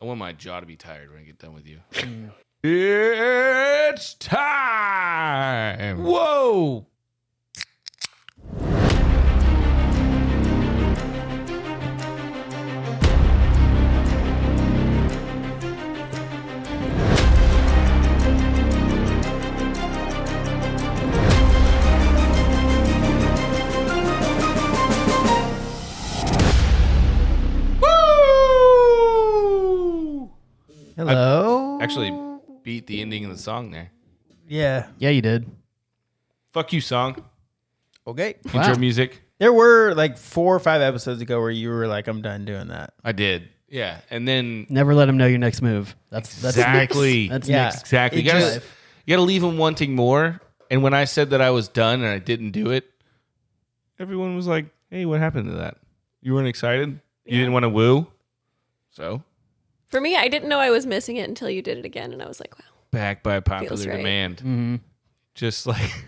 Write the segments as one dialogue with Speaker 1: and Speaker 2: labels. Speaker 1: I want my jaw to be tired when I get done with you. it's time.
Speaker 2: Whoa!
Speaker 1: Uh,
Speaker 3: Hello.
Speaker 1: Actually, beat the ending of the song there.
Speaker 3: yeah.
Speaker 4: Yeah, you did.
Speaker 1: Fuck you, song.
Speaker 3: Okay.
Speaker 1: Intro music.
Speaker 3: There were like four or five episodes ago where you were like, "I'm done doing that."
Speaker 1: I did. Yeah, and then
Speaker 4: Never let him know your next move. That's that's Nick's-
Speaker 1: Exactly.
Speaker 4: That's
Speaker 3: Yeah.
Speaker 4: Nick's.
Speaker 1: exactly. You
Speaker 3: It
Speaker 1: gotta,
Speaker 3: just-
Speaker 1: you gotta leave them wanting more. And when I said that I was done and I didn't do it, everyone was like, "Hey, what happened to that? You weren't excited. You didn't want to woo." So
Speaker 5: For me, I didn't know I was missing it until you did it again, and I was like, wow.
Speaker 1: back by
Speaker 5: Feels
Speaker 1: popular
Speaker 5: right.
Speaker 1: demand,
Speaker 4: Mhm.
Speaker 1: just like just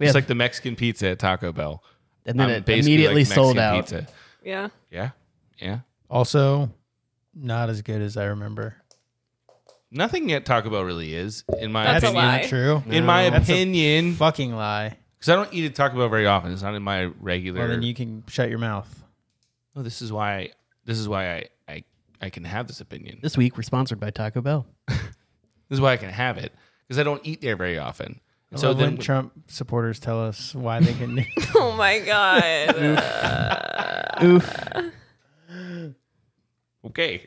Speaker 4: Yeah.
Speaker 1: like the Mexican pizza at Taco Bell.
Speaker 4: And then
Speaker 1: I'm
Speaker 4: it
Speaker 1: basically
Speaker 4: immediately
Speaker 1: like
Speaker 4: sold
Speaker 1: Mexican
Speaker 4: out.
Speaker 1: Pizza.
Speaker 5: Yeah.
Speaker 1: Yeah, yeah.
Speaker 3: Also, not as good as I remember.
Speaker 1: Nothing at Taco Bell really is, in my
Speaker 5: That's a
Speaker 1: opinion.
Speaker 5: lie.
Speaker 3: not true.
Speaker 1: In my
Speaker 3: That's a
Speaker 1: opinion,
Speaker 3: Fucking lie.
Speaker 1: because I don't eat at Taco Bell very often. It's not in my regular.
Speaker 3: Well, then you can shut your mouth.
Speaker 1: Oh, this is why. This is why I, I I can have this opinion. This
Speaker 4: This week we're sponsored by Taco Bell.
Speaker 1: is why I can have it because I don't eat there very often. And
Speaker 3: So
Speaker 1: so
Speaker 3: when
Speaker 1: then,
Speaker 3: Trump supporters tell us why they can,
Speaker 5: Oh my God.
Speaker 4: Oof.
Speaker 1: okay,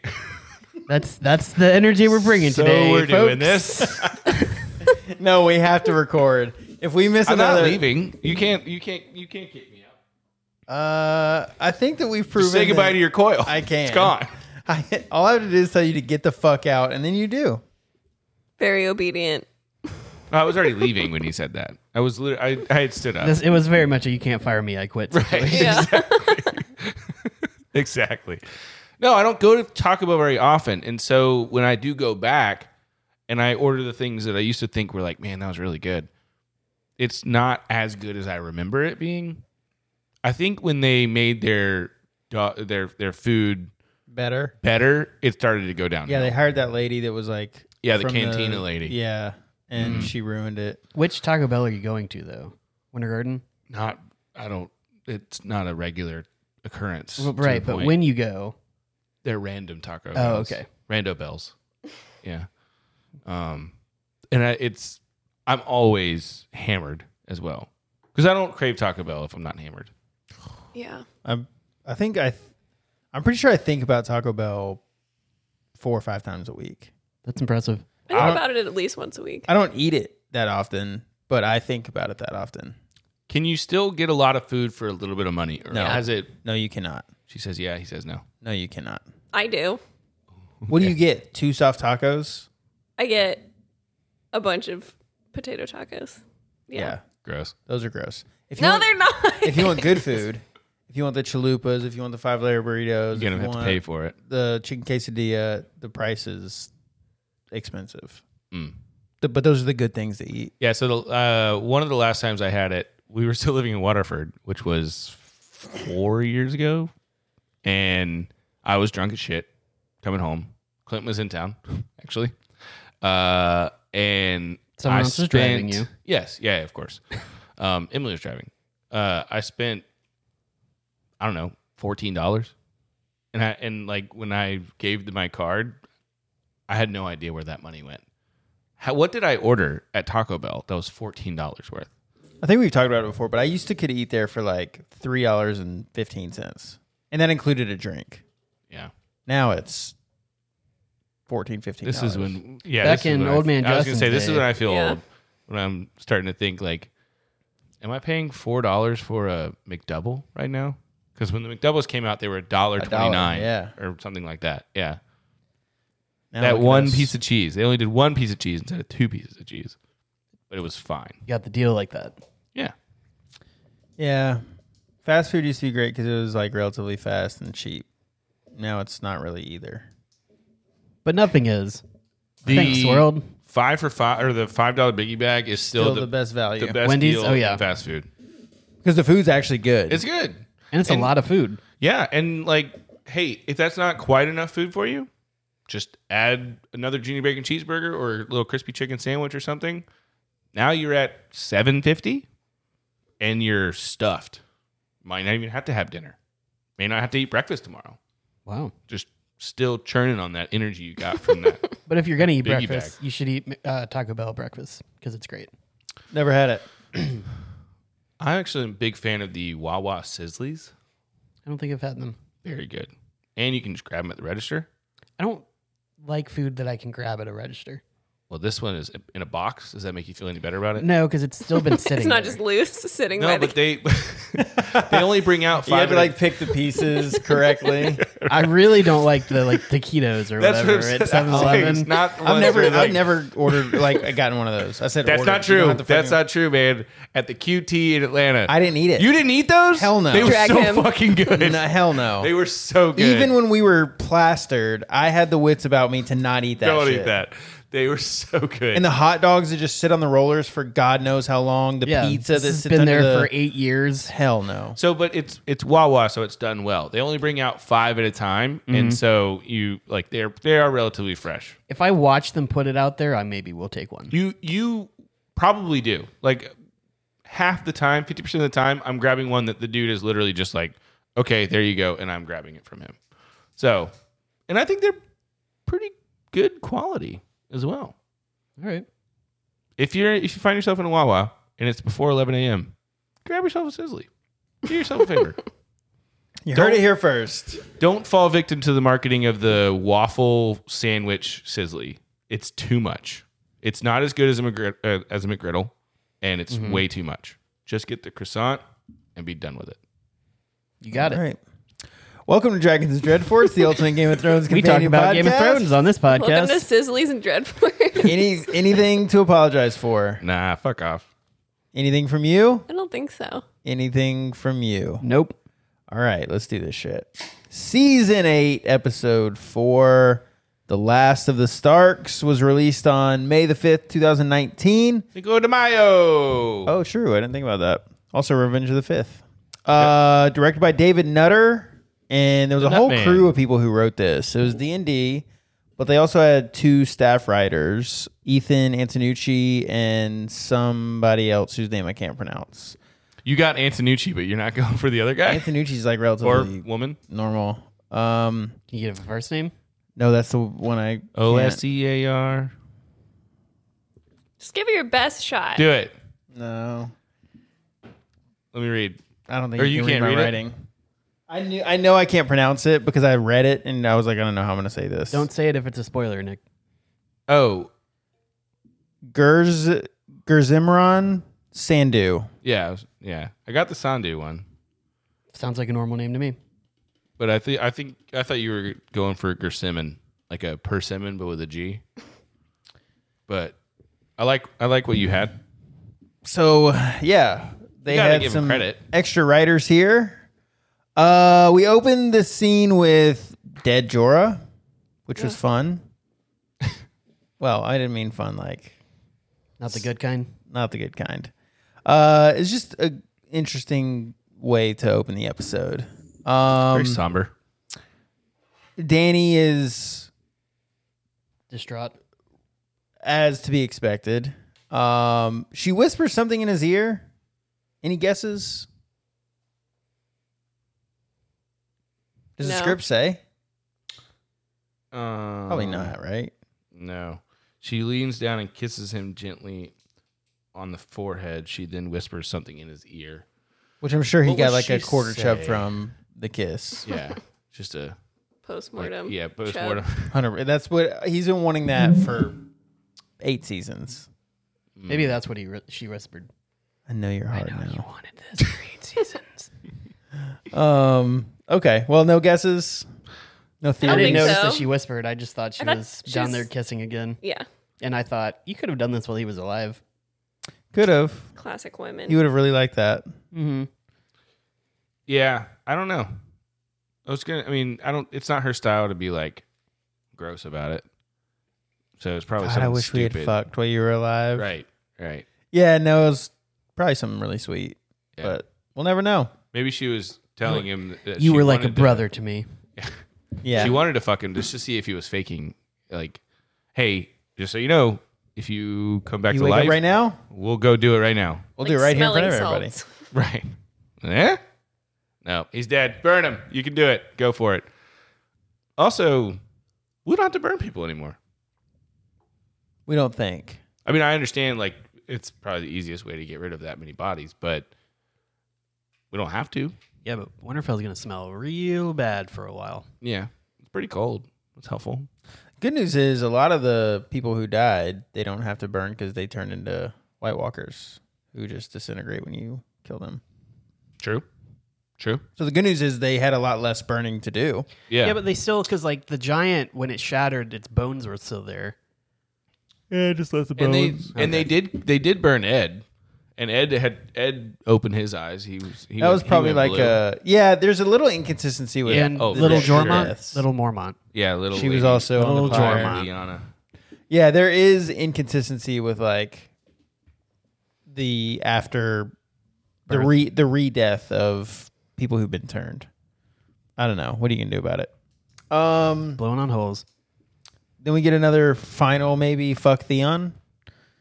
Speaker 4: That's that's the energy we're bringing
Speaker 1: so
Speaker 4: today.
Speaker 1: we're doing
Speaker 4: folks.
Speaker 1: this.
Speaker 3: no, we have to record. If we miss
Speaker 1: I'm
Speaker 3: another,
Speaker 1: not leaving. You can't. You can't. You can't get me out.
Speaker 3: Uh, I think that we've proven.
Speaker 1: Just say goodbye
Speaker 3: that-
Speaker 1: to your coil.
Speaker 3: I can.
Speaker 1: It's gone.
Speaker 3: I, all I have to do is tell you to get the fuck out, and then you do.
Speaker 5: Very obedient.
Speaker 1: I was already leaving when you said that. I was. Literally, I I had stood up.
Speaker 4: This- it was very much a you can't fire me, I quit. situation.
Speaker 5: Yeah.
Speaker 1: exactly. No, I don't go to Taco Bell very often, and so when I do go back, and I order the things that I used to think were like, man, that was really good. It's not as good as I remember it being. I think when they made their do- their their food
Speaker 3: Better.
Speaker 1: better, it started to go down.
Speaker 3: Yeah, they hired that lady that was like.
Speaker 1: Yeah, the
Speaker 3: from
Speaker 1: cantina lady. Mm-hmm.
Speaker 3: Yeah, and she ruined it.
Speaker 4: Which Taco Bell are you going to though? Winter Garden?
Speaker 1: not. I don't. It's not a regular occurrence. to
Speaker 4: Well,
Speaker 1: the
Speaker 4: right, but
Speaker 1: point.
Speaker 4: when you go,
Speaker 1: They're random taco.
Speaker 4: okay.
Speaker 1: Rando bells. Yeah. Um, and I, it's I'm always hammered as well because I don't crave Taco Bell if I'm not hammered.
Speaker 5: Yeah.
Speaker 3: I'm. I think I. th- I'm pretty sure I think about Taco Bell four or five times a week.
Speaker 4: that's impressive.
Speaker 5: I
Speaker 3: Uh,
Speaker 5: think about it at least once a week.
Speaker 3: I don't eat it that often, but I think about it that often.
Speaker 1: Can you still get a lot of food for a little bit of money? Or
Speaker 3: No.
Speaker 1: Has it?
Speaker 3: No, you cannot.
Speaker 1: She says yeah. He says no.
Speaker 3: No, you cannot.
Speaker 5: I do.
Speaker 3: What do you get? Two soft tacos.
Speaker 5: I get a bunch of potato tacos. Yeah.
Speaker 1: Gross.
Speaker 3: those are gross. If you
Speaker 5: No,
Speaker 3: want-
Speaker 5: they're not.
Speaker 3: if you want good food, if you want the chalupas, if you want the five layer burritos,
Speaker 1: You're
Speaker 3: if
Speaker 1: gonna
Speaker 3: you
Speaker 1: have to
Speaker 3: want
Speaker 1: pay for it.
Speaker 3: the chicken quesadilla, the price is expensive.
Speaker 1: Mm.
Speaker 3: The- but those are the good things to eat.
Speaker 1: Yeah. So the uh, one of the last times I had it, we were still living in Waterford, which was four years ago, and I was drunk as shit coming home. Clint was in town, actually, uh, and
Speaker 4: Someone
Speaker 1: I
Speaker 4: else was
Speaker 1: spent,
Speaker 4: driving you.
Speaker 1: Yes. Yeah. Of course. um, Emily was driving. Uh, I spent, I don't know, fourteen dollars, and I and like when I gave my card, I had no idea where that money went. How, what did I order at Taco Bell that was fourteen dollars worth?
Speaker 3: I think we've talked about it before, but I used to could eat there for like three dollars and fifteen cents, and that included a drink.
Speaker 1: Yeah,
Speaker 3: Now it's 14 15
Speaker 1: this is when yeah
Speaker 4: Back
Speaker 1: this is
Speaker 4: in
Speaker 1: when I-
Speaker 4: old man
Speaker 1: I was gonna
Speaker 4: Justin's
Speaker 1: say this is
Speaker 4: day.
Speaker 1: when I feel
Speaker 5: Yeah.
Speaker 1: old when I'm starting to think like, am I paying four dollars for a McDouble right now? Because when the McDoubles came out, they were a dollar twenty nine,
Speaker 3: yeah.
Speaker 1: or something like that. Yeah,
Speaker 3: Now
Speaker 1: that
Speaker 3: look at
Speaker 1: one
Speaker 3: us.
Speaker 1: piece of cheese. They only did one piece of cheese instead of two pieces of cheese, but it was fine.
Speaker 4: You got the deal like that.
Speaker 1: Yeah,
Speaker 3: Yeah. Fast food used to be great because it was like relatively fast and cheap. Now it's not really either.
Speaker 4: But nothing is.
Speaker 1: the
Speaker 4: Thanks, world.
Speaker 1: five for five or the five dollar biggie bag is still,
Speaker 3: Still
Speaker 1: the,
Speaker 3: the best value.
Speaker 1: the best
Speaker 4: Wendy's?
Speaker 1: deal
Speaker 4: Oh, yeah.
Speaker 1: in fast food.
Speaker 3: Because the food's actually good.
Speaker 1: It's good.
Speaker 4: And it's a lot of food.
Speaker 1: Yeah, and like, hey, if that's not quite enough food for you, just add another junior bacon cheeseburger or a little crispy chicken sandwich or something. Now you're at 750 and you're stuffed. Might not even have to have dinner. May not have to eat breakfast tomorrow.
Speaker 4: Wow.
Speaker 1: Just still churning on that energy you got from that.
Speaker 4: But if you're going to eat
Speaker 1: Biggie
Speaker 4: breakfast, you should eat uh, Taco Bell breakfast because it's great.
Speaker 3: Never had it.
Speaker 1: I'm actually a big fan of the Wawa Sizzlies.
Speaker 4: I don't think I've had them.
Speaker 1: Very good. And you can just grab them at the register.
Speaker 4: I don't like food that I can grab at a register.
Speaker 1: Well, this one is in a box. Does that make you feel any better about it?
Speaker 4: No, because it's still been sitting.
Speaker 5: It's not
Speaker 4: there.
Speaker 5: just loose sitting
Speaker 1: No,
Speaker 5: by
Speaker 1: but
Speaker 5: the.
Speaker 1: they they only bring out
Speaker 3: You
Speaker 1: five.
Speaker 3: had to
Speaker 1: at a-
Speaker 3: like pick the pieces correctly.
Speaker 4: I really don't like the like taquitos or
Speaker 1: That's what I'm
Speaker 4: whatever at
Speaker 1: saying. I
Speaker 4: 7
Speaker 1: was like, it's
Speaker 4: Eleven.
Speaker 1: not. the
Speaker 3: I've
Speaker 1: ones
Speaker 3: never,
Speaker 1: where, like-
Speaker 3: I've never ordered like I gotten one of those. I said
Speaker 1: That's
Speaker 3: ordered.
Speaker 1: not
Speaker 3: You don't
Speaker 1: true.
Speaker 3: have to
Speaker 1: That's
Speaker 3: fucking-
Speaker 1: not true, man. At the QT in Atlanta,
Speaker 3: I didn't eat it.
Speaker 1: You didn't eat those?
Speaker 3: Hell no.
Speaker 1: They were
Speaker 5: Drag
Speaker 1: so
Speaker 5: him.
Speaker 1: fucking good.
Speaker 3: No, hell no.
Speaker 1: They were so good.
Speaker 3: Even when we were plastered, I had the wits about me to not eat that.
Speaker 1: don't
Speaker 3: shit.
Speaker 1: eat that. They were so good.
Speaker 3: And the hot dogs that just sit on the rollers for God knows how long. The
Speaker 4: Yeah,
Speaker 3: pizza that
Speaker 4: this has
Speaker 3: sits
Speaker 4: been
Speaker 3: under
Speaker 4: there
Speaker 3: the-
Speaker 4: for eight years.
Speaker 3: Hell no.
Speaker 1: so, but it's it's Wawa, so it's done well. They only bring out five at a time, and so you like they're they are relatively fresh.
Speaker 4: If I watch them put it out there, I maybe will take one.
Speaker 1: You you probably do. Like half the time, fifty percent of the time, I'm grabbing one that the dude is literally just like, okay, there you go, and I'm grabbing it from him. So, and I think they're pretty good quality as well.
Speaker 4: All right.
Speaker 1: If you're if you find yourself in a Wawa and it's before 11 a.m., grab yourself a sizzly. Do yourself a favor.
Speaker 3: You heard it here first.
Speaker 1: Don't fall victim to the marketing of the waffle sandwich sizzly. It's too much. It's not as good as a McGrid- uh, as a McGriddle, and it's way too much. Just get the croissant and be done with it.
Speaker 4: You got it.
Speaker 3: All right. Welcome to Dragons and Dreadforce, the ultimate Game of Thrones.
Speaker 4: We talk
Speaker 3: companion
Speaker 4: about Game of
Speaker 3: podcast.
Speaker 4: Thrones on this
Speaker 5: Welcome to
Speaker 4: podcast.
Speaker 5: Sizzlies and Dreadforce.
Speaker 3: Any anything to apologize for?
Speaker 1: Nah, fuck off.
Speaker 3: Anything from you?
Speaker 5: I don't think so.
Speaker 3: Anything from you?
Speaker 4: nope.
Speaker 3: All right, let's do this shit. Season 8, episode 4, The Last of the Starks was released on May the 5th, 2019.
Speaker 1: Cinco de Mayo.
Speaker 3: Oh, true. I didn't think about that. Also, Revenge of the Fifth. Uh, directed by David Nutter, and there was a whole
Speaker 1: Nutman.
Speaker 3: crew of people who wrote this. It was D and D, but they also had two staff writers, Ethan Antonucci and somebody else whose name I can't pronounce.
Speaker 1: You got Antonucci, but you're not going for the other guy
Speaker 3: Antonucci's like
Speaker 1: or
Speaker 3: relatively
Speaker 1: woman.
Speaker 3: normal. Um,
Speaker 4: Can you give a first name?
Speaker 3: no, that's the one I
Speaker 1: O
Speaker 3: can't-
Speaker 1: S E A R.
Speaker 5: Just give it your best shot.
Speaker 1: Do it.
Speaker 3: No,
Speaker 1: Let me read.
Speaker 3: I don't think
Speaker 1: Or
Speaker 3: you,
Speaker 1: you
Speaker 3: can
Speaker 1: can't
Speaker 3: read my
Speaker 1: read it?
Speaker 3: writing. I knew I know I can't pronounce it because I read it and I was like, I don't know how I'm gonna say this.
Speaker 4: Don't say it if it's a spoiler, Nick.
Speaker 1: Oh,
Speaker 3: Gerz Gerzimron Sandu.
Speaker 1: yeah, yeah. I got the Sandu one.
Speaker 4: Sounds like a normal name to me.
Speaker 1: But I think I think I thought you were going for Gersimon, like a persimmon, but with a G. But I like I like what you had.
Speaker 3: So yeah, they
Speaker 1: You gotta
Speaker 3: had
Speaker 1: give 'em
Speaker 3: some
Speaker 1: credit.
Speaker 3: extra writers here. Uh, we opened the scene with dead Jorah, which was fun. well, I didn't mean fun, like
Speaker 4: Not the good kind.
Speaker 3: not the good kind. Uh, it's just a interesting way to open the episode. Um,
Speaker 1: Very somber.
Speaker 3: Danny is
Speaker 4: Distraught.
Speaker 3: as to be expected. Um, she whispers something in his ear. Any guesses? Does the
Speaker 5: No.
Speaker 3: script say?
Speaker 1: Um,
Speaker 3: Probably not, right?
Speaker 1: No. She leans down and kisses him gently on the forehead. She then whispers something in his ear.
Speaker 3: Which I'm sure he
Speaker 1: What
Speaker 3: got
Speaker 1: would
Speaker 3: like a
Speaker 1: she
Speaker 3: quarter chub
Speaker 1: say?
Speaker 3: from the kiss.
Speaker 1: Yeah, just a like,
Speaker 5: Postmortem.
Speaker 1: yeah
Speaker 5: chub.
Speaker 1: postmortem.
Speaker 3: Hundred. That's what he's been wanting that for eight seasons.
Speaker 4: Maybe that's what he whi- she whispered.
Speaker 3: I know your heart
Speaker 4: You wanted this for eight seasons.
Speaker 3: now. Um. Okay. Well, no guesses. No
Speaker 4: I
Speaker 3: theory.
Speaker 4: didn't
Speaker 5: think
Speaker 4: notice
Speaker 5: so.
Speaker 4: that she whispered. I just thought she
Speaker 5: I thought
Speaker 4: was
Speaker 5: she
Speaker 4: down
Speaker 5: was-
Speaker 4: there kissing again.
Speaker 5: Yeah.
Speaker 4: And I thought, you could have done this while he was alive.
Speaker 3: Could have.
Speaker 5: Classic women.
Speaker 3: You would have really liked that.
Speaker 4: Mm-hmm.
Speaker 1: Yeah, I don't know. I was gonna. I mean, I don't. It's not her style to be like gross about it. So it's probably.
Speaker 3: God,
Speaker 1: something
Speaker 3: I wish
Speaker 1: stupid.
Speaker 3: we had fucked while you were alive.
Speaker 1: Right. Right.
Speaker 3: Yeah, no, it was probably something really sweet,
Speaker 1: Yeah.
Speaker 3: but we'll never know.
Speaker 1: Maybe she was telling him that
Speaker 4: You
Speaker 1: she
Speaker 4: were like a
Speaker 1: wanted to-
Speaker 4: brother to, me.
Speaker 3: Yeah,
Speaker 1: She wanted to fuck him just to see if he was faking like, hey, just so you know, if you come back
Speaker 3: You
Speaker 1: to
Speaker 3: wake
Speaker 1: life,
Speaker 3: up right now?
Speaker 1: we'll go do it right now.
Speaker 3: We'll
Speaker 5: Like
Speaker 3: do it right here in front of
Speaker 5: smelling
Speaker 3: everybody.
Speaker 5: salts.
Speaker 1: Right. Eh? No, he's dead. Burn him. You can do it. Go for it. Also, we don't have to burn people anymore.
Speaker 3: We don't think.
Speaker 1: I mean, I understand like it's probably the easiest way to get rid of that many bodies, but we don't have to.
Speaker 2: Yeah, but Winterfell's gonna smell real bad for a while.
Speaker 1: Yeah. It's pretty cold. It's helpful.
Speaker 3: Good news is a lot of the people who died, they don't have to burn because they turn into White Walkers who just disintegrate when you kill them.
Speaker 1: True. True.
Speaker 3: So the good news is they had a lot less burning to do.
Speaker 1: Yeah.
Speaker 2: Yeah, but they still because like the giant when it shattered, its bones were still there.
Speaker 4: Yeah, just let the
Speaker 1: and they and they did they did burn Ed. And Ed had Ed opened his eyes. He was he
Speaker 3: That
Speaker 1: went-
Speaker 3: was
Speaker 1: he
Speaker 3: probably
Speaker 1: went
Speaker 3: like
Speaker 1: blue.
Speaker 3: a yeah. There's a little inconsistency with
Speaker 2: And
Speaker 1: oh,
Speaker 2: little
Speaker 1: for sure.
Speaker 2: Jormont,
Speaker 3: Yes.
Speaker 2: little Mormont.
Speaker 1: yeah little
Speaker 3: She was
Speaker 1: lady.
Speaker 3: also on the
Speaker 2: Little
Speaker 3: pyre.
Speaker 2: Jorma.
Speaker 1: Liana.
Speaker 3: Yeah, there is inconsistency with like the after the re the re death of people who've been turned. I don't know. What are you gonna do about it? Um.
Speaker 2: Blown on holes.
Speaker 3: Then we get another final maybe fuck Theon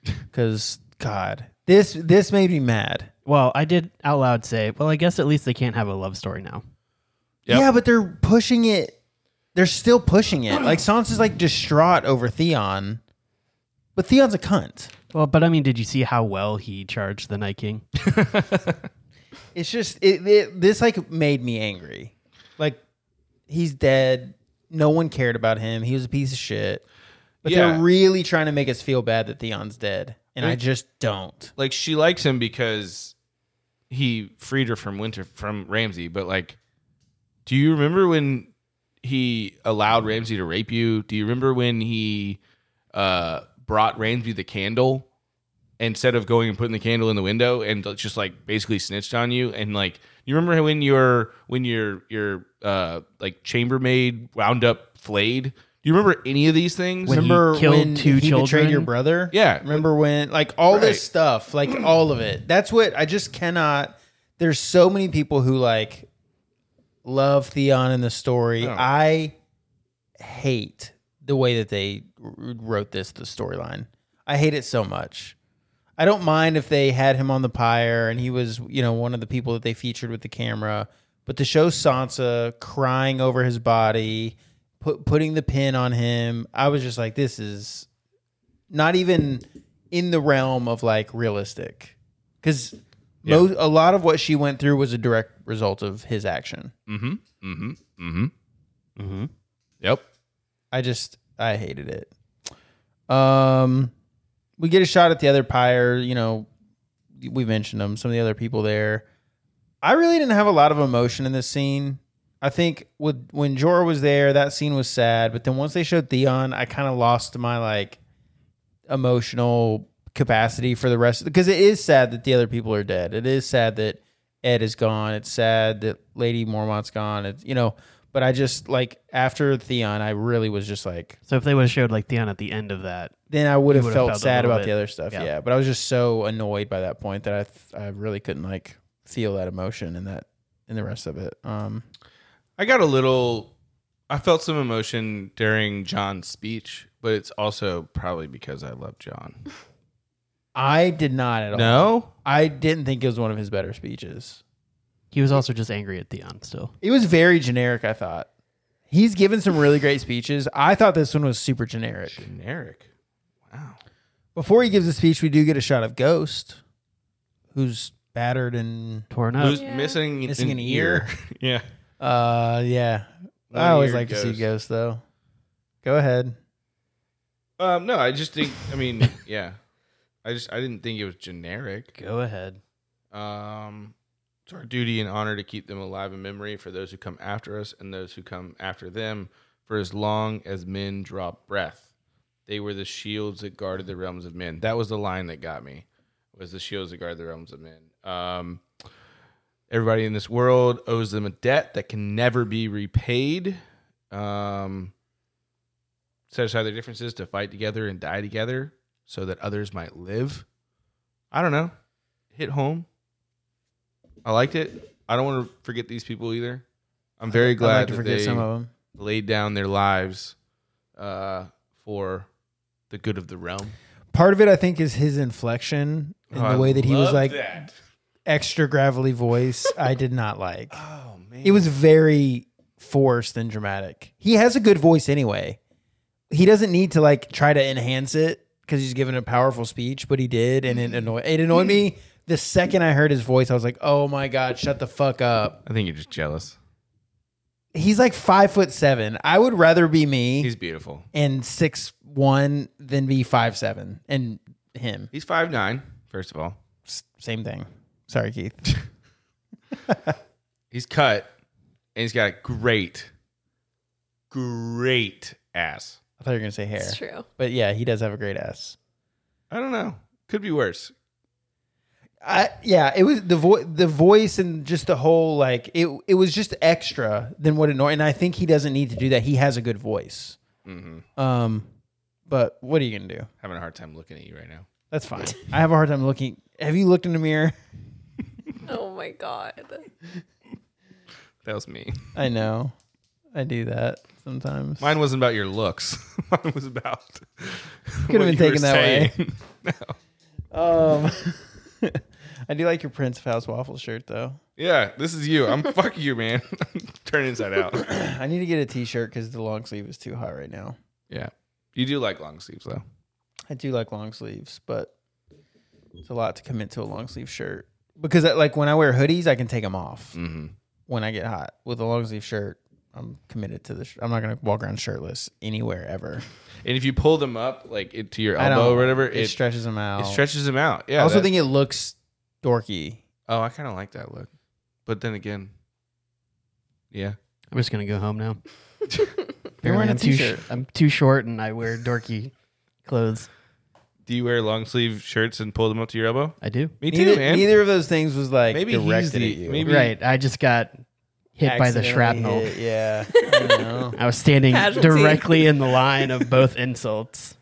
Speaker 3: because God, this this made me mad.
Speaker 2: Well, I did out loud say, well, I guess at least they can't have a love story now.
Speaker 1: Yep.
Speaker 3: Yeah, but they're pushing it. They're still pushing it. Like Sansa's like distraught over Theon, but Theon's a cunt.
Speaker 2: Well, but I mean, did you see how well he charged the Night King?
Speaker 3: It's just it, it this like made me angry. Like he's dead. No one cared about him. He was a piece of shit. But
Speaker 1: Yeah.
Speaker 3: they're really trying to make us feel bad that Theon's dead, and I just don't.
Speaker 1: like she likes him because he freed her from winter from Ramsey, but like do you remember when he allowed Ramsey to rape you? Do you remember when he uh brought Ramsey the candle instead of going and putting the candle in the window and just like basically snitched on you and like you remember when your when your your uh like chambermaid wound up flayed? Do you remember any of these things?
Speaker 2: When he
Speaker 3: Remember
Speaker 2: killed
Speaker 3: when
Speaker 2: two
Speaker 3: he betrayed
Speaker 2: children?
Speaker 3: your brother?
Speaker 1: Mm-hmm. Yeah.
Speaker 3: Remember when like all
Speaker 1: Right.
Speaker 3: this stuff, like all of it. That's what I just cannot. There's so many people who like love Theon in the story.
Speaker 1: Oh.
Speaker 3: I hate the way that they r- wrote this the storyline. I hate it so much. I don't mind if they had him on the pyre and he was, you know, one of the people that they featured with the camera, but to show Sansa crying over his body, put, putting the pin on him, I was just like, this is not even in the realm of like realistic. Because mo- a lot of what she went through was a direct result of his action.
Speaker 1: mm-hmm. Mm-hmm. Mm-hmm.
Speaker 2: Mm-hmm.
Speaker 1: Yep.
Speaker 3: I just I hated it. Um, we get a shot at the other pyre. You know, we mentioned them. Some of the other people there. I really didn't have a lot of emotion in this scene. I think with when Jorah was there, that scene was sad. But then once they showed Theon, I kind of lost my like emotional capacity for the rest. Because it is sad that the other people are dead. It is sad that Ed is gone. It's sad that Lady Mormont's gone. It's you know. But I just like after Theon, I really was just like.
Speaker 2: So if they would have showed like Theon at the end of that,
Speaker 3: Then I would have
Speaker 2: would've
Speaker 3: felt
Speaker 2: felt a
Speaker 3: sad
Speaker 2: little
Speaker 3: about
Speaker 2: bit-
Speaker 3: the other stuff. Yeah.
Speaker 2: yeah.
Speaker 3: But I was just so annoyed by that point that I th- I really couldn't like feel that emotion in that in the rest of it. Um.
Speaker 1: I got a little. I felt some emotion during John's speech, but it's also probably because I love John.
Speaker 3: I did not at all.
Speaker 1: No,
Speaker 3: I didn't think it was one of his better speeches.
Speaker 2: he was also just angry at Theon still.
Speaker 3: It was very generic, I thought. He's given some really great speeches. I thought this one was super generic.
Speaker 1: generic. Wow.
Speaker 3: Before he gives a speech, we do get a shot of Ghost, who's battered and
Speaker 2: Torn up.
Speaker 1: Who's
Speaker 5: Yeah.
Speaker 1: missing
Speaker 3: Oh. Missing an ear.
Speaker 1: yeah.
Speaker 3: uh yeah.
Speaker 1: One
Speaker 3: I always
Speaker 1: ear
Speaker 3: like to see
Speaker 1: Ghost.
Speaker 3: Ghost though. Go ahead.
Speaker 1: Um. No, I just think. I mean, yeah. I just I didn't think it was generic.
Speaker 2: Go ahead.
Speaker 1: Um. It's our duty and honor to keep them alive in memory for those who come after us and those who come after them for as long as men draw breath. They were the shields that guarded the realms of men. That was the line that got me. Was the shields that guard the realms of men. Um, everybody in this world owes them a debt that can never be repaid. Um, set aside their differences to fight together and die together, so that others might live. I don't know. Hit home. I liked it. I don't want to forget these people either. I'm very
Speaker 3: I'd
Speaker 1: glad
Speaker 3: like to
Speaker 1: that
Speaker 3: forget
Speaker 1: they
Speaker 3: some of them.
Speaker 1: laid down their lives uh, the good of the realm.
Speaker 3: Part of it, I think, is his inflection and
Speaker 1: Oh, I
Speaker 3: the way that he was
Speaker 1: love
Speaker 3: like
Speaker 1: that.
Speaker 3: extra gravelly voice. I did not like.
Speaker 1: Oh man,
Speaker 3: It was very forced and dramatic. He has a good voice anyway. He doesn't need to like try to enhance it because he's given a powerful speech, but he did, and
Speaker 5: Mm-hmm.
Speaker 3: it annoyed it annoyed me. The second I heard his voice, I was like, "Oh my god, shut the fuck up!"
Speaker 1: I think you're just jealous.
Speaker 3: He's like five foot seven. I would rather be me
Speaker 1: He's beautiful.
Speaker 3: and six one than be five seven and him.
Speaker 1: He's five nine. First of all,
Speaker 3: S- Same thing. Sorry, Keith.
Speaker 1: he's cut, and he's got a great, great ass.
Speaker 3: I thought you were gonna say hair,
Speaker 5: It's true.
Speaker 3: but yeah, he does have a great ass.
Speaker 1: I don't know. Could be worse.
Speaker 3: I, yeah, it was the voice, the voice, and just the whole like it. It was just extra than what it normally. And I think he doesn't need to do that. He has a good voice.
Speaker 1: hmm
Speaker 3: Um, but what are you gonna do?
Speaker 1: Having a hard time looking at you right now.
Speaker 3: That's fine. I have a hard time looking. Have you looked in the mirror?
Speaker 5: Oh my god.
Speaker 1: That was me.
Speaker 3: I know, I do that sometimes.
Speaker 1: Mine wasn't about your looks. Mine was about.
Speaker 3: Could
Speaker 1: what
Speaker 3: have been
Speaker 1: you were
Speaker 3: taken that way.
Speaker 1: saying. No.
Speaker 3: Um, I do like your Prince of House waffle shirt though.
Speaker 1: Yeah, this is you. I'm fuck you, man. Turn inside out.
Speaker 3: I need to get a T-shirt because the long sleeve is too hot right now.
Speaker 1: Yeah, you do like long sleeves though.
Speaker 3: I do like long sleeves, but it's a lot to commit to a long sleeve shirt because I, like when I wear hoodies, I can take them off
Speaker 1: Mm-hmm.
Speaker 3: when I get hot. With a long sleeve shirt, I'm committed to the. Sh- I'm not gonna walk around shirtless anywhere ever.
Speaker 1: And if you pull them up like it, to your
Speaker 3: I don't-
Speaker 1: elbow or whatever,
Speaker 3: It,
Speaker 1: it, it,
Speaker 3: stretches them out.
Speaker 1: stretches them out.
Speaker 3: I
Speaker 1: Yeah.
Speaker 3: also
Speaker 1: that-
Speaker 3: think it looks dorky.
Speaker 1: Oh, I kind of like that look. But then again, yeah.
Speaker 2: I'm just gonna go home now.
Speaker 3: You're wearing a
Speaker 2: I'm too sh-
Speaker 3: t-shirt.
Speaker 2: I'm too short, and I wear dorky clothes.
Speaker 1: Do you wear long sleeve shirts and pull them up to your elbow?
Speaker 2: I do.
Speaker 1: Me
Speaker 3: neither,
Speaker 1: too, man.
Speaker 3: neither of those things was like
Speaker 1: Maybe he's
Speaker 3: directed
Speaker 1: the-
Speaker 3: at you.
Speaker 1: maybe-
Speaker 2: Right. I just got hit by the
Speaker 3: Accidentally
Speaker 2: shrapnel.
Speaker 3: hit, yeah. I don't know.
Speaker 2: I was standing
Speaker 5: Casualty.
Speaker 2: directly in the line of both insults.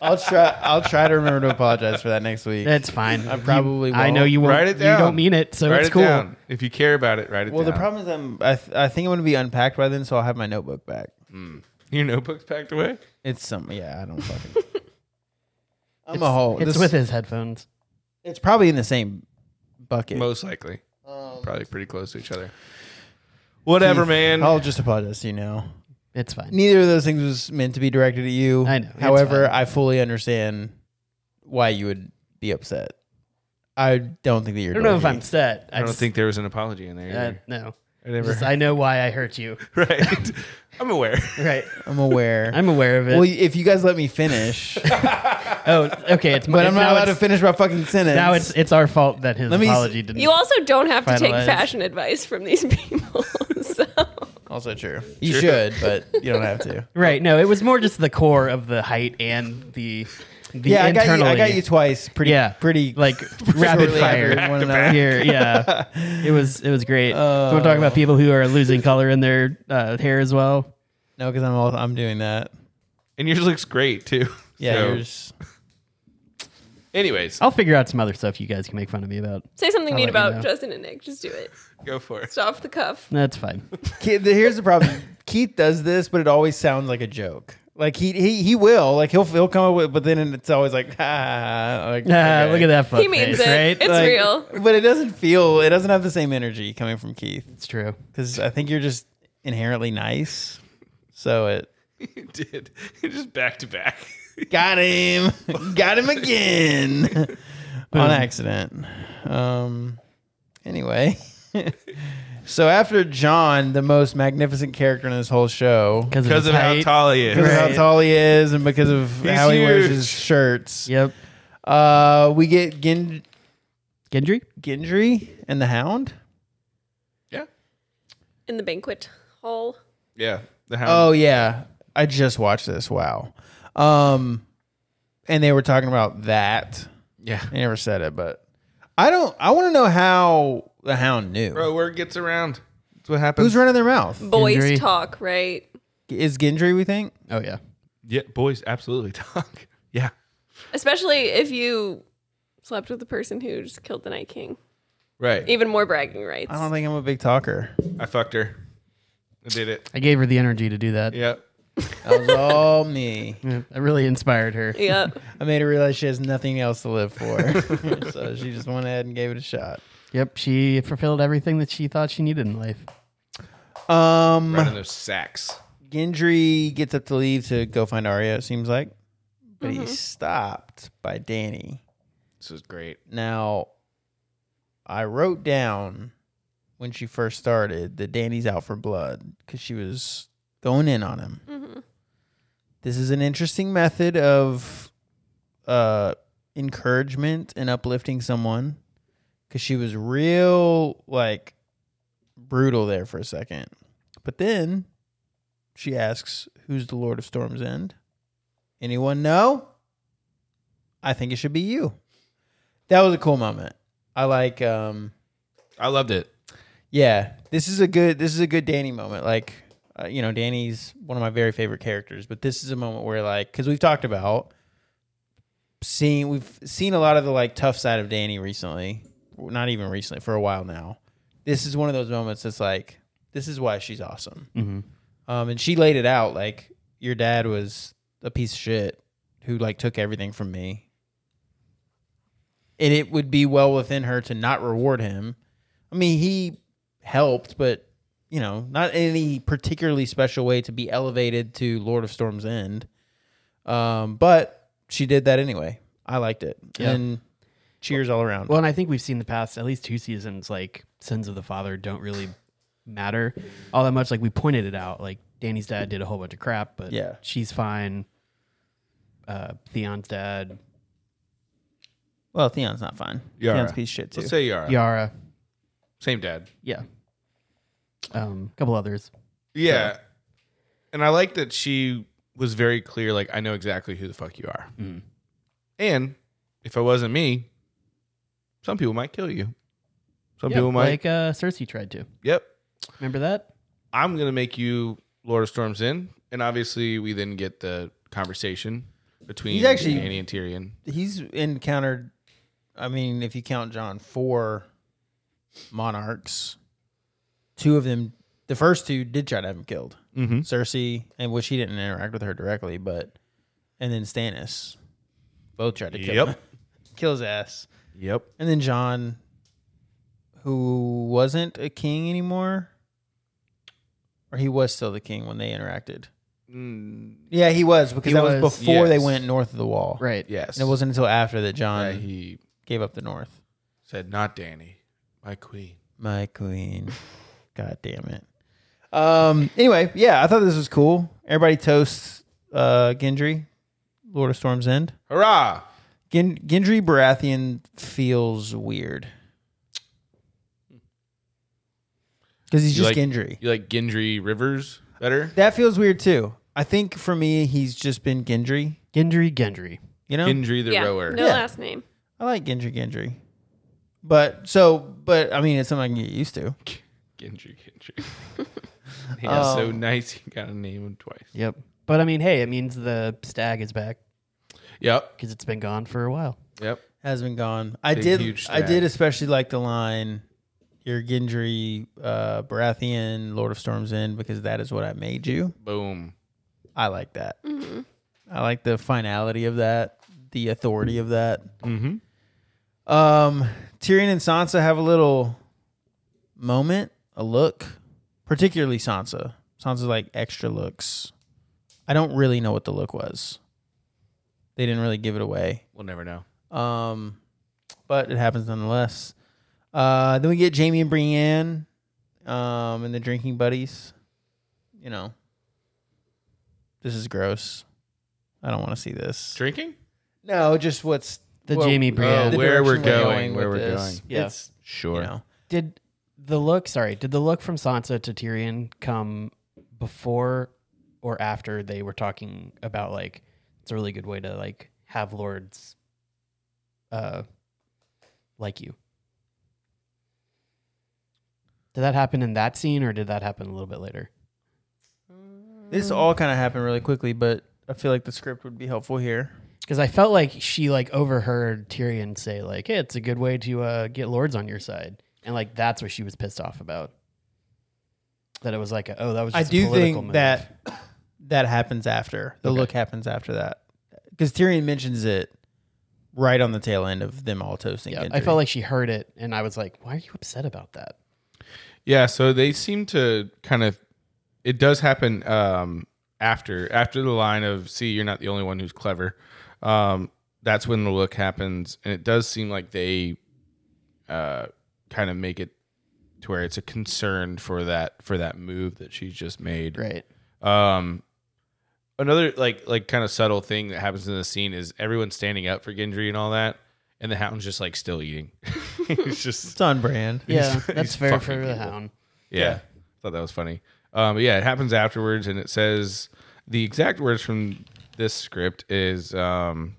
Speaker 3: I'll try. I'll try to remember to apologize for that next week.
Speaker 2: That's fine.
Speaker 3: I probably
Speaker 2: You- I know
Speaker 3: won't.
Speaker 2: you won't.
Speaker 1: Write it
Speaker 2: You
Speaker 1: down.
Speaker 2: don't mean it, so
Speaker 1: write
Speaker 2: it's
Speaker 1: it
Speaker 2: cool.
Speaker 1: down if you care about it. Write it
Speaker 3: Well,
Speaker 1: down.
Speaker 3: the problem is I'm. I, th- I think I'm going to be unpacked by then, so I'll have my notebook back.
Speaker 1: your notebook's packed away.
Speaker 3: It's some. Yeah, I don't fucking. I'm a whole.
Speaker 2: It's
Speaker 3: this-
Speaker 2: with his headphones.
Speaker 3: It's probably in the same bucket.
Speaker 1: Most likely, probably pretty close to each other. Whatever,
Speaker 3: Keith,
Speaker 1: man.
Speaker 3: I'll just apologize to you now.
Speaker 2: It's fine.
Speaker 3: Neither of those things was meant to be directed at you.
Speaker 2: I know, it's
Speaker 3: However,
Speaker 2: fine.
Speaker 3: I fully understand why you would be upset. I don't think that you're.
Speaker 2: I don't know if I'm upset.
Speaker 1: I don't
Speaker 2: just-
Speaker 1: think there was an apology in there.
Speaker 2: uh,
Speaker 1: either.
Speaker 2: no.
Speaker 1: I never.
Speaker 2: Just, I know why I hurt you.
Speaker 1: right. I'm aware.
Speaker 2: Right.
Speaker 3: I'm aware.
Speaker 2: I'm aware of it.
Speaker 3: well, if you guys let me finish,
Speaker 2: oh, okay. It's
Speaker 3: but I'm not allowed to
Speaker 2: finish.
Speaker 3: finish my fucking sentence.
Speaker 2: Now it's it's our fault that his
Speaker 3: Let me s-
Speaker 2: apology didn't.
Speaker 5: You also don't have to take
Speaker 2: Finalize.
Speaker 5: fashion advice from these people. So
Speaker 3: also true. You should, but you don't have to.
Speaker 2: right? No, it was more just the core of the height and the the
Speaker 3: yeah, I got, you,
Speaker 2: internally.
Speaker 3: I got you twice. Pretty,
Speaker 2: Yeah.
Speaker 3: pretty
Speaker 2: like rapid
Speaker 3: shortly after
Speaker 2: fire
Speaker 3: one another.
Speaker 2: here. Yeah, it was it was great. Do you want to talk
Speaker 3: Oh.
Speaker 2: about people who are losing color in their uh, hair as well?
Speaker 3: No, because I'm all, I'm doing that.
Speaker 1: And yours looks great too.
Speaker 3: Yeah,
Speaker 1: So,
Speaker 3: yours- Oh.
Speaker 1: Anyways,
Speaker 2: I'll figure out some other stuff you guys can make fun of me about.
Speaker 5: say something mean
Speaker 2: let you
Speaker 5: about
Speaker 2: know.
Speaker 5: Justin and Nick. Just do it.
Speaker 1: go for it.
Speaker 5: It's off the cuff.
Speaker 2: That's fine.
Speaker 3: Ke- the- here's the problem. Keith does this, but it always sounds like a joke. Like he he, he will like he'll he'll come up with, but then it's always like ah like,
Speaker 2: Ah,
Speaker 3: okay.
Speaker 2: Look at that fuck
Speaker 5: he means
Speaker 2: face,
Speaker 5: it.
Speaker 2: right?
Speaker 5: It's
Speaker 3: Like,
Speaker 5: real.
Speaker 3: but it doesn't feel it doesn't have the same energy coming from Keith
Speaker 2: It's true.
Speaker 3: because I think you're just inherently nice. So it
Speaker 1: You did. You just back to back.
Speaker 3: got him, got him again on accident. Um, anyway. So after John, the most magnificent character in this whole show,
Speaker 1: Because of how tall he is.
Speaker 3: because of
Speaker 2: Right.
Speaker 3: how tall he is and because of
Speaker 1: He's
Speaker 3: how he wears
Speaker 1: huge.
Speaker 3: his shirts.
Speaker 2: Yep.
Speaker 3: Uh, we get Gin-
Speaker 2: Gendry.
Speaker 3: Gendry and the Hound.
Speaker 1: Yeah.
Speaker 5: In the banquet hall.
Speaker 1: Yeah. The hound.
Speaker 3: Oh yeah, I just watched this. Wow. Um, and they were talking about that.
Speaker 1: yeah.
Speaker 3: I never said it, but I don't. I want to know how the Hound knew.
Speaker 1: Bro, word gets around. That's what happens.
Speaker 3: Who's running their mouth?
Speaker 5: Boys
Speaker 2: Gendry.
Speaker 5: talk, right?
Speaker 3: Is Gendry? We think.
Speaker 2: Oh yeah.
Speaker 1: Yeah, boys absolutely talk. Yeah.
Speaker 5: Especially if you slept with the person who just killed the Night King.
Speaker 1: Right.
Speaker 5: Even more bragging rights.
Speaker 2: Um,
Speaker 3: I don't think I'm a big talker.
Speaker 1: I fucked her. I did it.
Speaker 2: I gave her the energy to do that.
Speaker 1: Yeah.
Speaker 3: That was all me.
Speaker 2: Yeah, I really inspired her.
Speaker 5: Yep.
Speaker 3: I made her realize she has nothing else to live for. so she just went ahead and gave it a shot.
Speaker 2: Yep, she fulfilled everything that she thought she needed in life.
Speaker 3: Um
Speaker 1: Running those sacks.
Speaker 3: Gendry gets up to leave to go find Arya, it seems like. But he's stopped by Danny.
Speaker 1: This is great.
Speaker 3: Now, I wrote down when she first started that Danny's out for blood because she was going in on him.
Speaker 5: Mm-hmm.
Speaker 3: This is an interesting method of uh, encouragement and uplifting someone because she was real, like, brutal there for a second. But then she asks, Who's the Lord of Storm's End? Anyone know? I think it should be you that was a cool moment. I like um
Speaker 1: I loved it.
Speaker 3: yeah, this is a good this is a good Danny moment. Like uh, you know, Danny's one of my very favorite characters, but this is a moment where like cuz we've talked about seeing we've seen a lot of the like tough side of Danny recently. Well, Not even recently, for a while now. This is one of those moments that's like this is why she's awesome. Um and she laid it out like your dad was a piece of shit who like took everything from me and it would be well within her to not reward him. I mean, he helped, but you know, not in any particularly special way to be elevated to Lord of Storm's End. Um, but she did that anyway. I liked it, and cheers all around.
Speaker 2: Well, and I think we've seen the past at least two seasons, like sins of the father don't really matter all that much. Like we pointed it out, like Danny's dad did a whole bunch of crap, but
Speaker 3: Yeah.
Speaker 2: she's fine. Uh, Theon's dad,
Speaker 3: Well, Theon's not fine.
Speaker 1: Yara.
Speaker 3: Theon's a piece of shit too.
Speaker 1: Let's say Yara.
Speaker 2: Yara,
Speaker 1: Same dad.
Speaker 2: yeah, um, couple others.
Speaker 1: Yeah. And I like that she was very clear, like, I know exactly who the fuck you are. And if it wasn't me, some people might kill you. Some
Speaker 2: Yeah,
Speaker 1: people might.
Speaker 2: like uh, Cersei tried to.
Speaker 1: yep.
Speaker 2: Remember that?
Speaker 1: I'm going to make you Lord of Storms in. And obviously, we then get the conversation between
Speaker 3: He's actually-
Speaker 1: Danny and Tyrion.
Speaker 3: He's encountered. I mean, if you count John, four monarchs. Two of them, the first two, did try to have him killed.
Speaker 1: Mm-hmm.
Speaker 3: Cersei, and which he didn't interact with her directly, but and then Stannis, both tried to kill
Speaker 1: Yep.
Speaker 3: him, kill his ass,
Speaker 1: Yep.
Speaker 3: and then John, who wasn't a king anymore, or he was still the king when they interacted. Yeah, he was because
Speaker 2: He
Speaker 3: that was,
Speaker 2: was,
Speaker 3: before they
Speaker 1: Mm. yes.
Speaker 3: went north of the wall,
Speaker 2: Right.
Speaker 1: Yes.
Speaker 3: And it wasn't until after that John
Speaker 1: Uh, he
Speaker 3: gave up the north.
Speaker 1: said, Not Danny, my queen.
Speaker 3: My queen. God damn it. Um. Anyway, yeah, I thought this was cool. Everybody toasts uh, Gendry, Lord of Storm's End.
Speaker 1: Hurrah.
Speaker 3: Gen- Gendry Baratheon feels weird because he's
Speaker 1: You like-
Speaker 3: just Gendry.
Speaker 1: You like Gendry Rivers better?
Speaker 3: That feels weird too. I think for me, he's just been Gendry.
Speaker 2: Gendry, Gendry.
Speaker 3: You know,
Speaker 1: Gendry the
Speaker 5: yeah.
Speaker 1: rower.
Speaker 5: No
Speaker 3: Yeah.
Speaker 5: last name.
Speaker 3: I like Gendry Gendry, but so but I mean, it's something I can get used to.
Speaker 1: Gendry, Gendry. he was so nice. He got to name him twice.
Speaker 2: Yep. But I mean, hey, it means the stag is back
Speaker 1: Yep.
Speaker 2: because it's been gone for a while.
Speaker 1: Yep.
Speaker 3: Has been gone. I
Speaker 1: Big,
Speaker 3: did.
Speaker 1: huge
Speaker 3: I
Speaker 1: stag.
Speaker 3: did especially like the line, "Your Gendry uh, Baratheon, Lord of Storms End," because that is what I made you.
Speaker 1: Boom.
Speaker 3: I like that. I like the finality of that, the authority of that.
Speaker 1: Mm-hmm.
Speaker 3: Um, Tyrion and Sansa have a little moment, a look, particularly Sansa. Sansa's like extra looks. I don't really know what the look was. They didn't really give it away.
Speaker 1: We'll never know.
Speaker 3: Um, but it happens nonetheless. Uh, then we get Jamie and Brienne, um, and the drinking buddies. You know, this is gross. I don't want to see this.
Speaker 1: Drinking?
Speaker 3: No, just what's
Speaker 2: The Jamie Brienne.
Speaker 3: the
Speaker 1: where we're
Speaker 3: direction
Speaker 1: going, where
Speaker 3: with
Speaker 1: we're
Speaker 3: this.
Speaker 1: going.
Speaker 2: Yeah.
Speaker 3: It's
Speaker 1: Sure.
Speaker 3: you know,
Speaker 2: Did the look, sorry, did the look from Sansa to Tyrion come before or after they were talking about like it's a really good way to like have lords uh like you? Did that happen in that scene or did that happen a little bit later?
Speaker 3: this all kind of happened really quickly, but I feel like the script would be helpful here.
Speaker 2: Because I felt like she like overheard Tyrion say like, "Hey, it's a good way to uh, get lords on your side," and like that's what she was pissed off about. That it was like, a, "Oh, that was."
Speaker 3: I
Speaker 2: Just a
Speaker 3: do
Speaker 2: political
Speaker 3: think
Speaker 2: move.
Speaker 3: that that happens after. The look happens after that. Because Tyrion mentions it right on the tail end of them all toasting.
Speaker 2: Yeah, I
Speaker 3: Gendry.
Speaker 2: felt like she heard it, and I was like, "Why are you upset about that?"
Speaker 1: Yeah, so they seem to kind of it does happen um after after the line of see you're not the only one who's clever. Um that's when the look happens and it does seem like they uh kind of make it to where it's a concern for that for that move that she's just made.
Speaker 2: Right.
Speaker 1: Um, another like like kind of subtle thing that happens in the scene is everyone's standing up for Gendry and all that, and the hound's just like still eating. He's just
Speaker 3: it's on brand.
Speaker 2: Yeah,
Speaker 1: These-
Speaker 2: that's
Speaker 1: these
Speaker 2: fair for
Speaker 1: fucking
Speaker 2: the
Speaker 1: people.
Speaker 2: hound.
Speaker 1: yeah. Thought that was funny. Um, but yeah, it happens afterwards, and it says the exact words from this script is um,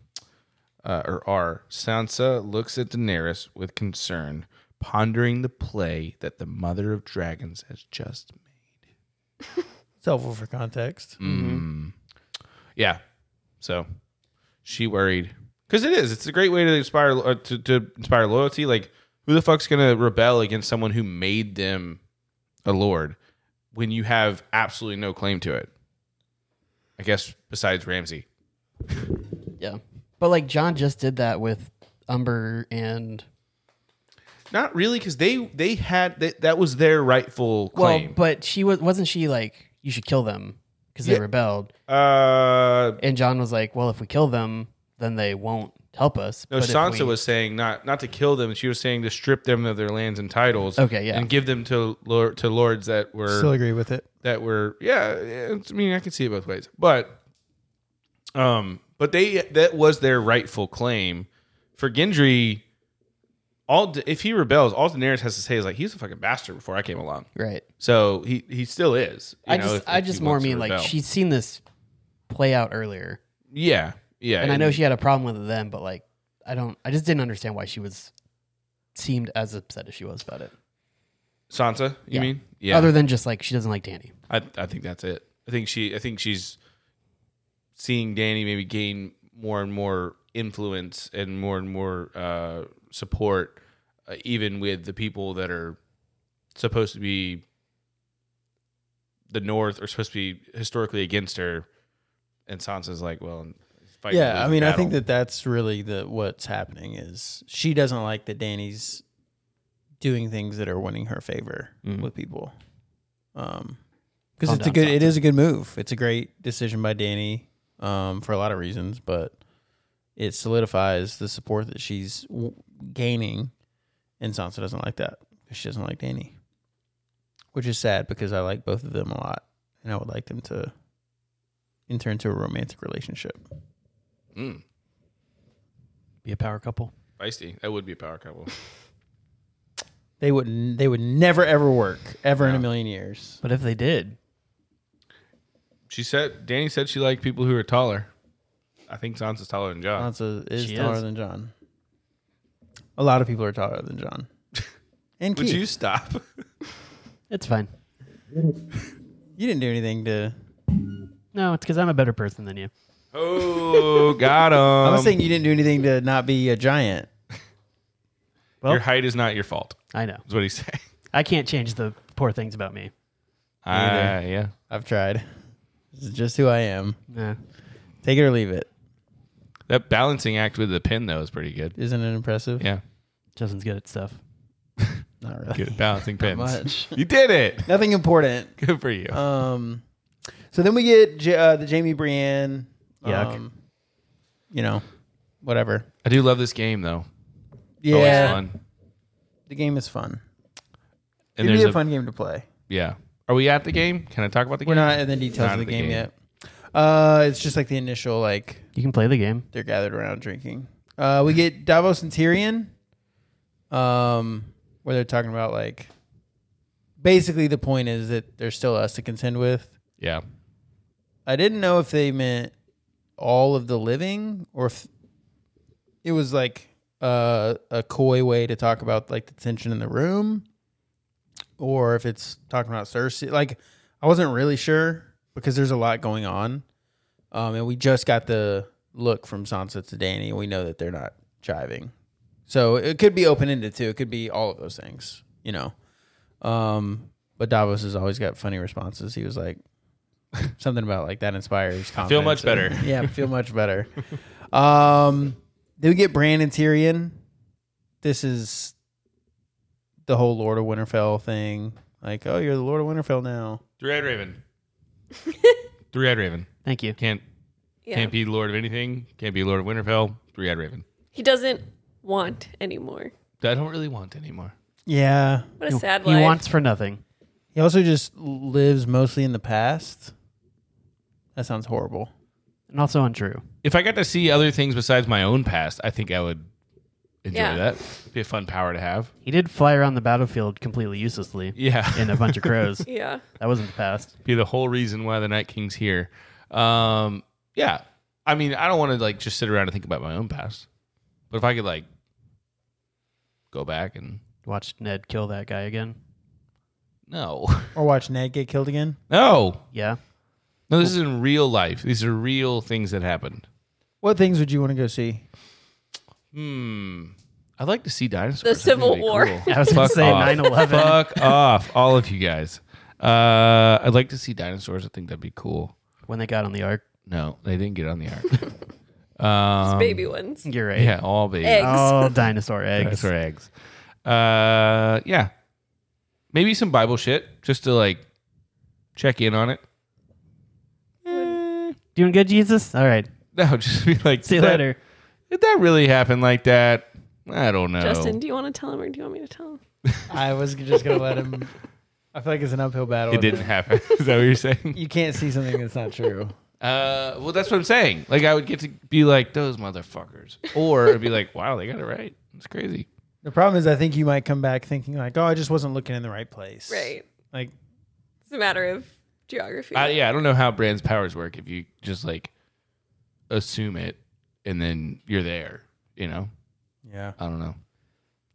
Speaker 1: uh, or are Sansa looks at Daenerys with concern, pondering the play that the mother of dragons has just made.
Speaker 3: It's helpful for context.
Speaker 2: Mm.
Speaker 1: Yeah. So she worried because it is. It's a great way to inspire uh, to, to inspire loyalty. Like who the fuck's gonna rebel against someone who made them a lord when you have absolutely no claim to it? I guess besides Ramsey.
Speaker 2: Yeah, but like John just did that with Umber and
Speaker 1: Not really, because they they had that that was their rightful
Speaker 2: well,
Speaker 1: claim.
Speaker 2: but she was wasn't she like you should kill them because they rebelled,
Speaker 1: uh,
Speaker 2: and John was like, "Well, if we kill them, then they won't help us."
Speaker 1: no,
Speaker 2: but if
Speaker 1: Sansa
Speaker 2: we-
Speaker 1: was saying not not to kill them. She was saying to strip them of their lands and titles.
Speaker 2: Okay, yeah.
Speaker 1: and give them to lord, to lords that were
Speaker 3: Still agree with it.
Speaker 1: that were yeah it's, i mean i can see it both ways but um but they that was their rightful claim for gendry all if he rebels all daenerys has to say is like he's a fucking bastard before i came along
Speaker 2: right.
Speaker 1: so he he still is you
Speaker 2: I
Speaker 1: know,
Speaker 2: just
Speaker 1: if-
Speaker 2: I
Speaker 1: if he
Speaker 2: just more
Speaker 1: wants to
Speaker 2: mean like
Speaker 1: rebel.
Speaker 2: she's seen this play out earlier,
Speaker 1: yeah yeah
Speaker 2: and I know she had a problem with it then, but like I don't, I just didn't understand why she was seemed as upset as she was about it.
Speaker 1: sansa you
Speaker 2: Yeah.
Speaker 1: mean yeah
Speaker 2: Other than just like she doesn't like Danny.
Speaker 1: I, I think that's it. I think she I think she's seeing Danny maybe gain more and more influence and more and more uh, support, uh, even with the people that are supposed to be the North or supposed to be historically against her. And Sansa's like, well, fighting
Speaker 3: Yeah,
Speaker 1: losing
Speaker 3: I mean, I
Speaker 1: battle.
Speaker 3: think that that's really the what's happening is she doesn't like that Danny's doing things that are winning her favor with people. Um, because
Speaker 2: Calm
Speaker 3: it's a
Speaker 2: down,
Speaker 3: good, it
Speaker 2: Sansa.
Speaker 3: is a good move. It's a great decision by Danny, um, for a lot of reasons, but it solidifies the support that she's w- gaining, and Sansa doesn't like that. She doesn't like Danny, which is sad because I like both of them a lot, and I would like them to enter into a romantic relationship.
Speaker 1: Mm,
Speaker 2: Be a power couple.
Speaker 1: feisty. That would be a power couple.
Speaker 3: They would n- they would never ever work ever in a million years.
Speaker 2: But if they did,
Speaker 1: she said Danny said she liked people who are taller. I think Sansa's taller than Jon.
Speaker 3: Sansa is
Speaker 2: She
Speaker 3: taller
Speaker 2: is.
Speaker 3: than John. A lot of people are taller than John. And
Speaker 1: Would
Speaker 3: Keith,
Speaker 1: you
Speaker 3: you?
Speaker 1: stop?
Speaker 2: it's fine.
Speaker 3: didn't do anything to.
Speaker 2: No, it's because I'm a better person than you.
Speaker 1: Oh, got him.
Speaker 3: I'm not saying you didn't do anything to not be a giant.
Speaker 1: your height is not your fault.
Speaker 2: I know.
Speaker 1: Is what he's saying.
Speaker 2: I can't change the poor things about me.
Speaker 1: Ah, yeah.
Speaker 3: I've tried. This is just who I am.
Speaker 2: Nah.
Speaker 3: Take it or leave it.
Speaker 1: That balancing act with the pin though is pretty good.
Speaker 3: Isn't it impressive?
Speaker 1: Yeah,
Speaker 2: Justin's good at stuff.
Speaker 3: Not really.
Speaker 1: good at balancing pins.
Speaker 3: much.
Speaker 1: You did it.
Speaker 3: Nothing important.
Speaker 1: Good for you.
Speaker 3: Um, so then we get J- uh, the Jamie Brienne.
Speaker 2: Yuck.
Speaker 3: Um, you know, whatever.
Speaker 1: I do love this game though.
Speaker 3: Yeah,
Speaker 1: Always fun.
Speaker 3: the game is fun.
Speaker 1: And
Speaker 3: It'd
Speaker 1: there's
Speaker 3: be a,
Speaker 1: a-
Speaker 3: fun game to play.
Speaker 1: yeah. Are we at the game? Can I talk about the game?
Speaker 3: We're not in the details
Speaker 1: Not
Speaker 3: of
Speaker 1: in
Speaker 3: the,
Speaker 1: the
Speaker 3: game,
Speaker 1: game.
Speaker 3: yet. Uh, it's just like the initial like
Speaker 2: You can play the game.
Speaker 3: they're gathered around drinking. Uh, we get Davos and Tyrion, um, where they're talking about like basically the point is that there's still us to contend with.
Speaker 1: Yeah.
Speaker 3: I didn't know if they meant all of the living or if it was like uh, a coy way to talk about like the tension in the room or if it's talking about Cersei. Like, I wasn't really sure because there's a lot going on. Um, and we just got the look from Sansa to Danny. We know that they're not jiving. So it could be open ended too. It could be all of those things, you know. Um, but Davos has always got funny responses. He was like, Something about like that inspires confidence.
Speaker 1: feel much better.
Speaker 3: yeah, I feel much better. Um, then we get Bran and Tyrion. This is the whole Lord of Winterfell thing. Like, oh, you're the Lord of Winterfell now.
Speaker 1: Three-eyed raven. Three-eyed raven.
Speaker 2: Thank you.
Speaker 1: Can't
Speaker 5: Yeah.
Speaker 1: can't be lord of anything. Can't be lord of Winterfell. Three-eyed raven.
Speaker 5: He doesn't want anymore.
Speaker 1: That I don't really want anymore.
Speaker 3: Yeah.
Speaker 5: What a
Speaker 2: He-
Speaker 5: sad
Speaker 2: he
Speaker 5: life.
Speaker 2: wants for nothing.
Speaker 3: He also just lives mostly in the past. That sounds horrible.
Speaker 2: And also untrue.
Speaker 1: If I got to see other things besides my own past, I think I would enjoy
Speaker 5: Yeah.
Speaker 1: that. Be a fun power to have.
Speaker 2: He did fly around the battlefield completely uselessly
Speaker 1: Yeah.
Speaker 2: in a bunch of crows.
Speaker 5: yeah.
Speaker 2: That wasn't the past.
Speaker 1: be the whole reason why the Night King's here. Um, yeah, I mean, I don't want to like just sit around and think about my own past, but if I could like go back and
Speaker 2: Watched Ned kill that guy again.
Speaker 1: no,
Speaker 3: Or watch Ned get killed again.
Speaker 1: no,
Speaker 2: Yeah.
Speaker 1: no, this is in real life. These are real things that happened.
Speaker 3: What things would you want to go see?
Speaker 1: Hmm. I'd like to see dinosaurs.
Speaker 5: The
Speaker 1: I think that'd
Speaker 5: Civil
Speaker 1: be
Speaker 5: War.
Speaker 2: I was going to
Speaker 1: Fuck
Speaker 2: say
Speaker 1: off.
Speaker 2: 9 11.
Speaker 1: Fuck off, all of you guys. Uh, I'd like to see dinosaurs. I think that'd be cool.
Speaker 2: When they got on the ark.
Speaker 1: No, they didn't get on the ark. Um,
Speaker 5: Baby ones.
Speaker 2: You're right.
Speaker 1: Yeah, all baby.
Speaker 5: Eggs.
Speaker 2: All dinosaur eggs.
Speaker 1: Dinosaur eggs. Uh, yeah. Maybe some Bible shit just to like check in on it.
Speaker 2: Doing good, Jesus? All right.
Speaker 1: No, just be like,
Speaker 2: See you
Speaker 1: "That-
Speaker 2: later.
Speaker 1: Did that really happen like that? I don't know.
Speaker 5: Justin, do you want to tell him or do you want me to tell him?
Speaker 3: I was just gonna let him. I feel like it's an uphill battle.
Speaker 1: it didn't happen. Is that what you're saying?
Speaker 3: You can't see something that's not true.
Speaker 1: Uh, well, that's what I'm saying. Like, I would get to be like those motherfuckers, or I'd be like, wow, they got it right. It's crazy.
Speaker 3: The problem is, I think you might come back thinking like, "Oh, I just wasn't looking in the right place."
Speaker 5: Right.
Speaker 3: Like,
Speaker 5: It's a matter of geography.
Speaker 1: I, yeah, I don't know how Brand's powers work if you just like assume it and then you're there. You know,
Speaker 3: yeah.
Speaker 1: I don't know.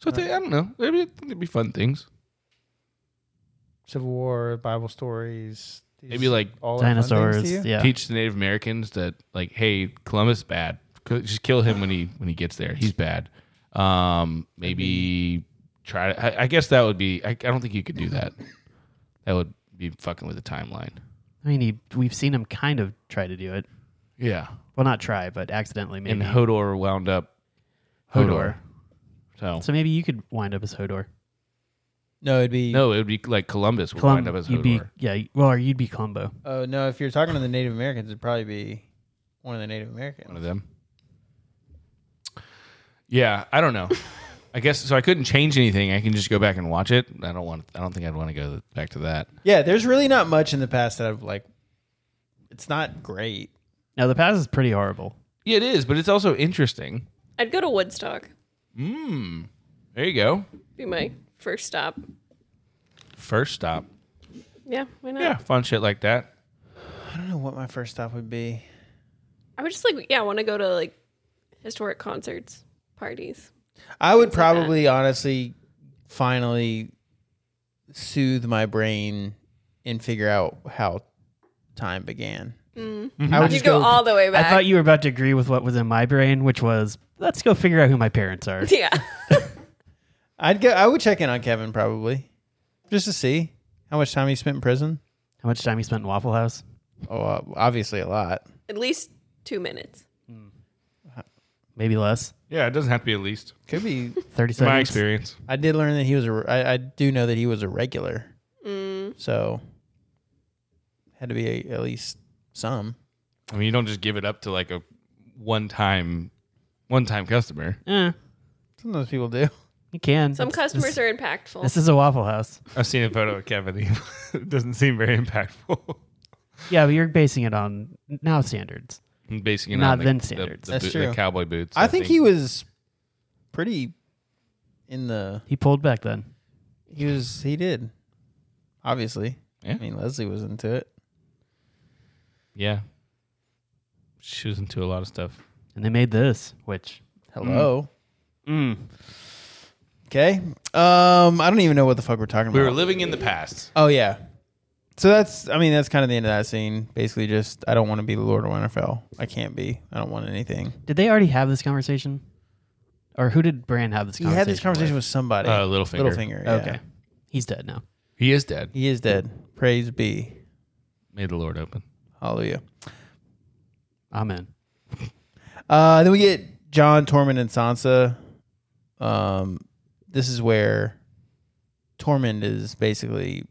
Speaker 1: So they, I don't know. It'd be, it'd be fun things.
Speaker 3: Civil War, Bible stories. these
Speaker 1: Maybe like
Speaker 3: all are fun things to
Speaker 2: Dinosaurs.
Speaker 3: you?
Speaker 2: Yeah.
Speaker 1: teach the Native Americans that like, hey, Columbus bad. Co- Just kill him when he when he gets there. He's bad. Um, maybe try. To, I, I guess that would be. I, I don't think you could do that. That would be fucking with the timeline.
Speaker 2: I mean, he, we've seen him kind of try to do it.
Speaker 1: Yeah,
Speaker 2: Well, not try, but accidentally maybe.
Speaker 1: and Hodor wound up
Speaker 2: Hodor.
Speaker 1: So,
Speaker 2: So maybe you could wind up as Hodor.
Speaker 3: No, it'd be
Speaker 1: no, it would be like Columbus would wind up as
Speaker 2: you'd
Speaker 1: Hodor.
Speaker 2: be, yeah, well, or you'd be Columbo.
Speaker 3: Oh no, if you're talking to the Native Americans, it'd probably be one of the Native
Speaker 1: one
Speaker 3: Americans.
Speaker 1: of them. Yeah, I don't know. I guess so. I couldn't change anything. I can just go back and watch it. I don't want. I don't think I'd want to go back to that.
Speaker 3: Yeah, there's really not much in the past that I've like. It's not great.
Speaker 2: Now, the past is pretty horrible.
Speaker 1: Yeah, it is, but it's also interesting.
Speaker 5: I'd go to Woodstock.
Speaker 1: Mmm. There you go.
Speaker 5: Be my first stop.
Speaker 1: First stop.
Speaker 5: Yeah, why not?
Speaker 1: Yeah, fun shit like that.
Speaker 3: I don't know what my first stop would be.
Speaker 5: I would just like yeah, want to go to like historic concerts, parties.
Speaker 3: I would
Speaker 5: Things like that.
Speaker 3: probably honestly finally soothe my brain and figure out how time began.
Speaker 2: Mm-hmm.
Speaker 3: I would
Speaker 5: You
Speaker 3: just
Speaker 5: go,
Speaker 3: go,
Speaker 5: all the way back.
Speaker 2: I thought you were about to agree with what was in my brain, which was let's go figure out who my parents are.
Speaker 5: yeah.
Speaker 3: I'd go I would check in on Kevin probably. Just to see how much time he spent in prison.
Speaker 2: How much time you spent in Waffle House?
Speaker 3: Oh, uh, obviously a lot.
Speaker 5: At least 2 minutes.
Speaker 2: Maybe less.
Speaker 1: Yeah, it doesn't have to be at least.
Speaker 3: Could be
Speaker 2: 30
Speaker 1: It's
Speaker 2: seconds.
Speaker 1: my experience.
Speaker 3: I did learn that he was a. I, I do know that he was a regular, so had to be a, at least some.
Speaker 1: I mean, you don't just give it up to like a one time one time customer.
Speaker 2: Eh,
Speaker 3: Sometimes people do.
Speaker 2: you can.
Speaker 5: Some
Speaker 2: It's-
Speaker 5: customers
Speaker 2: this,
Speaker 5: are impactful.
Speaker 2: This is a Waffle House.
Speaker 1: I've seen a photo of Kevin. He doesn't seem very impactful.
Speaker 2: Yeah, but you're basing it on now standards.
Speaker 1: I'm basing it
Speaker 2: Not
Speaker 1: on the,
Speaker 2: then
Speaker 1: the-
Speaker 2: standards.
Speaker 1: The,
Speaker 3: That's
Speaker 1: boot-
Speaker 3: true.
Speaker 1: the cowboy boots.
Speaker 3: I think he was pretty in the.
Speaker 2: He pulled back then.
Speaker 3: He was. He did. Obviously,
Speaker 1: Yeah.
Speaker 3: I mean Leslie was into it.
Speaker 1: Yeah. She was into a lot of stuff.
Speaker 2: And they made this, which
Speaker 3: Hello. Okay. Um, I don't even know what the fuck we're talking
Speaker 1: We
Speaker 3: about.
Speaker 1: were living in the past.
Speaker 3: oh yeah. So that's. I mean, that's kind of the end of that scene. Basically, just I don't want to be the Lord of Winterfell. I can't be. I don't want anything.
Speaker 2: did they already have this conversation? Or who did Bran have this
Speaker 3: He
Speaker 2: conversation?
Speaker 3: had this conversation with, somebody.
Speaker 1: Uh, Littlefinger.
Speaker 3: Littlefinger. yeah.
Speaker 2: Okay. He's dead now.
Speaker 1: He is dead.
Speaker 3: He is dead. Praise be.
Speaker 1: May the Lord open.
Speaker 3: Hallelujah.
Speaker 2: Amen.
Speaker 3: Uh, then we get John, Tormund, and Sansa. Um, this is where Tormund is basically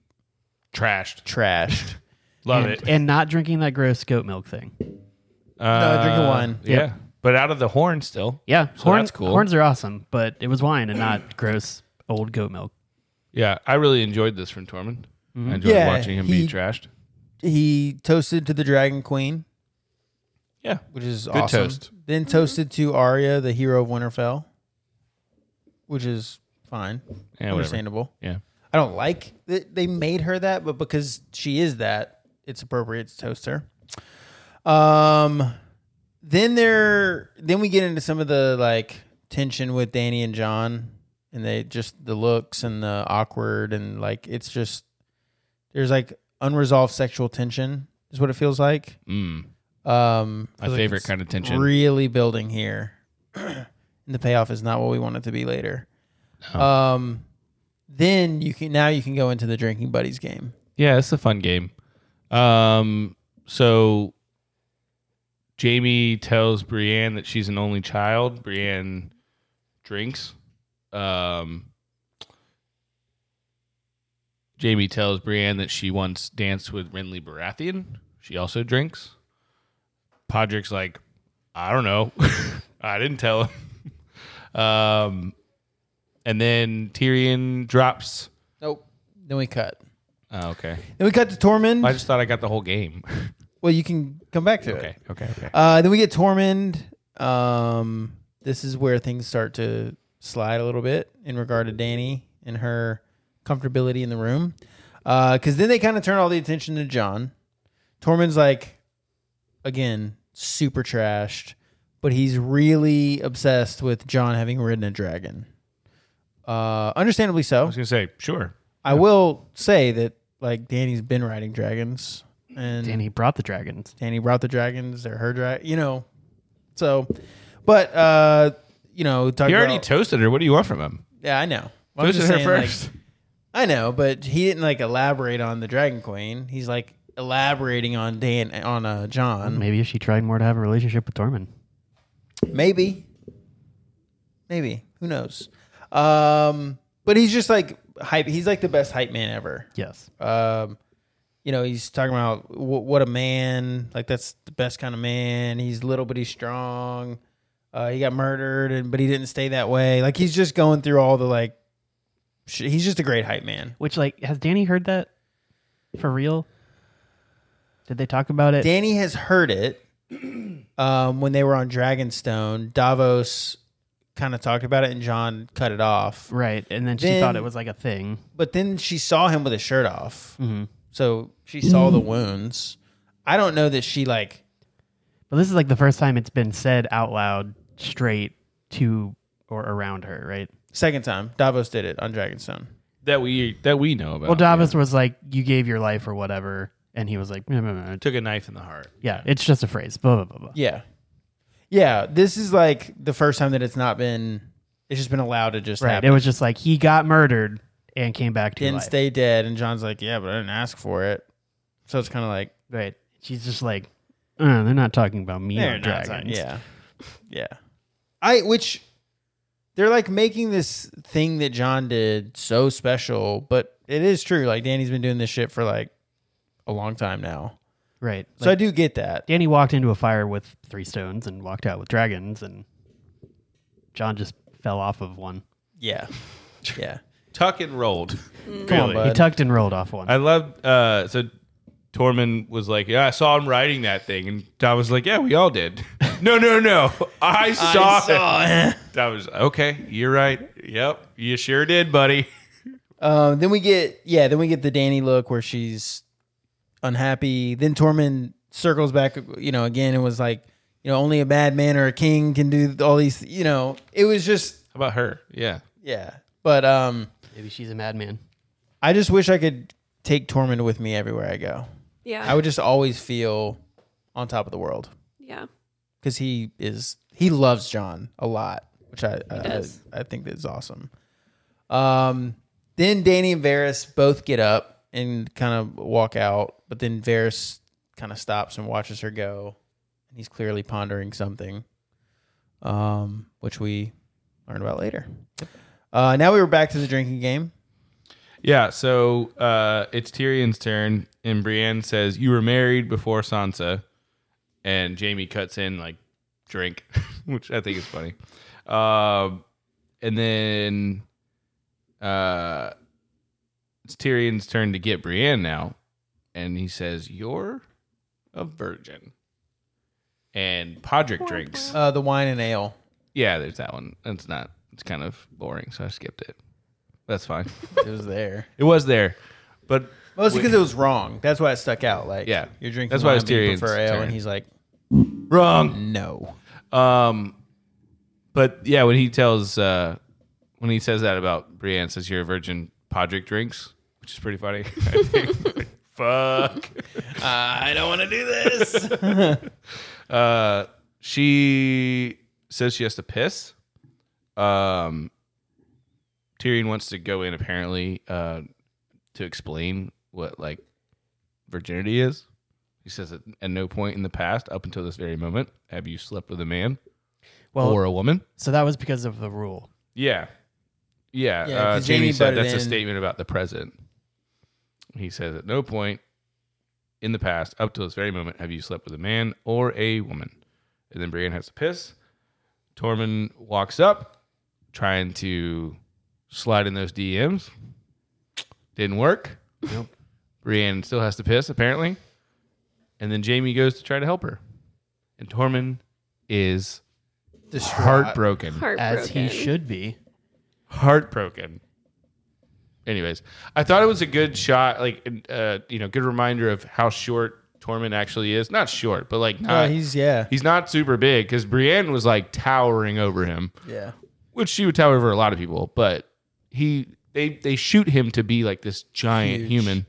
Speaker 1: Trashed.
Speaker 3: trashed.
Speaker 1: Love
Speaker 2: and,
Speaker 1: it.
Speaker 2: And not drinking that gross goat milk thing.
Speaker 1: Uh,
Speaker 3: drinking wine.
Speaker 1: Yeah. But out of the horn still.
Speaker 2: Yeah,
Speaker 1: So
Speaker 2: horn-
Speaker 1: that's cool.
Speaker 2: horns are awesome, but it was wine and not gross old goat milk.
Speaker 1: Yeah. I really enjoyed this from Tormund. I enjoyed
Speaker 3: Yeah,
Speaker 1: watching him
Speaker 3: he-
Speaker 1: be trashed.
Speaker 3: he toasted to the Dragon Queen,
Speaker 1: Yeah.
Speaker 3: which is
Speaker 1: Good
Speaker 3: awesome.
Speaker 1: toast.
Speaker 3: Then toasted to Arya, the hero of Winterfell, which is fine,
Speaker 1: Yeah. Whatever.
Speaker 3: understandable.
Speaker 1: Yeah.
Speaker 3: I don't like that they made her that, but because she is that, it's appropriate to toast her. Um, then there, then we get into some of the like tension with Danny and John, and they just the looks and the awkward and like it's just there's like unresolved sexual tension is what it feels like.
Speaker 1: Mm.
Speaker 3: Um,
Speaker 1: My favorite kind of tension.
Speaker 3: really building here. and the payoff is not what we want it to be later. Um, then you can now you can go into the drinking buddies game.
Speaker 1: Yeah, it's a fun game. Um, so Jamie tells Brienne that she's an only child. Brienne drinks. Um, Jamie tells Brienne that she once danced with Renly Baratheon. She also drinks. Podrick's like, I don't know. I didn't tell him. um, and then Tyrion drops.
Speaker 3: Nope. Then we cut.
Speaker 1: Oh, okay.
Speaker 3: Then we cut to Tormund.
Speaker 1: I just thought I got the whole game.
Speaker 3: well, you can come back to
Speaker 1: Okay.
Speaker 3: it.
Speaker 1: Okay. Okay.
Speaker 3: Uh, then we get Tormund. Um, this is where things start to slide a little bit in regard to Danny and her comfortability in the room. Because then they kind of turn all the attention to John. Tormund's like, again, super trashed, but he's really obsessed with John having ridden a dragon. Uh, understandably so.
Speaker 1: I was gonna say sure.
Speaker 3: I will say that like Danny's been riding dragons, and
Speaker 2: Danny brought the dragons.
Speaker 3: Danny brought the dragons or her dragon, you know. So, but uh, you know, talk
Speaker 1: He already
Speaker 3: about-
Speaker 1: toasted her. What do you want from him?
Speaker 3: yeah, I know. I'm
Speaker 1: Toasted
Speaker 3: just
Speaker 1: her
Speaker 3: saying, like,
Speaker 1: first.
Speaker 3: I know, but he didn't like elaborate on the dragon queen. He's like elaborating on Dan on uh, John.
Speaker 2: Maybe if she tried more to have a relationship with Tormund.
Speaker 3: Maybe. Maybe. Who knows? Um, but he's just like hype. He's like the best hype man ever.
Speaker 2: Yes.
Speaker 3: Um, you know, he's talking about w- what a man, like that's the best kind of man. He's little but he's strong. Uh, he got murdered, and but he didn't stay that way. Like he's just going through all the like. Sh- he's just a great hype man.
Speaker 2: Which like has Danny heard that for real? Did they talk about it?
Speaker 3: Danny has heard it um, when they were on Dragonstone. Davos kind of talked about it, and John cut it off.
Speaker 2: right. And then she
Speaker 3: Then-
Speaker 2: thought it was like a thing.
Speaker 3: But then she saw him with his shirt off,
Speaker 2: Mm-hmm.
Speaker 3: so she saw the wounds. I don't know that she like
Speaker 2: But this is like the first time it's been said out loud straight to or around her, right?
Speaker 3: second time Davos did it on Dragonstone.
Speaker 1: That we that we know about.
Speaker 3: Oh,
Speaker 2: well, Davos was like, "You gave your life or whatever," and he was like, "No, no, no."
Speaker 1: took a knife in the heart.
Speaker 2: "Yeah, it's just a phrase." Blah blah blah blah.
Speaker 3: Yeah. Yeah. This is like the first time that it's not been, it's just been allowed to just
Speaker 2: right.
Speaker 3: happen.
Speaker 2: It was just like he got murdered and came back to
Speaker 3: didn't
Speaker 2: life.
Speaker 3: stay dead. And John's like, yeah, but I didn't ask for it. So it's kind of like,
Speaker 2: Right. She's just like, oh, they're not talking about me
Speaker 3: they're
Speaker 2: or
Speaker 3: not
Speaker 2: dragons.
Speaker 3: sign- Yeah. Yeah. I, which they're like making this thing that John did so special, but it is true. Like Danny's been doing this shit for like a long time now.
Speaker 2: Right.
Speaker 3: So I do get that.
Speaker 2: Danny walked into a fire with three stones and walked out with dragons, and John just fell off of one.
Speaker 3: Yeah. Yeah.
Speaker 1: Tuck and rolled.
Speaker 3: Come on,
Speaker 1: Really?
Speaker 2: He
Speaker 3: bud.
Speaker 2: tucked and rolled off one.
Speaker 1: I love. Uh, so Tormund was like, "Yeah, I saw him riding that thing," and Davos was like, "Yeah, we all did." no, no, no. I saw,
Speaker 3: I saw it.
Speaker 1: it. Davos, okay, you're right. Yep, you sure did, buddy.
Speaker 3: Um, then we get yeah, then we get the Danny look where she's unhappy. Then Tormund circles back, you know, again and was like, you know, only a bad man or a king can do all these. You know, it was just
Speaker 1: How about her? Yeah.
Speaker 3: yeah. But um,
Speaker 2: Maybe she's a madman.
Speaker 3: I just wish I could take Tormund with me everywhere I go.
Speaker 5: Yeah.
Speaker 3: I would just always feel on top of the world
Speaker 5: yeah.
Speaker 3: because he is he loves John a lot, which I I,
Speaker 5: does.
Speaker 3: I think that's awesome. Um, then Danny and Varys both get up and kind of walk out, but then Varys kind of stops and watches her go. And he's clearly pondering something, um, which we learn about later. Uh, now we were back to the drinking game.
Speaker 1: Yeah, so uh, it's Tyrion's turn, and Brienne says, You were married before Sansa. And Jamie cuts in, like, drink, which I think is funny. Um, and then uh, it's Tyrion's turn to get Brienne now. And he says, You're a virgin. And Podrick drinks.
Speaker 3: Uh, the wine and ale.
Speaker 1: Yeah, there's that one. It's not, it's kind of boring, so I skipped it. That's fine.
Speaker 3: It was there.
Speaker 1: It was there, but
Speaker 3: Mostly because it was wrong. That's why it stuck out. Like,
Speaker 1: Yeah.
Speaker 3: you're drinking.
Speaker 1: That's why
Speaker 3: wine,
Speaker 1: it's
Speaker 3: but you
Speaker 1: Tyrion's
Speaker 3: prefer ale,
Speaker 1: turn.
Speaker 3: and he's like,
Speaker 1: wrong.
Speaker 3: no.
Speaker 1: Um, but yeah, when he tells uh, when he says that about Brienne, says you're a virgin, Podrick drinks, which is pretty funny. I think. Like, Fuck.
Speaker 3: I don't want to do this.
Speaker 1: Uh, she says she has to piss. Um, Tyrion wants to go in apparently uh, to explain what like virginity is. He says at, at no point in the past, up until this very moment, have you slept with a man
Speaker 2: Well,
Speaker 1: or a woman.
Speaker 2: so that was because of the rule.
Speaker 1: Yeah. Yeah.
Speaker 3: Yeah,
Speaker 1: uh,
Speaker 3: 'cause
Speaker 1: Jamie,
Speaker 3: Jamie
Speaker 1: said
Speaker 3: butted
Speaker 1: that's a
Speaker 3: in-
Speaker 1: statement about the present. He says, at no point in the past, up to this very moment, have you slept with a man or a woman. And then Brienne has to piss. Tormund walks up, trying to slide in those DMs. Didn't work.
Speaker 2: Nope.
Speaker 1: Brienne still has to piss, apparently. And then Jamie goes to try to help her. And Tormund is heartbroken
Speaker 5: Heartbroken.
Speaker 2: As he should be.
Speaker 1: heartbroken. Anyways, I thought it was a good shot, like uh, you know, good reminder of how short Tormund actually is. Not short, but like not, he's
Speaker 3: he's yeah,
Speaker 1: he's not super big because Brienne was like towering over him,
Speaker 3: yeah.
Speaker 1: which she would tower over a lot of people. But he they they shoot him to be like this giant
Speaker 3: Huge.
Speaker 1: human.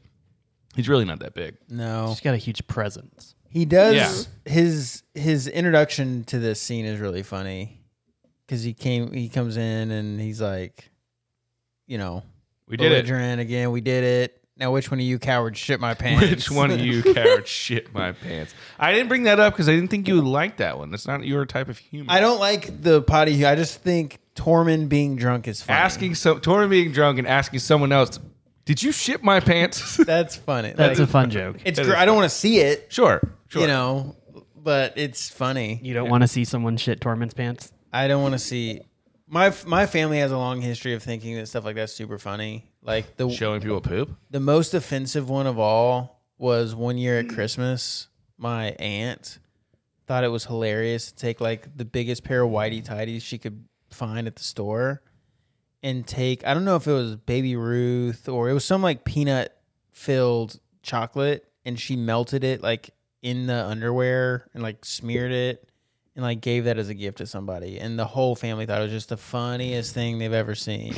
Speaker 1: He's really not that big.
Speaker 3: No,
Speaker 2: She's got a huge presence.
Speaker 3: He does his his introduction to this scene is really funny because he came he comes in and he's like, you know,
Speaker 1: We did it.
Speaker 3: belligerent again. We did it. Now, which one of you cowards shit my pants?
Speaker 1: Which one of you coward shit my pants? I didn't bring that up because I didn't think you would like that one. That's not your type of humor.
Speaker 3: I don't like the potty. I just think Tormund being drunk is funny.
Speaker 1: asking so Torin being drunk and asking someone else, "Did you shit my pants?"
Speaker 3: that's funny.
Speaker 2: That's
Speaker 3: Like,
Speaker 2: a fun joke.
Speaker 3: It's
Speaker 1: that
Speaker 3: gr-
Speaker 1: is
Speaker 3: I don't want to see it.
Speaker 1: sure, sure.
Speaker 3: You know, but it's funny.
Speaker 2: You don't want to see someone shit Torment's pants.
Speaker 3: I don't want to see. My my family has a long history of thinking that stuff like that's super funny. Like the
Speaker 1: showing people poop.
Speaker 3: The most offensive one of all was one year at Christmas, my aunt thought it was hilarious to take like the biggest pair of whitey tidies she could find at the store and take I don't know if it was baby Ruth or it was some like peanut filled chocolate and she melted it like in the underwear and like smeared it and like gave that as a gift to somebody and the whole family thought it was just the funniest thing they've ever seen.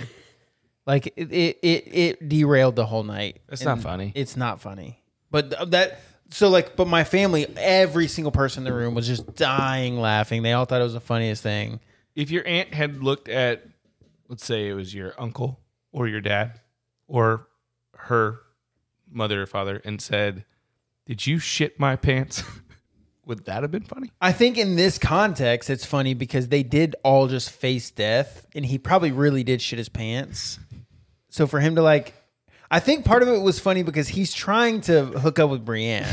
Speaker 3: Like it it it, it derailed the whole night.
Speaker 1: That's not
Speaker 3: And
Speaker 1: funny.
Speaker 3: It's not funny. But th- that so like but my family every single person in the room was just dying laughing. They all thought it was the funniest thing.
Speaker 1: If your aunt had looked at, let's say it was your uncle or your dad or her mother or father, and said, "Did you shit my pants?" Would that have been funny?
Speaker 3: I think in this context, it's funny because they did all just face death, and he probably really did shit his pants. So for him to like, I think part of it was funny because he's trying to hook up with Brienne,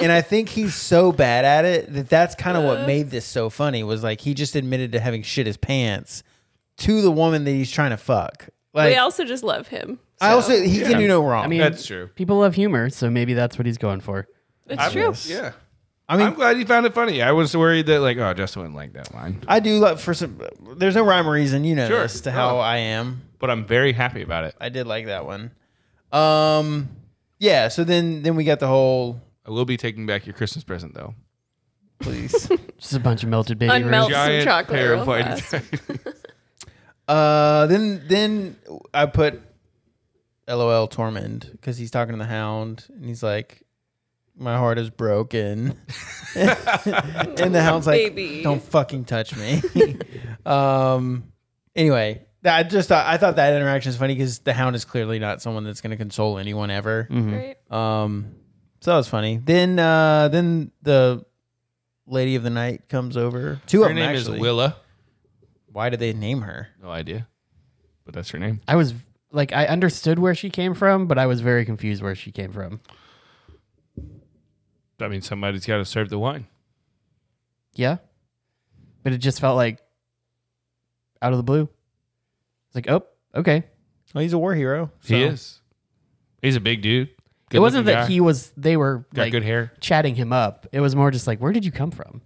Speaker 3: and I think he's so bad at it that that's kind of what made this so funny. Was like he just admitted to having shit his pants to the woman that he's trying to fuck. Like
Speaker 5: we also just love him.
Speaker 3: I
Speaker 5: so
Speaker 3: also, he can do no wrong.
Speaker 2: I mean,
Speaker 1: That's true.
Speaker 2: People love humor, so maybe that's what he's going for.
Speaker 5: it's
Speaker 1: I'm-
Speaker 5: true.
Speaker 1: Yeah.
Speaker 3: I
Speaker 1: I
Speaker 3: mean,
Speaker 1: am glad you found it funny. I was worried that like, oh, Justin wouldn't like that line,
Speaker 3: I do like for some. There's no rhyme or reason, you know,
Speaker 1: Sure.
Speaker 3: this to how
Speaker 1: No.
Speaker 3: I am.
Speaker 1: but I'm very happy about it.
Speaker 3: I did like that one. Um, yeah. So then, then we got the whole
Speaker 1: I will be taking back your Christmas present though.
Speaker 3: please.
Speaker 2: Just a bunch of melted baby
Speaker 5: Unmelt
Speaker 2: ribs.
Speaker 5: some
Speaker 1: Giant
Speaker 5: chocolate.
Speaker 1: pair
Speaker 5: Real
Speaker 1: of white-
Speaker 5: fast.
Speaker 3: uh, then then I put LOL Tormund because he's talking to the Hound and he's like, "My heart is broken," and the Hound's like,
Speaker 5: Baby.
Speaker 3: "Don't fucking touch me." um. Anyway, that I just thought I thought that interaction is funny because the Hound is clearly not someone that's going to console anyone ever.
Speaker 5: Right?
Speaker 3: Um, So that was funny. Then uh then the lady of the night comes over. Two
Speaker 1: Her
Speaker 3: of them
Speaker 1: name
Speaker 3: actually.
Speaker 1: is Willa.
Speaker 3: Why did they name her?
Speaker 1: No idea, but that's her name.
Speaker 2: I was like, I understood where she came from, but I was very confused where she came from.
Speaker 1: I mean, somebody's got to serve the wine.
Speaker 2: Yeah. But it just felt like out of the blue. It's like, oh, okay.
Speaker 3: Oh, he's a war hero.
Speaker 1: He
Speaker 3: so-
Speaker 1: is. He's a big dude.
Speaker 2: it
Speaker 1: Good-looking
Speaker 2: wasn't that
Speaker 1: guy.
Speaker 2: he was, they were
Speaker 1: got
Speaker 2: like
Speaker 1: good hair.
Speaker 2: chatting him up. It was more just like, where did you come from?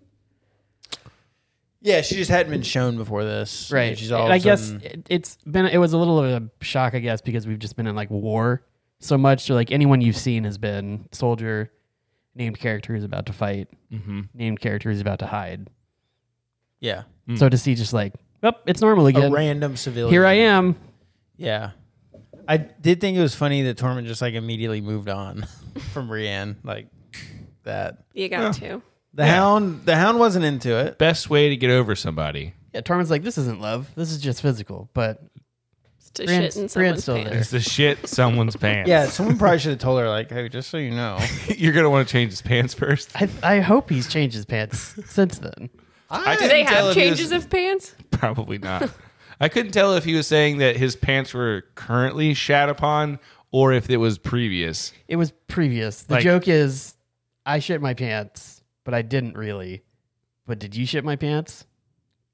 Speaker 3: Yeah, she just hadn't been shown before this. And she's all.
Speaker 2: And
Speaker 3: of
Speaker 2: I
Speaker 3: a
Speaker 2: guess
Speaker 3: sudden-
Speaker 2: it, it's been, it was a little of a shock, I guess, because we've just been in like war so much. So like anyone you've seen has been soldier, named character who's about to fight,
Speaker 1: Mm-hmm.
Speaker 2: named character who's about to hide.
Speaker 3: yeah,
Speaker 1: Mm.
Speaker 2: So to see just like, oh, it's normal
Speaker 3: a
Speaker 2: again.
Speaker 3: random civilian.
Speaker 2: Here I am.
Speaker 3: Yeah, I did think it was funny that Torment just like immediately moved on from Rianne like that.
Speaker 5: You got to.
Speaker 3: The hound, the hound wasn't into it.
Speaker 1: Best way to get over somebody
Speaker 2: Yeah, Tormund's like, this isn't love. This is just physical. But
Speaker 5: It's to
Speaker 2: Brianne's-
Speaker 5: shit in
Speaker 2: Brianne's
Speaker 5: someone's
Speaker 2: still
Speaker 5: pants.
Speaker 2: there.
Speaker 1: is to shit someone's pants.
Speaker 3: Yeah, someone probably should have told her like, hey, just so you know,
Speaker 1: You're going to want to change his pants first.
Speaker 2: I, I hope he's changed his pants since then.
Speaker 3: I,
Speaker 5: Do they have changes of pants?
Speaker 1: Probably not. I couldn't tell if he was saying that his pants were currently shat upon or if it was previous.
Speaker 2: It was previous. The
Speaker 1: Like-
Speaker 2: joke is, I shit my pants, but I didn't really. But did you shit my pants?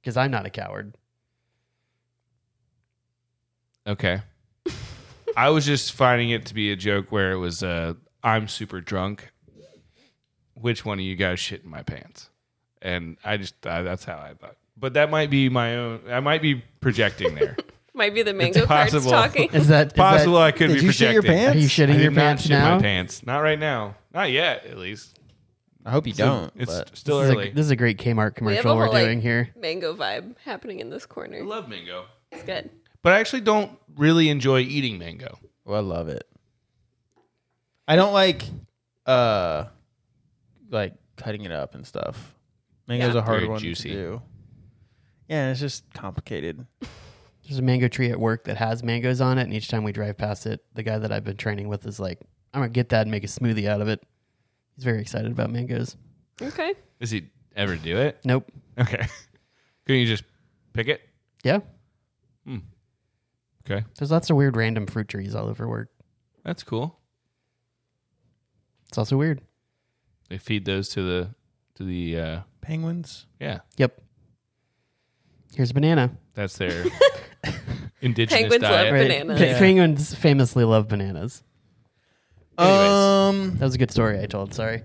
Speaker 2: Because I'm not a coward.
Speaker 1: Okay. I was just finding it to be a joke where it was uh I'm super drunk. Which one of you guys shit in my pants? And I just uh, that's how I thought. But that might be my own I might be projecting there.
Speaker 5: Might be the mango cards
Speaker 1: possible.
Speaker 5: talking.
Speaker 2: Is that is
Speaker 1: Possible
Speaker 2: that-
Speaker 1: I could
Speaker 3: did
Speaker 1: be
Speaker 3: you
Speaker 1: projecting.
Speaker 3: shit your pants?
Speaker 2: are you
Speaker 1: I
Speaker 2: shitting
Speaker 1: did
Speaker 2: your
Speaker 1: not
Speaker 2: pants
Speaker 1: shit
Speaker 2: now?
Speaker 1: my pants. Not right now. Not yet, at least.
Speaker 3: I hope you don't.
Speaker 1: It's
Speaker 3: but-
Speaker 1: still
Speaker 2: This is,
Speaker 1: early.
Speaker 2: a, this is a great Kmart
Speaker 5: We have
Speaker 2: commercial
Speaker 5: a
Speaker 2: we're
Speaker 5: whole like,
Speaker 2: doing here.
Speaker 5: mango vibe happening in this
Speaker 1: I
Speaker 5: corner.
Speaker 1: love mango.
Speaker 5: It's good.
Speaker 1: But I actually don't really enjoy eating mango.
Speaker 3: Oh, I love it. I don't like uh like cutting it up and stuff. Mango's a hard
Speaker 1: Very
Speaker 2: Very
Speaker 3: one
Speaker 1: juicy.
Speaker 3: to do. Yeah, it's just complicated.
Speaker 2: There's a mango tree at work that has mangoes on it, and each time we drive past it, the guy that I've been training with is like, "I'm gonna get that and make a smoothie out of it." He's very excited about mangoes.
Speaker 5: Okay.
Speaker 1: Does he ever do it?
Speaker 2: Nope.
Speaker 1: Okay. Couldn't you just pick it?
Speaker 2: Yeah.
Speaker 1: Okay.
Speaker 2: There's lots of weird random fruit trees all over work.
Speaker 1: That's cool.
Speaker 2: It's also weird.
Speaker 1: They feed those to the to the uh
Speaker 3: Penguins.
Speaker 1: yeah.
Speaker 2: Yep. Here's a banana.
Speaker 1: That's their indigenous
Speaker 5: Penguins love
Speaker 1: diet.
Speaker 5: bananas.
Speaker 2: Pe- Penguins famously love bananas.
Speaker 1: Anyways.
Speaker 3: Um
Speaker 2: That was a good story I told. Sorry.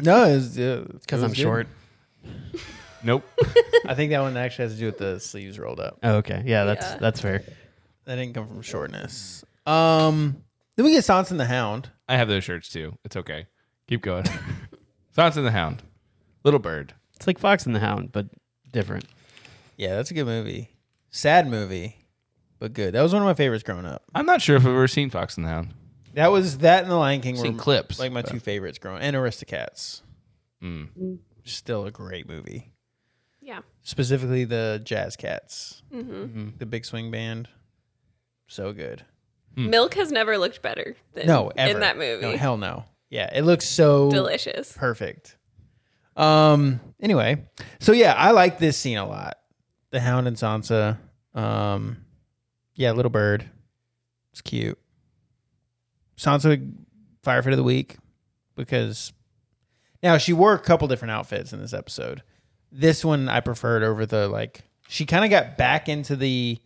Speaker 3: no, it's
Speaker 2: Because I'm short.
Speaker 1: Nope.
Speaker 3: I think that one actually has to do with the sleeves rolled up.
Speaker 2: Oh, okay. Yeah, that's
Speaker 5: Yeah.
Speaker 2: that's fair.
Speaker 3: That didn't come from shortness. Um then we get Sansa and the Hound.
Speaker 1: I have those shirts too. It's okay. Keep going. Sansa and the Hound. Little Bird.
Speaker 2: It's like Fox and the Hound, but different.
Speaker 3: Yeah, that's a good movie. Sad movie, but good. That was one of my favorites growing up.
Speaker 1: I'm not sure if I've ever seen Fox and the Hound.
Speaker 3: That was that and The Lion King
Speaker 1: Seen
Speaker 3: were
Speaker 1: clips,
Speaker 3: like my
Speaker 1: but-
Speaker 3: two favorites growing and Aristocats.
Speaker 1: Mm.
Speaker 3: Still a great movie.
Speaker 5: Yeah.
Speaker 3: Specifically the Jazz Cats,
Speaker 5: hmm
Speaker 1: Mm-hmm.
Speaker 3: the big swing band. So good.
Speaker 1: Hmm.
Speaker 5: Milk has never looked better than
Speaker 3: No, ever.
Speaker 5: in that movie.
Speaker 3: No, hell no. Yeah, it looks so
Speaker 5: Delicious.
Speaker 3: perfect. Um anyway, so yeah, I like this scene a lot. The Hound and Sansa. Um yeah, little bird. It's cute. Sansa firefighter of the week because now she wore a couple different outfits in this episode. This one I preferred over the like she kind of got back into the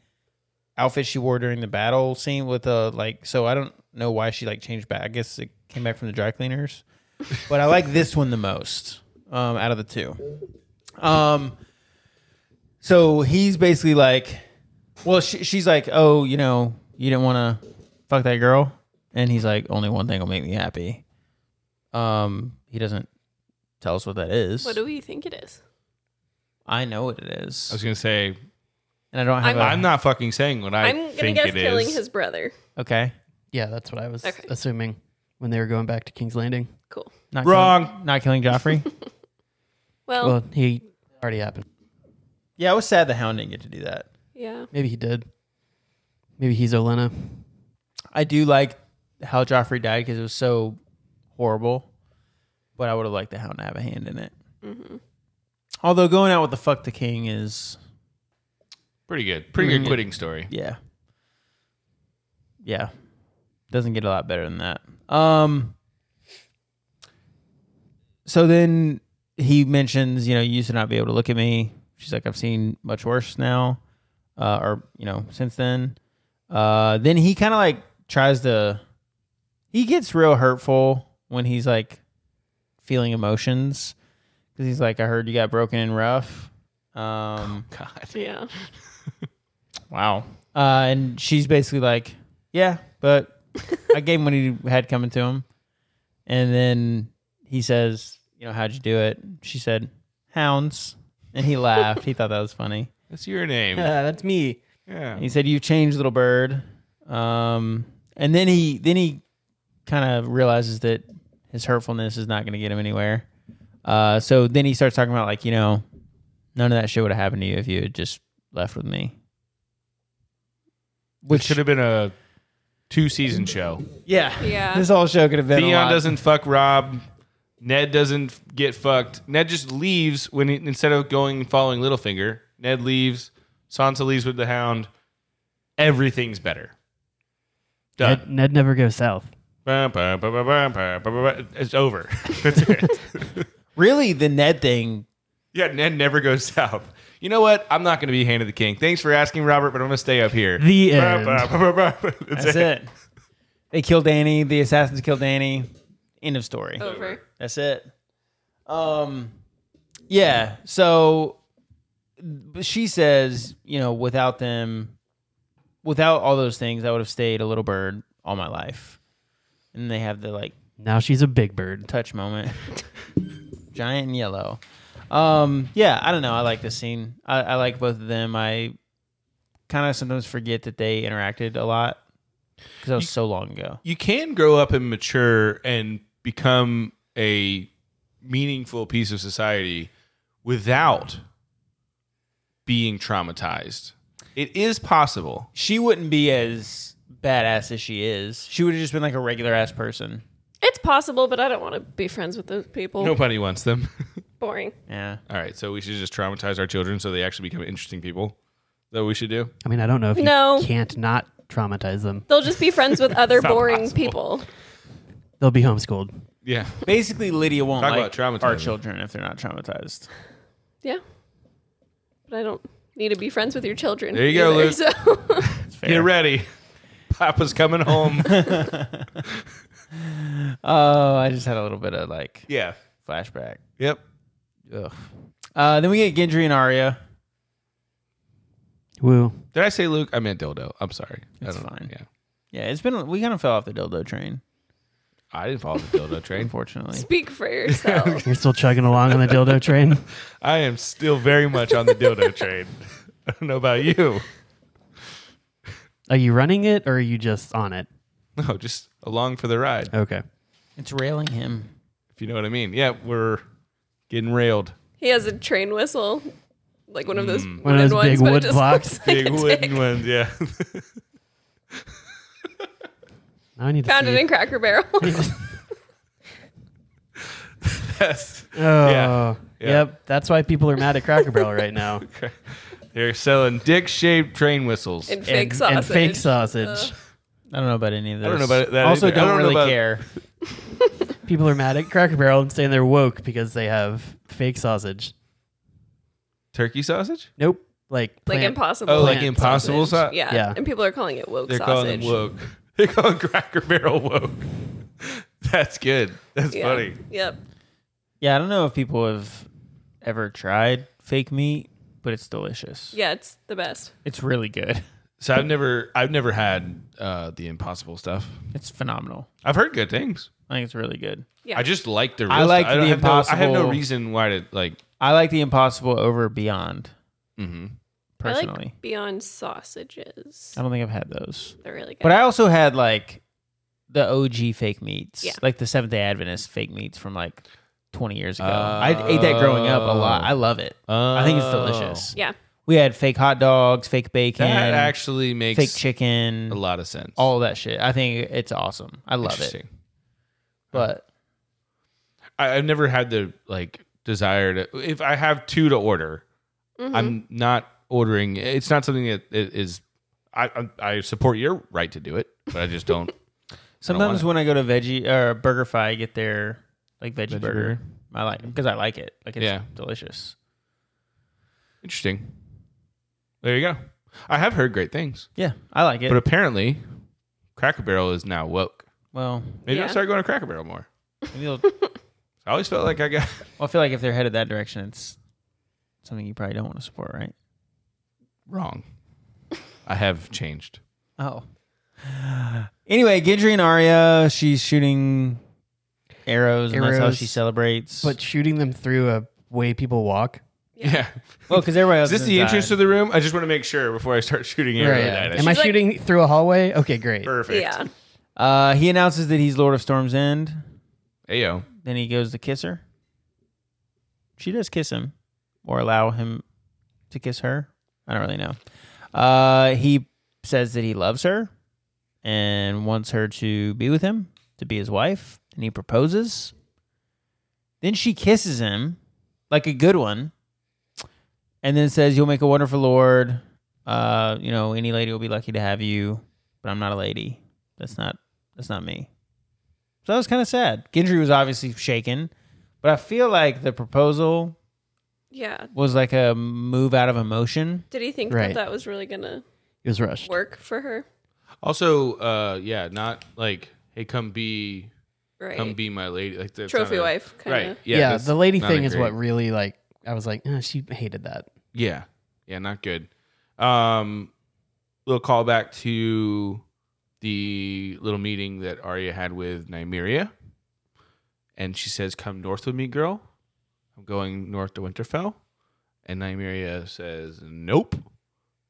Speaker 3: outfit she wore during the battle scene with the like so I don't know why she like changed back. I guess it came back from the dry cleaners. But I like this one the most um out of the two. Um so he's basically like well she, she's like oh you know you didn't want to fuck that girl and he's like only one thing will make me happy. Um he doesn't tell us what that is.
Speaker 5: What do we think it is?
Speaker 3: I know what it
Speaker 1: I was
Speaker 3: is.
Speaker 1: gonna say
Speaker 3: And I don't have
Speaker 5: I'm-
Speaker 3: a-
Speaker 1: I'm not fucking saying what I
Speaker 5: I'm gonna
Speaker 1: think
Speaker 5: guess
Speaker 1: it
Speaker 5: killing
Speaker 1: is.
Speaker 5: his brother.
Speaker 3: Okay.
Speaker 2: Yeah, that's what I was
Speaker 5: Okay.
Speaker 2: assuming when they were going back to King's Landing.
Speaker 5: Cool.
Speaker 3: Not
Speaker 1: Wrong.
Speaker 3: killing- not killing Joffrey.
Speaker 5: Well,
Speaker 2: Well, he already happened.
Speaker 3: yeah, I was sad the Hound didn't get to do that.
Speaker 5: yeah.
Speaker 2: Maybe he did. Maybe he's Olenna.
Speaker 3: I do like how Joffrey died because it was so horrible. but I would have liked the Hound to have a hand in it.
Speaker 5: Mm-hmm.
Speaker 3: Although going out with the fuck the king is
Speaker 1: Pretty good. Pretty
Speaker 3: Mhm.
Speaker 1: good quitting story.
Speaker 3: yeah, yeah, doesn't get a lot better than that. Um. So then he mentions, you know, you used to not be able to look at me. She's like, I've seen much worse now, uh, or you know, since then. Uh, then he kind of like tries to. He gets real hurtful when he's like feeling emotions because he's like, I heard you got broken and rough. Um,
Speaker 1: God.
Speaker 5: Yeah.
Speaker 3: Wow. Uh, and she's basically like, yeah, but I gave him what he had coming to him. And then he says, you know, how'd you do it? She said, hounds. And he laughed. he thought that was funny.
Speaker 1: That's your name.
Speaker 2: that's me.
Speaker 1: yeah.
Speaker 3: He said, you've changed, little bird. Um, and then he then he kind of realizes that his hurtfulness is not going to get him anywhere. Uh, so then he starts talking about like, you know, none of that shit would have happened to you if you had just left with me.
Speaker 1: Which should have been a two season show.
Speaker 3: Yeah.
Speaker 5: Yeah.
Speaker 3: This whole show could have been. a
Speaker 1: Theon
Speaker 3: lot.
Speaker 1: doesn't fuck Rob. Ned doesn't f- get fucked. Ned just leaves when he, instead of going and following Littlefinger, Ned leaves. Sansa leaves with the Hound. Everything's better. Done.
Speaker 2: Ned, Ned never goes south.
Speaker 1: Ba, ba, ba, ba, ba, ba, ba, ba, ba. It's over. That's it.
Speaker 3: Really, the Ned thing.
Speaker 1: yeah, Ned never goes south. You know what? I'm not going to be hand of the king. Thanks for asking, Robert, but I'm going to stay up here.
Speaker 2: The
Speaker 1: Ba,
Speaker 2: end.
Speaker 1: ba, ba, ba, ba. That's, it.
Speaker 3: That's it. They kill Danny. The assassins kill Danny. End of story.
Speaker 5: Over.
Speaker 3: That's it. Um, yeah. So but she says, you know, without them, without all those things, I would have stayed a little bird all my life. And they have the like
Speaker 2: Now she's a big bird.
Speaker 3: touch moment. Giant and yellow. Um, yeah, I don't know. I like this scene. I, I like both of them. I kind of sometimes forget that they interacted a lot because that was so long ago.
Speaker 1: you can grow up and mature and become a meaningful piece of society without being traumatized. It is possible.
Speaker 3: She wouldn't be as badass as she is. She would have just been like a regular ass person.
Speaker 5: It's possible, but I don't want to be friends with those people.
Speaker 1: Nobody wants them.
Speaker 5: Boring.
Speaker 3: Yeah.
Speaker 1: All right, so we should just traumatize our children so they actually become interesting people. Is That what we should do.
Speaker 2: I mean, I don't know if you
Speaker 5: No.
Speaker 2: can't not traumatize them.
Speaker 5: They'll just be friends with other
Speaker 1: not
Speaker 5: boring
Speaker 1: possible.
Speaker 5: people.
Speaker 2: They'll be homeschooled.
Speaker 1: Yeah.
Speaker 3: Basically, Lydia won't
Speaker 1: Talk
Speaker 3: like
Speaker 1: about traumatizing.
Speaker 3: our children if they're not traumatized.
Speaker 5: Yeah. But I don't need to be friends with your children.
Speaker 1: There you go,
Speaker 5: either,
Speaker 1: Luke.
Speaker 5: So
Speaker 3: It's
Speaker 1: Get
Speaker 3: fair.
Speaker 1: ready. Papa's coming home.
Speaker 3: Oh, I just had a little bit of like
Speaker 1: yeah.
Speaker 3: flashback.
Speaker 1: Yep.
Speaker 3: Ugh. Uh, then we get Gendry and Arya.
Speaker 2: Woo.
Speaker 1: Did I say Luke? I meant dildo. I'm sorry.
Speaker 3: That's
Speaker 1: I don't,
Speaker 3: fine.
Speaker 1: Yeah.
Speaker 3: Yeah, it's been we kind of fell off the dildo train,
Speaker 1: I didn't follow the dildo train.
Speaker 3: unfortunately.
Speaker 5: speak for yourself.
Speaker 2: You're still chugging along on the dildo train.
Speaker 1: I am still very much on the dildo train. I don't know about you.
Speaker 2: Are you running it or are you just on it?
Speaker 1: No, just along for the ride,
Speaker 2: Okay.
Speaker 3: It's railing him.
Speaker 1: if you know what I mean. Yeah, we're getting railed.
Speaker 5: he has a train whistle, like one of those
Speaker 2: One of
Speaker 5: wooden
Speaker 2: those
Speaker 5: ones,
Speaker 2: big
Speaker 5: but it
Speaker 2: wood
Speaker 5: just
Speaker 2: blocks.
Speaker 5: looks like a
Speaker 1: Hmm. Big wooden
Speaker 5: dick.
Speaker 1: ones, yeah.
Speaker 2: Now I need to
Speaker 5: Found it
Speaker 2: see.
Speaker 5: in Cracker Barrel.
Speaker 1: That's-
Speaker 2: Oh,
Speaker 1: Yeah. Yeah.
Speaker 2: yep. That's why people are mad at Cracker Barrel right now.
Speaker 1: They're selling dick shaped train whistles.
Speaker 5: and fake
Speaker 2: and,
Speaker 5: sausage.
Speaker 2: and fake sausage.
Speaker 5: Ugh.
Speaker 3: I don't know about any of this.
Speaker 1: don't know about that
Speaker 3: Also,
Speaker 1: either. I
Speaker 3: don't,
Speaker 1: don't know
Speaker 3: really
Speaker 1: about-
Speaker 3: care.
Speaker 2: people are mad at Cracker Barrel and saying they're woke because they have fake sausage.
Speaker 1: Turkey sausage?
Speaker 2: Nope. Like
Speaker 5: Like
Speaker 2: plant-
Speaker 5: impossible.
Speaker 1: Oh, like
Speaker 2: Plant
Speaker 1: impossible sausage?
Speaker 5: Yeah.
Speaker 2: Yeah.
Speaker 5: And people are calling it woke
Speaker 1: They're calling
Speaker 5: sausage.
Speaker 1: them woke. They're calling Cracker Barrel woke. That's good. That's
Speaker 5: Yeah.
Speaker 1: funny.
Speaker 5: Yep.
Speaker 3: Yeah, I don't know if people have ever tried fake meat, but it's delicious.
Speaker 5: Yeah, it's the best.
Speaker 3: It's really good.
Speaker 1: So I've never I've never had uh, the impossible stuff.
Speaker 3: It's phenomenal.
Speaker 1: I've heard good things.
Speaker 3: I think it's really good.
Speaker 5: Yeah.
Speaker 1: I just like the real
Speaker 3: I like
Speaker 1: stuff. don't
Speaker 3: the
Speaker 1: have no- I have no
Speaker 3: impossible-
Speaker 1: reason why to like
Speaker 3: I like the impossible over beyond
Speaker 1: hmm
Speaker 3: personally. Oh. I,
Speaker 5: I like Beyond sausages.
Speaker 3: don't think I've had those.
Speaker 5: They're really good.
Speaker 3: But I also had like the OG fake meats,
Speaker 5: Yeah.
Speaker 3: like the Seventh Day Adventist fake meats from like 20 years ago. I ate that growing up a lot.
Speaker 1: Oh.
Speaker 3: I love it. I think it's delicious.
Speaker 5: yeah.
Speaker 3: We had fake hot dogs, fake bacon,
Speaker 1: Uh, That actually makes
Speaker 3: fake
Speaker 1: a
Speaker 3: chicken,
Speaker 1: lot of sense.
Speaker 3: all that shit. I think it's awesome. I love it.
Speaker 1: Interesting.
Speaker 3: But
Speaker 1: I, I've never had the like desire to. If I have two to order, I'm not ordering. It's not something that i- is. I, I I support your right to do it, but I just don't. want
Speaker 3: Sometimes
Speaker 1: it.
Speaker 3: when I go to veggie or BurgerFi, I get their like veggie,
Speaker 1: Veggie
Speaker 3: burger.
Speaker 1: burger.
Speaker 3: I like because I like it. Like it's
Speaker 1: Yeah.
Speaker 3: delicious.
Speaker 1: Interesting. There you go. I have heard great things,
Speaker 3: Yeah, I like it.
Speaker 1: but apparently, Cracker Barrel is now woke.
Speaker 3: well,
Speaker 1: Maybe I'll
Speaker 5: Yeah.
Speaker 1: start going to Cracker Barrel more.
Speaker 3: maybe they'll-
Speaker 1: I always felt like I got.
Speaker 3: well, I feel like if they're headed that direction, it's something you probably don't want to support, right?
Speaker 1: Wrong. I have changed.
Speaker 3: Oh. Anyway, Gendry and Arya, she's shooting arrows, and that's how
Speaker 2: Arrows,
Speaker 3: she celebrates.
Speaker 2: But shooting them through a way people walk.
Speaker 1: Yeah.
Speaker 3: well, because everybody
Speaker 1: Is
Speaker 3: else
Speaker 1: this the
Speaker 3: inside.
Speaker 1: entrance of the room? I just want to make sure before I start shooting arrows at it.
Speaker 2: Am I
Speaker 5: like-
Speaker 2: shooting through a hallway? Okay, great.
Speaker 1: Perfect.
Speaker 5: Yeah.
Speaker 3: Uh, he announces that he's Lord of Storm's End.
Speaker 1: Ayo.
Speaker 3: Then he goes to kiss her. She does kiss him, or allow him to kiss her. I don't really know. Uh, he says that he loves her and wants her to be with him, to be his wife, and he proposes. Then she kisses him, like a good one, and then says, "You'll make a wonderful lord. Uh, you know, any lady will be lucky to have you, but I'm not a lady. That's not that's not me." So that was kind of sad. Gendry was obviously shaken, but I feel like the proposal
Speaker 5: Yeah.
Speaker 3: was like a move out of emotion.
Speaker 5: Did he think
Speaker 2: Right.
Speaker 5: that that was really gonna
Speaker 2: It was rushed.
Speaker 5: work for her?
Speaker 1: Also, uh, yeah, not like, hey, come be,
Speaker 5: Right.
Speaker 1: come be my lady, like that's
Speaker 5: Trophy
Speaker 1: not a-
Speaker 5: wife. Kinda.
Speaker 1: right?
Speaker 2: Yeah,
Speaker 1: Yeah, that's
Speaker 2: the lady
Speaker 1: not
Speaker 2: thing
Speaker 1: a
Speaker 2: is
Speaker 1: great-
Speaker 2: what really like. I was like, "Ah, she hated that.
Speaker 1: Yeah, yeah, not good. Um, little callback to the little meeting that Arya had with Nymeria, and she says, "Come north with me, girl. I'm going north to Winterfell." And Nymeria says, "Nope,"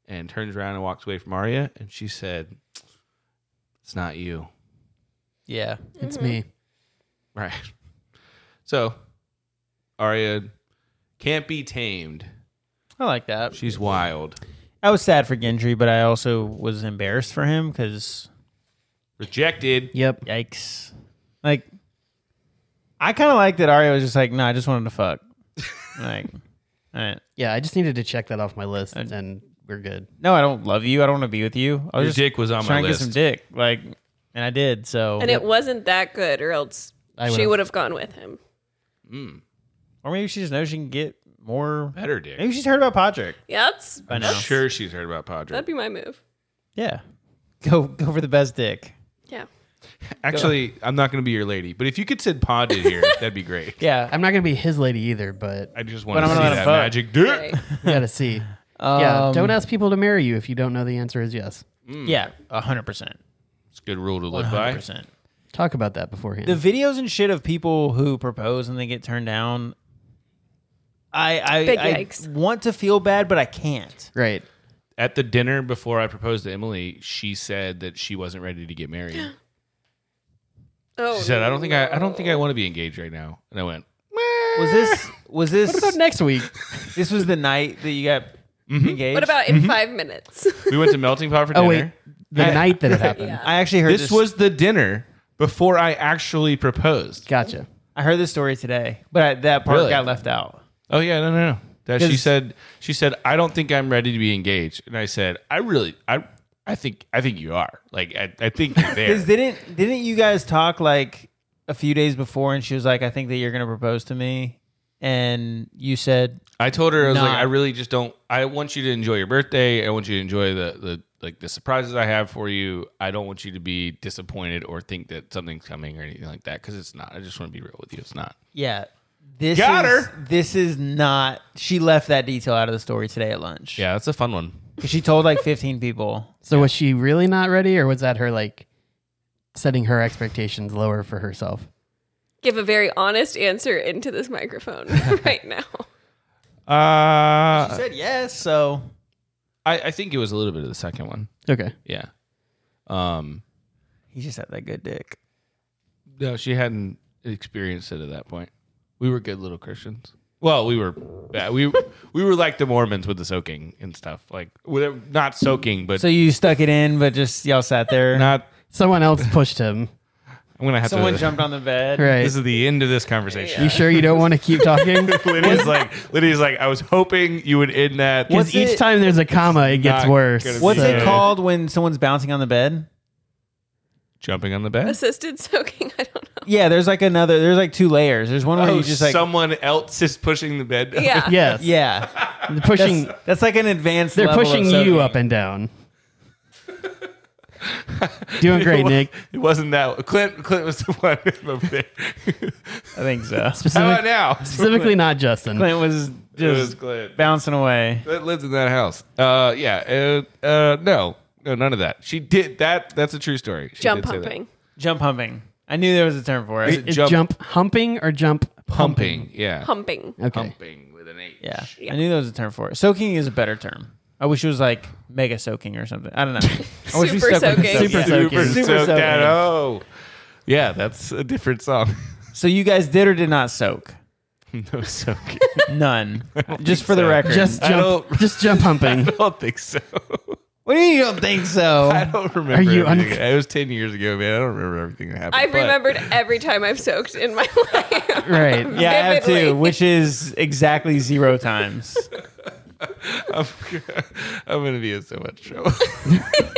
Speaker 1: and turns around and walks away from Arya, and she said, "It's not you."
Speaker 3: Yeah.
Speaker 2: It's
Speaker 5: Mm-hmm.
Speaker 2: me.
Speaker 1: Right. So Arya can't be tamed.
Speaker 3: I like that.
Speaker 1: She's wild.
Speaker 3: I was sad for Gendry, but I also was embarrassed for him because
Speaker 1: Rejected.
Speaker 2: Yep.
Speaker 3: yikes. Like, I kind of like that Arya was just like, no, I just wanted to fuck. like, all right.
Speaker 2: Yeah, I just needed to check that off my list, and we're good.
Speaker 3: No, I don't love you. I don't want to be with you. I
Speaker 1: Your
Speaker 3: was just
Speaker 1: dick was on my
Speaker 3: trying to get
Speaker 1: list.
Speaker 3: some dick. Like, and I did. So,
Speaker 5: And it wasn't that good, or else
Speaker 2: I
Speaker 5: she
Speaker 2: would've-
Speaker 5: would have gone with him.
Speaker 3: or maybe she just knows she can get more.
Speaker 1: Better dick.
Speaker 3: Maybe she's heard about Podrick
Speaker 5: Yeah, that's
Speaker 3: by now.
Speaker 1: I'm sure she's heard about Padre.
Speaker 5: that'd be my move.
Speaker 3: Yeah. Go go for the best dick.
Speaker 5: Yeah.
Speaker 1: Actually, I'm not going to be your lady, but if you could send Pod in here, that'd be great.
Speaker 3: Yeah.
Speaker 2: I'm not gonna be his lady either, but
Speaker 1: I just want
Speaker 3: But
Speaker 1: to
Speaker 3: I'm
Speaker 1: see
Speaker 3: gonna let him
Speaker 1: that
Speaker 3: fuck.
Speaker 1: magic dick.
Speaker 5: Right.
Speaker 2: we gotta see.
Speaker 1: Um,
Speaker 2: yeah, don't ask people to marry you if you don't know the answer is yes.
Speaker 5: Hmm.
Speaker 3: Yeah, hundred percent.
Speaker 1: It's a good rule to live
Speaker 3: Hundred
Speaker 1: by.
Speaker 3: percent.
Speaker 2: Talk about that beforehand.
Speaker 3: The videos and shit of people who propose and they get turned down. I
Speaker 5: Big
Speaker 3: I, I
Speaker 5: yikes.
Speaker 3: want to feel bad, but I can't.
Speaker 2: right.
Speaker 1: At the dinner before I proposed to Emily, she said that she wasn't ready to get married. She
Speaker 5: Oh.
Speaker 1: said, "I don't think I, I don't think I
Speaker 5: no.
Speaker 1: want to be engaged right now." And I went,
Speaker 3: Was this was
Speaker 2: What about
Speaker 3: this
Speaker 2: next week?
Speaker 3: this was the night that you got engaged?
Speaker 5: Mm-hmm. What about in five minutes?
Speaker 1: "We went to Melting Pot for dinner."
Speaker 2: oh wait, the
Speaker 3: I-
Speaker 2: night that it happened.
Speaker 5: Yeah.
Speaker 3: I actually heard
Speaker 1: This,
Speaker 3: this,
Speaker 1: was the dinner before I actually proposed.
Speaker 2: Gotcha.
Speaker 3: I heard this story today, but I, that part
Speaker 1: Really?
Speaker 3: got left out.
Speaker 1: Oh yeah, no, no, no. That she
Speaker 3: 'Cause-
Speaker 1: said. She said, "I don't think I'm ready to be engaged," and I said, "I really, I, I think, I think you are. Like, I, I think you're there."
Speaker 3: Because didn't didn't you guys talk like a few days before, and she was like, "I think that you're gonna propose to me," and you said,
Speaker 1: I told her I was like,
Speaker 3: Nah.
Speaker 1: I really just don't. I want you to enjoy your birthday. I want you to enjoy the the like the surprises I have for you. I don't want you to be disappointed or think that something's coming or anything like that because it's not. I just want to be real with you. It's not.
Speaker 3: Yeah. This
Speaker 1: Got
Speaker 3: is,
Speaker 1: her.
Speaker 3: This is not. She left that detail out of the story today at lunch.
Speaker 1: Yeah, that's a fun one.
Speaker 3: 'Cause She told like 15 people.
Speaker 2: So was she really not ready, or was that her like setting her expectations lower for herself?
Speaker 5: Give a very honest answer into this microphone right now.
Speaker 1: Uh,
Speaker 3: said yes. So
Speaker 1: I I think it was a little bit of the second one.
Speaker 2: Okay.
Speaker 1: Yeah. Um.
Speaker 3: he just had that good dick.
Speaker 1: No, she hadn't experienced it at that point. We were good little Christians. Well, we were bad. we we were like the Mormons with the soaking and stuff. Like we're not soaking, but
Speaker 3: So you stuck it in, but just y'all sat there.
Speaker 1: not
Speaker 2: Someone else pushed him.
Speaker 1: I'm gonna have
Speaker 3: Someone
Speaker 1: to.
Speaker 3: jumped on the bed.
Speaker 2: Right.
Speaker 1: This is the end of this conversation.
Speaker 2: you sure you don't want to keep talking?
Speaker 1: Lydia's like, Lydia's like, I was hoping you would end that.
Speaker 2: Because
Speaker 3: What's
Speaker 2: each
Speaker 3: it-
Speaker 2: time there's a comma, it gets
Speaker 1: not
Speaker 2: worse.
Speaker 1: gonna be
Speaker 3: What's it
Speaker 1: So-
Speaker 3: called when someone's bouncing on the bed?
Speaker 1: Jumping on the bed.
Speaker 5: Assisted soaking. I don't know.
Speaker 3: Yeah, there's like another. There's like two layers. There's one where
Speaker 1: Oh,
Speaker 3: you just like
Speaker 1: someone else is pushing the bed. down.
Speaker 5: Yeah.
Speaker 2: Yes.
Speaker 3: yeah.
Speaker 2: They're pushing.
Speaker 3: That's, that's like an advanced.
Speaker 2: They're
Speaker 3: level of
Speaker 2: pushing
Speaker 3: soaking.
Speaker 2: you up and down. Doing great, Nick.
Speaker 1: It wasn't that. Clint. Clint was the one over there.
Speaker 3: I think so.
Speaker 1: How about
Speaker 2: Specific,
Speaker 1: now?
Speaker 2: specifically, not Justin.
Speaker 3: Clint was
Speaker 1: It was
Speaker 3: just
Speaker 1: Clint.
Speaker 3: bouncing away.
Speaker 1: That lived in that house. Uh, yeah. Uh, uh, no, no, none of that. She did that. That's a true story. She
Speaker 5: Jump
Speaker 1: did say that.
Speaker 5: pumping.
Speaker 3: Jump humping. I knew there was a term for it.
Speaker 2: Is
Speaker 1: jump-
Speaker 2: jump, humping or jump
Speaker 1: Pumping. Yeah.
Speaker 5: Pumping.
Speaker 2: Okay.
Speaker 1: Pumping with an H.
Speaker 3: Yeah,
Speaker 5: Yeah.
Speaker 3: I knew there was a term for it. Soaking is a better term. I wish it was like mega soaking or something. I don't know. I wish
Speaker 5: Super
Speaker 3: stuck with
Speaker 5: soaking.
Speaker 3: soaking.
Speaker 2: Super
Speaker 1: Super,
Speaker 2: soaking.
Speaker 1: super,
Speaker 3: Super
Speaker 1: soaked
Speaker 3: soaking.
Speaker 1: out. Oh. Yeah, that's a different song.
Speaker 3: So you guys did or did not soak?
Speaker 1: no soaking.
Speaker 3: None. just for the
Speaker 1: so.
Speaker 3: record.
Speaker 2: Just
Speaker 1: I
Speaker 2: jump.
Speaker 1: don't-
Speaker 2: Just jump humping.
Speaker 1: I don't think so.
Speaker 3: what do you mean you don't think so?
Speaker 1: I don't remember.
Speaker 2: you
Speaker 1: everything.
Speaker 2: un-
Speaker 1: it was ten years ago, man. I don't remember everything that happened.
Speaker 5: I've
Speaker 1: but-
Speaker 5: remembered every time I've soaked in my life.
Speaker 2: Right.
Speaker 3: yeah, I have
Speaker 5: vividly.
Speaker 3: to, which is exactly zero times.
Speaker 1: I'm, I'm gonna be in so much trouble.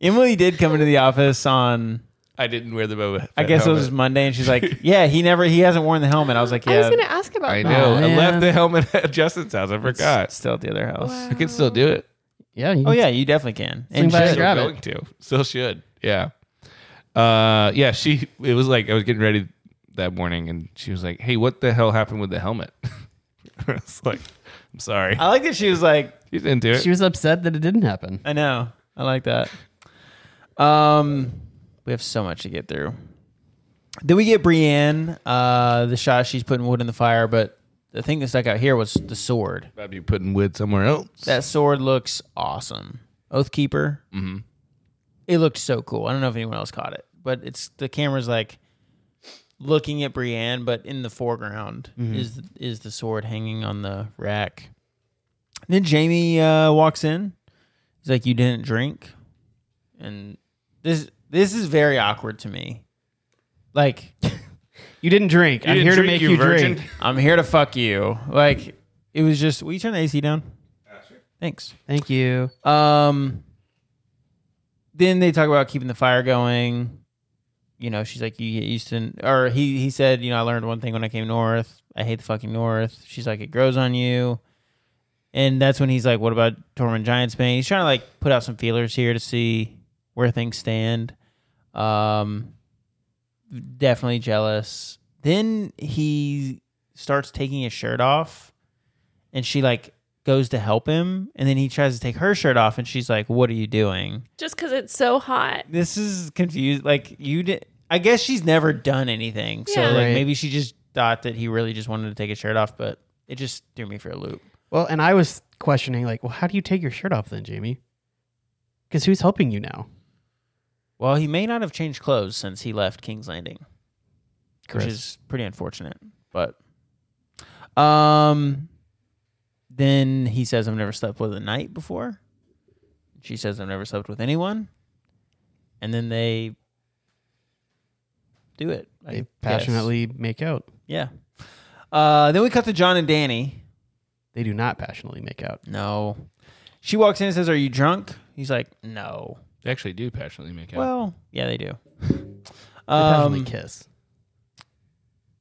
Speaker 3: Emily did come into the office on
Speaker 1: I didn't wear the boba.
Speaker 3: I guess it was Monday, and she's like, "Yeah, he never, he hasn't worn the helmet." I was like, "Yeah,
Speaker 5: I was going to ask about
Speaker 1: I
Speaker 5: that.
Speaker 1: know. I
Speaker 2: man.
Speaker 1: left the helmet at Justin's house. I
Speaker 3: it's
Speaker 1: forgot.
Speaker 3: still at the other house."
Speaker 1: I can still do it.
Speaker 2: Yeah. You,
Speaker 3: Oh yeah, you definitely can.
Speaker 2: Swing
Speaker 3: And
Speaker 2: by
Speaker 3: she-
Speaker 2: the grab
Speaker 1: still
Speaker 2: it.
Speaker 1: going to. Still should. Yeah. Uh yeah, she it was like I was getting ready that morning and she was like, Hey, what the hell happened with the helmet? I was like, I'm sorry.
Speaker 3: I like that she was like,
Speaker 1: Uh, She didn't do it.
Speaker 2: She was upset that it didn't happen.
Speaker 3: I know. I like that. Um, we have so much to get through. Then we get Brienne, uh, the shot she's putting wood in the fire, but the thing that stuck out here was the sword.
Speaker 1: I'd be putting wood somewhere else.
Speaker 3: That sword looks awesome. Oathkeeper. Mm-hmm. It looked so cool. I don't know if anyone else caught it, but it's the camera's like looking at Brienne, but in the foreground is is the sword hanging on the rack. Then Jamie uh, walks in. He's like, "You didn't drink," and this this is very awkward to me. Like,
Speaker 2: You didn't drink. I'm
Speaker 1: didn't
Speaker 2: here to
Speaker 1: drink,
Speaker 2: make
Speaker 1: you
Speaker 2: you,
Speaker 1: virgin.
Speaker 2: drink.
Speaker 3: I'm here to fuck you. Like, it was just. Will you turn the AC down? Thanks.
Speaker 2: Thank you.
Speaker 3: Um, then they talk about keeping the fire going. You know, she's like, you get used to, or he he said, you know, I learned one thing when I came north. I hate the fucking north. She's like, it grows on you. And that's when he's like, what about Tormund Giantsbane? He's trying to like put out some feelers here to see where things stand. Um, definitely jealous. Then he starts taking his shirt off, and she like goes to help him, and then he tries to take her shirt off, and she's like, "What are you doing?"
Speaker 5: Just because it's so hot.
Speaker 3: This is confused. Like you did. I guess she's never done anything, so
Speaker 5: Yeah.
Speaker 3: like
Speaker 2: Right.
Speaker 3: maybe she just thought that he really just wanted to take his shirt off, but it just threw me for a loop.
Speaker 2: Well, and I was questioning, like, well, how do you take your shirt off then, Jamie? Because who's helping you now?
Speaker 3: Well, he may not have changed clothes since he left King's Landing.
Speaker 2: Chris.
Speaker 3: which is pretty unfortunate. But um, then he says, "I've never slept with a knight before." She says, "I've never slept with anyone," and then they do it. I
Speaker 2: they
Speaker 3: guess.
Speaker 2: passionately make out.
Speaker 3: yeah. Uh, then we cut to John and Danny.
Speaker 2: They do not passionately make out.
Speaker 3: No, she walks in and says, "Are you drunk?" He's like, "No."
Speaker 1: They actually do passionately make out.
Speaker 3: Well, yeah, they do.
Speaker 2: They passionately
Speaker 3: Um,
Speaker 2: kiss.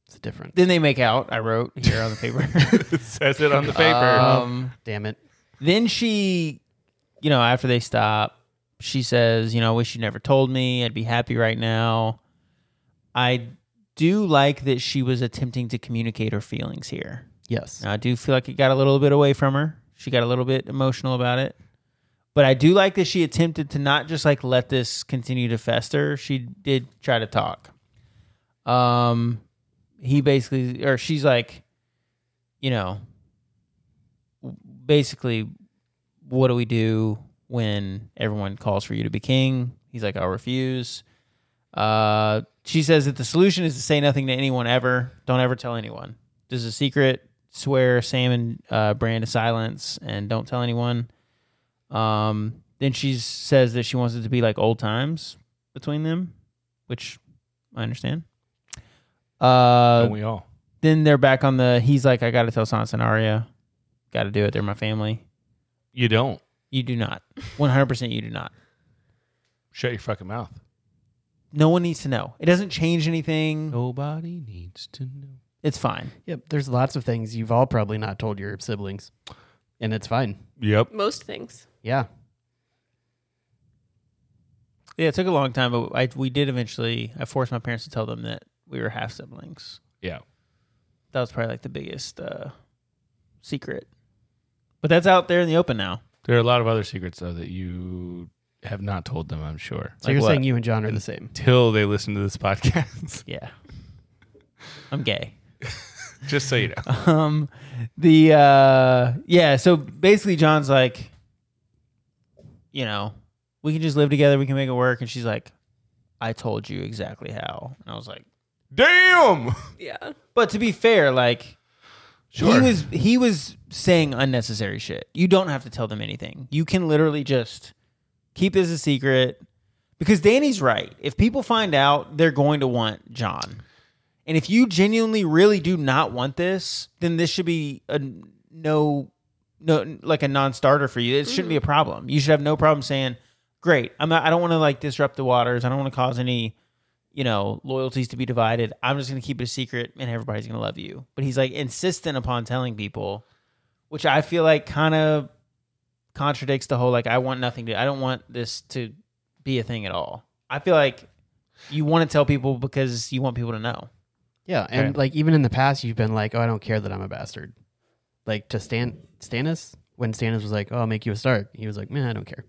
Speaker 2: It's different.
Speaker 3: then they make out. I wrote here on the paper.
Speaker 1: it says it on the paper.
Speaker 3: um,
Speaker 2: Damn it.
Speaker 3: then she, you know, after they stop, she says, you know, I wish you never told me. I'd be happy right now. I do like that she was attempting to communicate her feelings here.
Speaker 2: Yes.
Speaker 3: Now, I do feel like it got a little bit away from her. She got a little bit emotional about it. But I do like that she attempted to not just like let this continue to fester. She did try to talk. Um he basically or she's like you know basically what do we do when everyone calls for you to be king? He's like I'll refuse. Uh she says that the solution is to say nothing to anyone ever. Don't ever tell anyone. This is a secret. Swear Sam and uh, Bran to silence and don't tell anyone. Um, then she says that she wants it to be like old times between them, which I understand. Uh,
Speaker 1: Don't we all?
Speaker 3: then they're back on the. He's like, I got to tell Sansa and Arya, got to do it. They're my family.
Speaker 1: You don't.
Speaker 3: You do not. One hundred percent, you do not.
Speaker 1: Shut your fucking mouth.
Speaker 3: No one needs to know. It doesn't change anything.
Speaker 1: Nobody needs to know.
Speaker 3: It's fine.
Speaker 2: Yep. There's lots of things you've all probably not told your siblings, and it's fine.
Speaker 1: Yep.
Speaker 5: Most things.
Speaker 2: Yeah.
Speaker 3: Yeah, it took a long time, but I, we did eventually. I forced my parents to tell them that we were half siblings.
Speaker 1: Yeah.
Speaker 3: That was probably like the biggest uh, secret. But that's out there in the open now.
Speaker 1: There are a lot of other secrets though that you have not told them. I'm sure.
Speaker 2: So
Speaker 3: Like
Speaker 2: you're
Speaker 3: what?
Speaker 2: saying you and John are the same.
Speaker 1: Till they listen to this podcast.
Speaker 3: Yeah, I'm gay.
Speaker 1: Just so you know.
Speaker 3: Um, the uh, yeah. So basically, John's like, you know, we can just live together. We can make it work. And she's like, I told you exactly how. And I was like,
Speaker 1: Damn.
Speaker 5: Yeah.
Speaker 3: but to be fair, like
Speaker 1: Sure.
Speaker 3: He was he was saying unnecessary shit. You don't have to tell them anything. You can literally just keep this a secret because Danny's right. If people find out, they're going to want John. And if you genuinely really do not want this, then this should be a no no like a non-starter for you. It shouldn't be a problem. You should have no problem saying, "Great. I'm not, I don't want to like disrupt the waters. I don't want to cause any you know, loyalties to be divided. I'm just going to keep it a secret and everybody's going to love you. But he's like insistent upon telling people, which I feel like kind of contradicts the whole like, I want nothing to, I don't want this to be a thing at all. I feel like you want to tell people because you want people to know.
Speaker 2: Yeah, and like even in the past, you've been like, "Oh, I don't care that I'm a bastard." Like to Stan Stannis, when Stannis was like, "Oh, I'll make you a Stark," he was like, "Man, I don't care."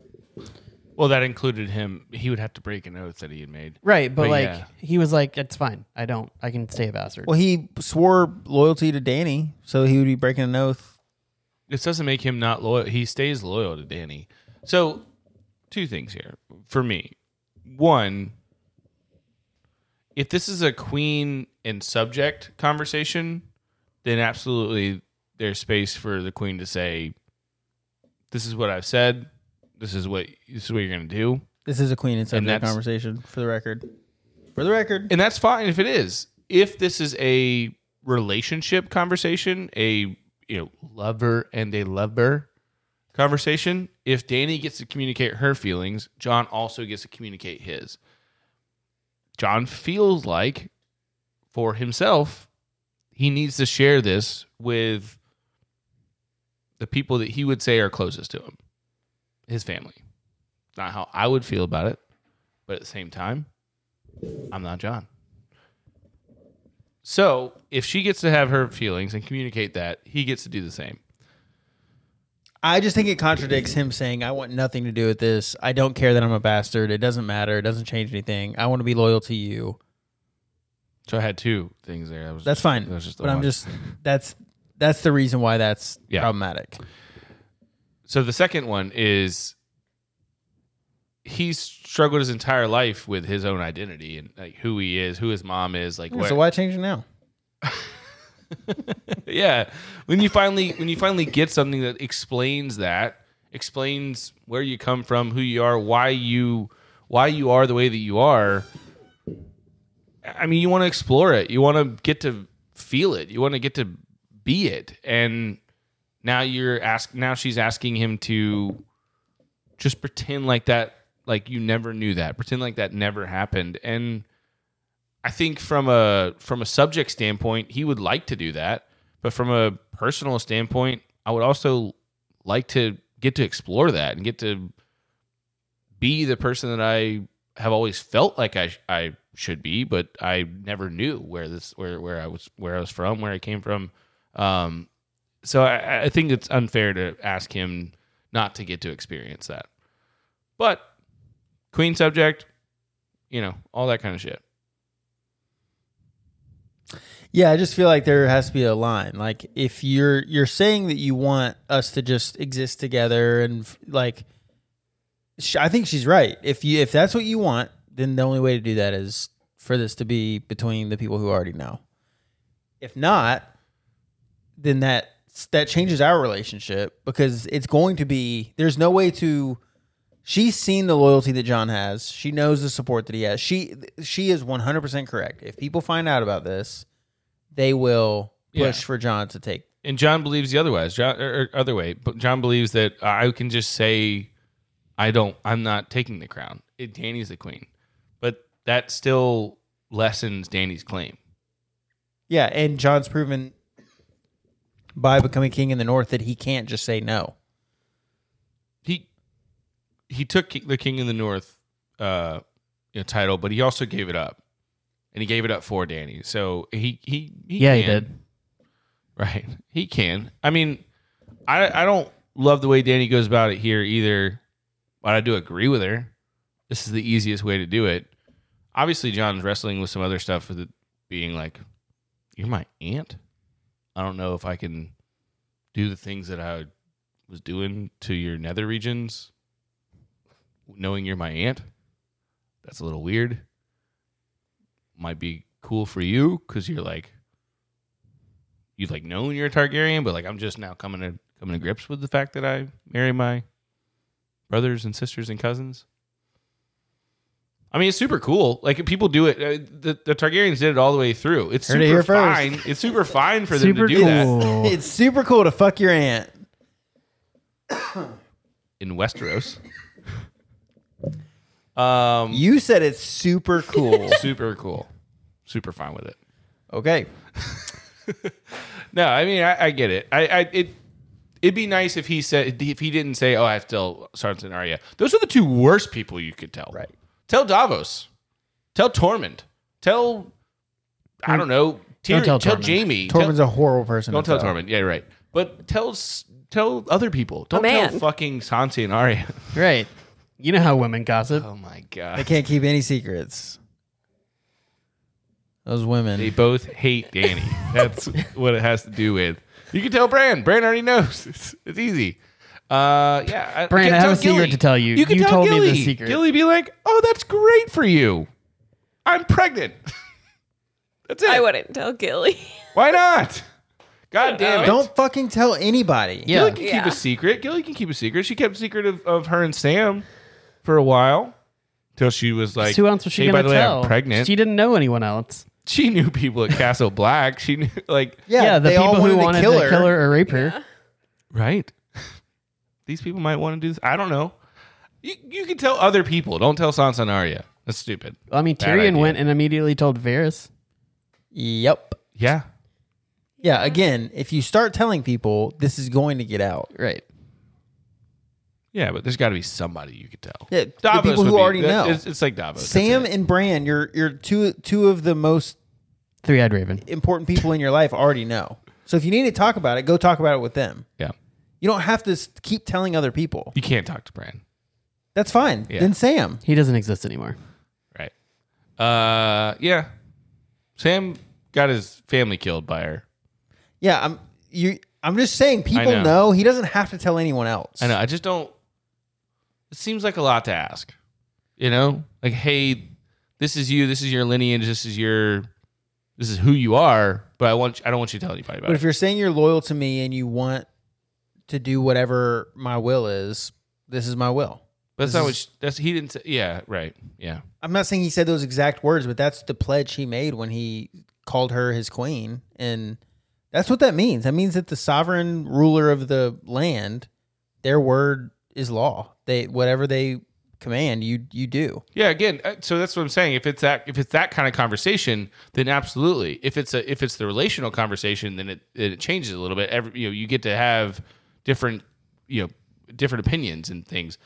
Speaker 1: well, that included him. He would have to break an oath that he had made.
Speaker 2: Right, but,
Speaker 1: But
Speaker 2: like
Speaker 1: yeah.
Speaker 2: he was like, "It's fine. I don't. I can stay a bastard."
Speaker 3: Well, he swore loyalty to Danny, so he would be breaking an oath.
Speaker 1: This doesn't make him not loyal. He stays loyal to Danny. So, two things here for me. One, if this is a queen and subject conversation, then absolutely there's space for the queen to say, "This is what I've said. This is what this is what you're going to do."
Speaker 3: This is a queen and subject
Speaker 1: that's-
Speaker 3: conversation for the record. For the record.
Speaker 1: And that's fine if it is. If this is a relationship conversation, a you know, lover and a lover conversation, if Danny gets to communicate her feelings, John also gets to communicate his. John feels like for himself, he needs to share this with the people that he would say are closest to him, his family. Not how I would feel about it, but at the same time, I'm not John. So if she gets to have her feelings and communicate that, he gets to do the same.
Speaker 3: I just think it contradicts him saying, I want nothing to do with this. I don't care that I'm a bastard. It doesn't matter. It doesn't change anything. I want to be loyal to you.
Speaker 1: So I had two things there. That was
Speaker 3: That's fine.
Speaker 1: that was just the
Speaker 3: but I'm
Speaker 1: one.
Speaker 3: just that's that's the reason why that's
Speaker 1: Yeah.
Speaker 3: problematic.
Speaker 1: So the second one is he's struggled his entire life with his own identity and like who he is, who his mom is, like where-
Speaker 3: So why change it now?
Speaker 1: yeah when you finally when you finally get something that explains that explains where you come from who you are why you why you are the way that you are i mean you want to explore it you want to get to feel it you want to get to be it and now you're ask now she's asking him to just pretend like that like you never knew that pretend like that never happened and I think from a from a subject standpoint, he would like to do that, but from a personal standpoint, I would also like to get to explore that and get to be the person that I have always felt like I I should be, but I never knew where this where where I was where I was from, where I came from. Um, so I, I think it's unfair to ask him not to get to experience that. But queen subject, you know, all that kind of shit.
Speaker 3: Yeah, I just feel like there has to be a line. Like if you're you're saying that you want us to just exist together and f- like sh- I think she's right. If you if that's what you want, then the only way to do that is for this to be between the people who already know. If not, then that that changes our relationship because it's going to be there's no way to she's seen the loyalty that John has. She knows the support that he has. She she is 100% correct. If people find out about this, they will
Speaker 1: Yeah.
Speaker 3: push for John to take.
Speaker 1: and John believes the otherwise, John, or, or other way. But John believes that I can just say, I don't, I'm not taking the crown. It, Danny's the queen, but that still lessens Danny's claim.
Speaker 3: Yeah, and John's proven by becoming king in the north that he can't just say no.
Speaker 1: He he took ki- the king in the north uh, you know, title, but he also gave it up, and he gave it up for Danny. So he he, he
Speaker 2: yeah, he
Speaker 1: can.
Speaker 2: did.
Speaker 1: Right. He can. I mean, I I don't love the way Danny goes about it here either, but I do agree with her. This is the easiest way to do it. Obviously, John's wrestling with some other stuff with it being like, You're my aunt? I don't know if I can do the things that I was doing to your nether regions knowing you're my aunt. That's a little weird. Might be cool for you because you're like you've like known you're a Targaryen, but like I'm just now coming to coming to grips with the fact that I marry my brothers and sisters and cousins. I mean, it's super cool. Like people do it. uh, The, the Targaryens did it all the way through. It's
Speaker 3: Heard it
Speaker 1: super
Speaker 3: here
Speaker 1: fine.
Speaker 3: first.
Speaker 1: It's super fine for them
Speaker 2: Super
Speaker 1: to do that
Speaker 2: cool.
Speaker 3: It's super cool to fuck your aunt.
Speaker 1: in Westeros. Um,
Speaker 3: You said it's super cool.
Speaker 1: super cool, super fine with it.
Speaker 3: okay.
Speaker 1: No, I mean I, I get it. I, I it it'd be nice if he said if he didn't say, "Oh, I have to tell Sansa and Arya." Those are the two worst people you could tell.
Speaker 3: Right.
Speaker 1: Tell Davos. Tell Tormund. Tell I don't know. Tyr-
Speaker 2: Don't tell
Speaker 1: tell
Speaker 2: Tormund.
Speaker 1: Jamie.
Speaker 3: Tormund's a horrible person.
Speaker 1: Don't
Speaker 3: to
Speaker 1: tell Tormund. Yeah, right. But tell s- tell other people. Don't tell
Speaker 5: man.
Speaker 1: fucking Sansa and Arya.
Speaker 2: Right. You know how women gossip.
Speaker 1: Oh my
Speaker 3: They
Speaker 1: god.
Speaker 3: can't keep any secrets. Those women.
Speaker 1: They both hate Danny. That's what it has to do with. You can tell Bran. Bran already knows. It's, it's easy. Uh, yeah. I-
Speaker 2: Bran,
Speaker 1: can
Speaker 2: I have
Speaker 1: tell
Speaker 2: a secret to tell you.
Speaker 1: can
Speaker 2: You
Speaker 1: tell
Speaker 2: told me the
Speaker 1: Gilly.
Speaker 2: secret.
Speaker 1: Gilly be like, "Oh, that's great for you. I'm pregnant." that's it.
Speaker 5: I wouldn't tell Gilly.
Speaker 1: Why not? God damn it!
Speaker 3: Don't fucking tell anybody.
Speaker 1: Gilly
Speaker 2: Yeah.
Speaker 1: can
Speaker 5: Yeah.
Speaker 1: keep a secret. Gilly can keep a secret. She kept secret of, of her and Sam for a while. Till she was like,
Speaker 2: Who else was she
Speaker 1: hey,
Speaker 2: gonna
Speaker 1: by the
Speaker 2: tell?
Speaker 1: way, I'm pregnant.
Speaker 2: She
Speaker 1: She,
Speaker 2: didn't know anyone else.
Speaker 1: knew people at Castle Black. She knew, like,
Speaker 3: Yeah,
Speaker 2: the
Speaker 3: they
Speaker 2: people
Speaker 3: all
Speaker 2: who wanted to kill, her. or rape her.
Speaker 1: Right. These people might want to do this. I don't know. You, you can tell other people. Don't tell Sansa and Arya. That's stupid.
Speaker 2: I mean,
Speaker 1: Bad
Speaker 2: Tyrion
Speaker 1: idea.
Speaker 2: went and immediately told Varys.
Speaker 3: Yep.
Speaker 1: Yeah.
Speaker 3: Yeah, again, if you start telling people, this is going to get out.
Speaker 2: Right.
Speaker 1: Yeah, but there's got to be somebody you could tell.
Speaker 3: Yeah,
Speaker 1: Davos
Speaker 3: the people
Speaker 1: would
Speaker 3: who
Speaker 1: be-
Speaker 3: already
Speaker 1: that-
Speaker 3: know.
Speaker 1: It's, it's like Davos. That's
Speaker 3: Sam
Speaker 1: it.
Speaker 3: and Bran, you're you're two two of the most
Speaker 2: Three eyed Raven.
Speaker 3: important people in your life already know. So if you need to talk about it, go talk about it with them.
Speaker 1: Yeah.
Speaker 3: You don't have to s- keep telling other people.
Speaker 1: You can't talk to Bran.
Speaker 3: That's fine.
Speaker 1: Yeah.
Speaker 3: Then Sam.
Speaker 2: He doesn't exist anymore.
Speaker 1: Right. Uh, yeah. Sam got his family killed by her.
Speaker 3: Yeah, I'm you I'm just saying people
Speaker 1: know.
Speaker 3: know. he doesn't have to tell anyone else.
Speaker 1: I know. I just don't. It seems like a lot to ask. You know, like, hey, this is you. This is your lineage. This is your. This is who you are. But I want. I don't want you to tell anybody about
Speaker 3: But
Speaker 1: it.
Speaker 3: if you're saying you're loyal to me and you want to do whatever my will is, this is my will.
Speaker 1: But that's
Speaker 3: This
Speaker 1: not what
Speaker 3: is-
Speaker 1: she, that's he didn't say. Yeah, right. Yeah,
Speaker 3: I'm not saying he said those exact words, but that's the pledge he made when he called her his queen. And that's what that means. That means that the sovereign ruler of the land, their word is law. They whatever they command, you you do.
Speaker 1: yeah. Again, uh, so that's what I'm saying. If it's that if it's that kind of conversation, then absolutely. If it's a if it's the relational conversation, then it it changes a little bit. Every you know you get to have different you know different opinions and things.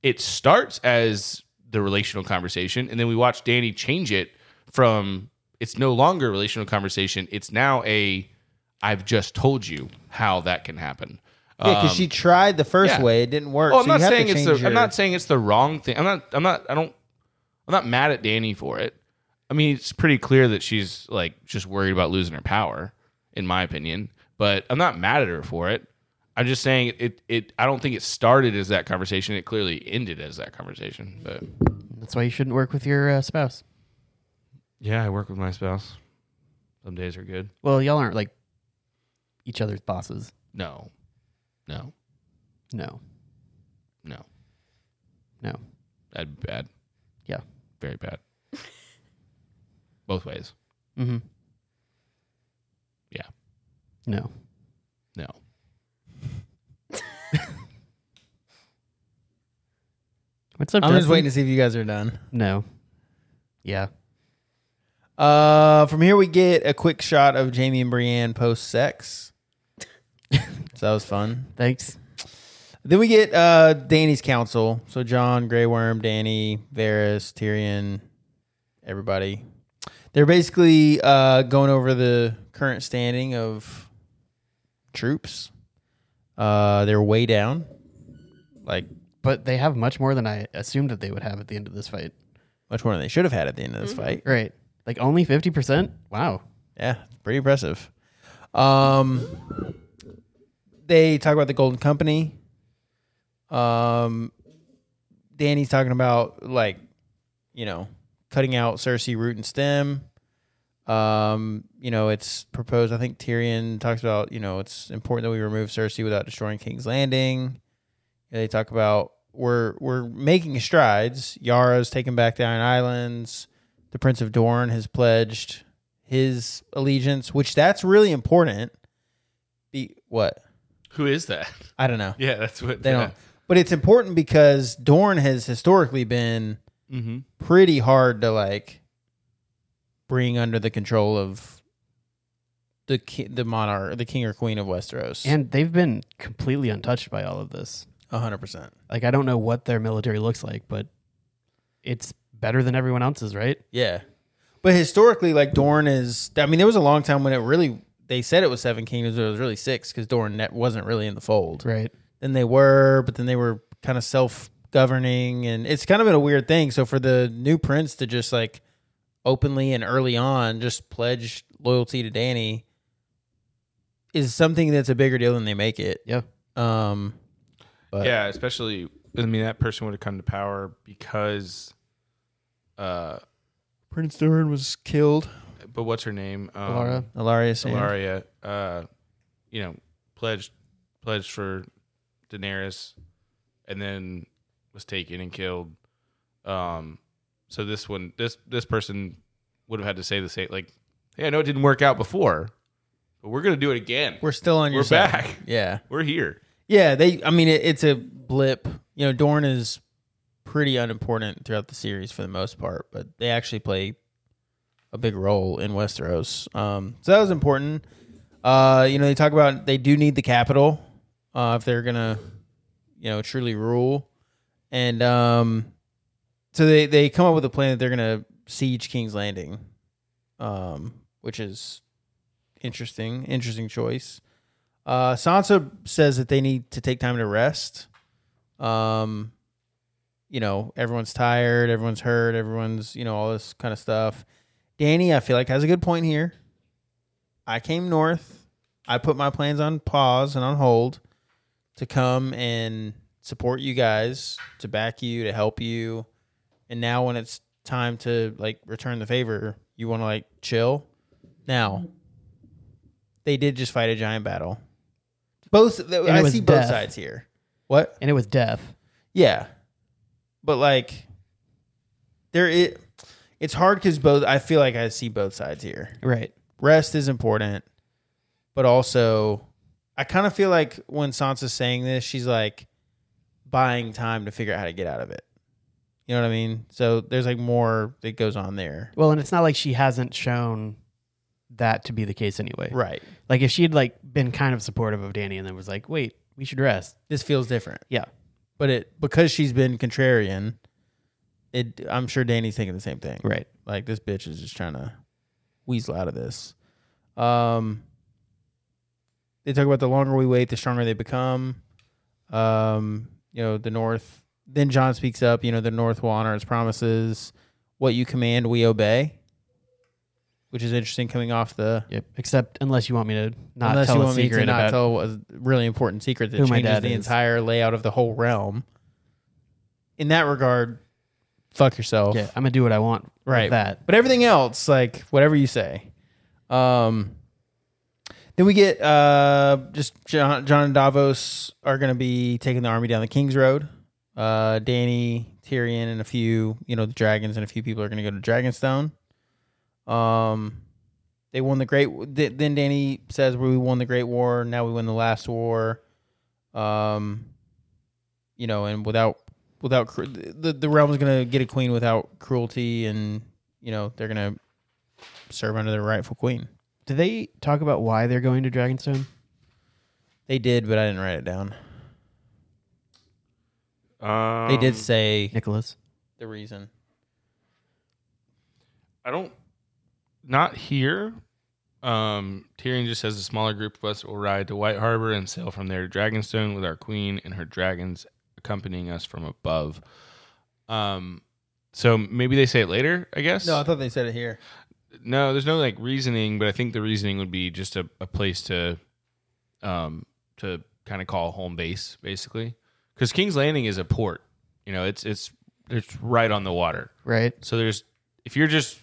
Speaker 1: It starts as the relational conversation, and then we watch Danny change it from it's no longer a relational conversation. It's now a I've just told you how that can happen.
Speaker 3: Yeah, because she tried the first
Speaker 1: Um, yeah.
Speaker 3: way, it didn't work.
Speaker 1: Oh,
Speaker 3: so
Speaker 1: I'm
Speaker 3: you
Speaker 1: not
Speaker 3: have to
Speaker 1: saying it's the.
Speaker 3: change your-
Speaker 1: I'm not saying it's the wrong thing. I'm not. I'm not. I don't. I'm not mad at Danny for it. I mean, it's pretty clear that she's like just worried about losing her power, in my opinion. But I'm not mad at her for it. I'm just saying it. It. I don't think it started as that conversation. It clearly ended as that conversation. But
Speaker 2: That's why you shouldn't work with your uh, spouse.
Speaker 1: yeah, I work with my spouse. Some days are good.
Speaker 2: Well, y'all aren't like each other's bosses.
Speaker 1: No, no,
Speaker 2: No,
Speaker 1: no.
Speaker 2: no.
Speaker 1: That'd be bad.
Speaker 2: Yeah.
Speaker 1: Very bad. Both ways.
Speaker 2: Mm-hmm.
Speaker 1: Yeah.
Speaker 2: No.
Speaker 1: No.
Speaker 2: What's up?
Speaker 3: I'm just
Speaker 2: Justin?
Speaker 3: waiting to see if you guys are done.
Speaker 2: No. Yeah.
Speaker 3: Uh, from here we get a quick shot of Jamie and Brienne post sex. so that was fun.
Speaker 2: Thanks.
Speaker 3: Then we get uh Danny's council. So John, Grey Worm, Danny, Varys, Tyrion, everybody. They're basically uh going over the current standing of troops. Uh they're way down. Like
Speaker 2: But they have much more than I assumed that they would have at the end of this fight.
Speaker 3: much more than they should have had at the end of this fight.
Speaker 2: Right. Like only 50%? Wow.
Speaker 3: Yeah, it's pretty impressive. Um, they talk about the Golden Company. Um, Danny's talking about like, you know, cutting out Cersei root and stem. Um, you know, it's proposed. I think Tyrion talks about you know it's important that we remove Cersei without destroying King's Landing. And they talk about we're we're making strides. Yara's taking back the Iron Islands. The Prince of Dorne has pledged his allegiance, which that's really important. Be what?
Speaker 1: Who is that?
Speaker 3: I don't know.
Speaker 1: Yeah, that's what
Speaker 3: They don't. But it's important because Dorn has historically been
Speaker 1: Mm-hmm.
Speaker 3: pretty hard to like bring under the control of the ki- the monarch, the king or queen of Westeros.
Speaker 2: And they've been completely untouched by all of this.
Speaker 3: hundred percent.
Speaker 2: Like I don't know what their military looks like, but it's better than everyone else's, right?
Speaker 3: Yeah. But historically, like Dorn is. I mean, there was a long time when it really. They said it was seven kingdoms, but it was really six because Dorne ne- wasn't really in the fold.
Speaker 2: Right.
Speaker 3: than they were, but then they were kind of self governing and it's kind of been a weird thing. So for the new prince to just like openly and early on just pledge loyalty to Danny is something that's a bigger deal than they make it.
Speaker 2: Yeah.
Speaker 3: Um but
Speaker 1: yeah, especially I mean that person would have come to power because uh
Speaker 3: Prince Durin was killed.
Speaker 1: but what's her name? Um,
Speaker 2: Laura.
Speaker 3: Alaria
Speaker 1: Ilaria, uh, you know, pledged pledged for Daenerys, and then was taken and killed. Um, so this one, this this person would have had to say the same, like, "Hey, I know it didn't work out before, but we're gonna do it again.
Speaker 3: We're still on your
Speaker 1: We're
Speaker 3: side.
Speaker 1: back.
Speaker 3: Yeah.
Speaker 1: We're here."
Speaker 3: Yeah, they I mean it, it's a blip. You know, Dorn is pretty unimportant throughout the series for the most part, but they actually play a big role in Westeros. Um, so that was important. Uh, you know, they talk about they do need the capital uh, if they're gonna, you know, truly rule. And um, so they they come up with a plan that they're gonna siege King's Landing, um, which is interesting, interesting choice. Uh, Sansa says that they need to take time to rest. Um, you know, everyone's tired, everyone's hurt, everyone's you know all this kind of stuff. Danny, I feel like has a good point here. I came north. I put my plans on pause and on hold to come and support you guys, to back you, to help you. And now when it's time to like return the favor, you want to like chill. Now, they did just fight a giant battle. Both
Speaker 2: it
Speaker 3: I
Speaker 2: was
Speaker 3: see both
Speaker 2: death.
Speaker 3: sides here. What?
Speaker 2: And it was death.
Speaker 3: Yeah. But like there it it's hard cuz both I feel like I see both sides here.
Speaker 2: Right.
Speaker 3: Rest is important, but also I kind of feel like when Sansa's saying this, she's like buying time to figure out how to get out of it. You know what I mean? So there's like more that goes on there.
Speaker 2: Well, and it's not like she hasn't shown that to be the case anyway.
Speaker 3: Right.
Speaker 2: Like if she had like been kind of supportive of Danny and then was like, "Wait, we should rest."
Speaker 3: This feels different.
Speaker 2: Yeah.
Speaker 3: But it because she's been contrarian, it I'm sure Danny's thinking the same thing.
Speaker 2: Right.
Speaker 3: Like this bitch is just trying to weasel out of this. Um, they talk about the longer we wait, the stronger they become. Um, you know, the North. Then John speaks up. You know, the North will honor its promises. What you command, we obey. Which is interesting, coming off the
Speaker 2: Yep. Except unless you want me to not
Speaker 3: unless
Speaker 2: tell
Speaker 3: you
Speaker 2: a
Speaker 3: want me
Speaker 2: secret
Speaker 3: to not
Speaker 2: about
Speaker 3: tell a really important secret that
Speaker 2: who my
Speaker 3: changes
Speaker 2: dad
Speaker 3: the
Speaker 2: is.
Speaker 3: entire layout of the whole realm. In that regard, fuck yourself.
Speaker 2: Yeah, I'm gonna do what I want. with
Speaker 3: right
Speaker 2: that.
Speaker 3: but everything else like whatever you say um then we get uh just john, john and davos are going to be taking the army down the king's road Uh, Danny, Tyrion, and a few, you know, the dragons and a few people are going to go to Dragonstone. Um, they won the great. th- Then Danny says, "We won the Great War. Now we win the last war." Um, you know, and without without cru- the the realm is going to get a queen without cruelty, and you know they're going to serve under their rightful queen.
Speaker 2: Do they talk about why they're going to Dragonstone?
Speaker 3: They did, but I didn't write it down.
Speaker 1: Um,
Speaker 3: They did say
Speaker 2: Nicholas.
Speaker 3: the reason.
Speaker 1: I don't. Not here. Um, Tyrion just says a smaller group of us will ride to White Harbor and sail from there to Dragonstone with our queen and her dragons accompanying us from above. Um, so maybe they say it later. I guess.
Speaker 3: No, I thought they said it here.
Speaker 1: no, there's no like reasoning, but I think the reasoning would be just a, a place to, um, to kind of call home base basically, because King's Landing is a port. You know, it's it's it's right on the water.
Speaker 2: Right.
Speaker 1: So there's if you're just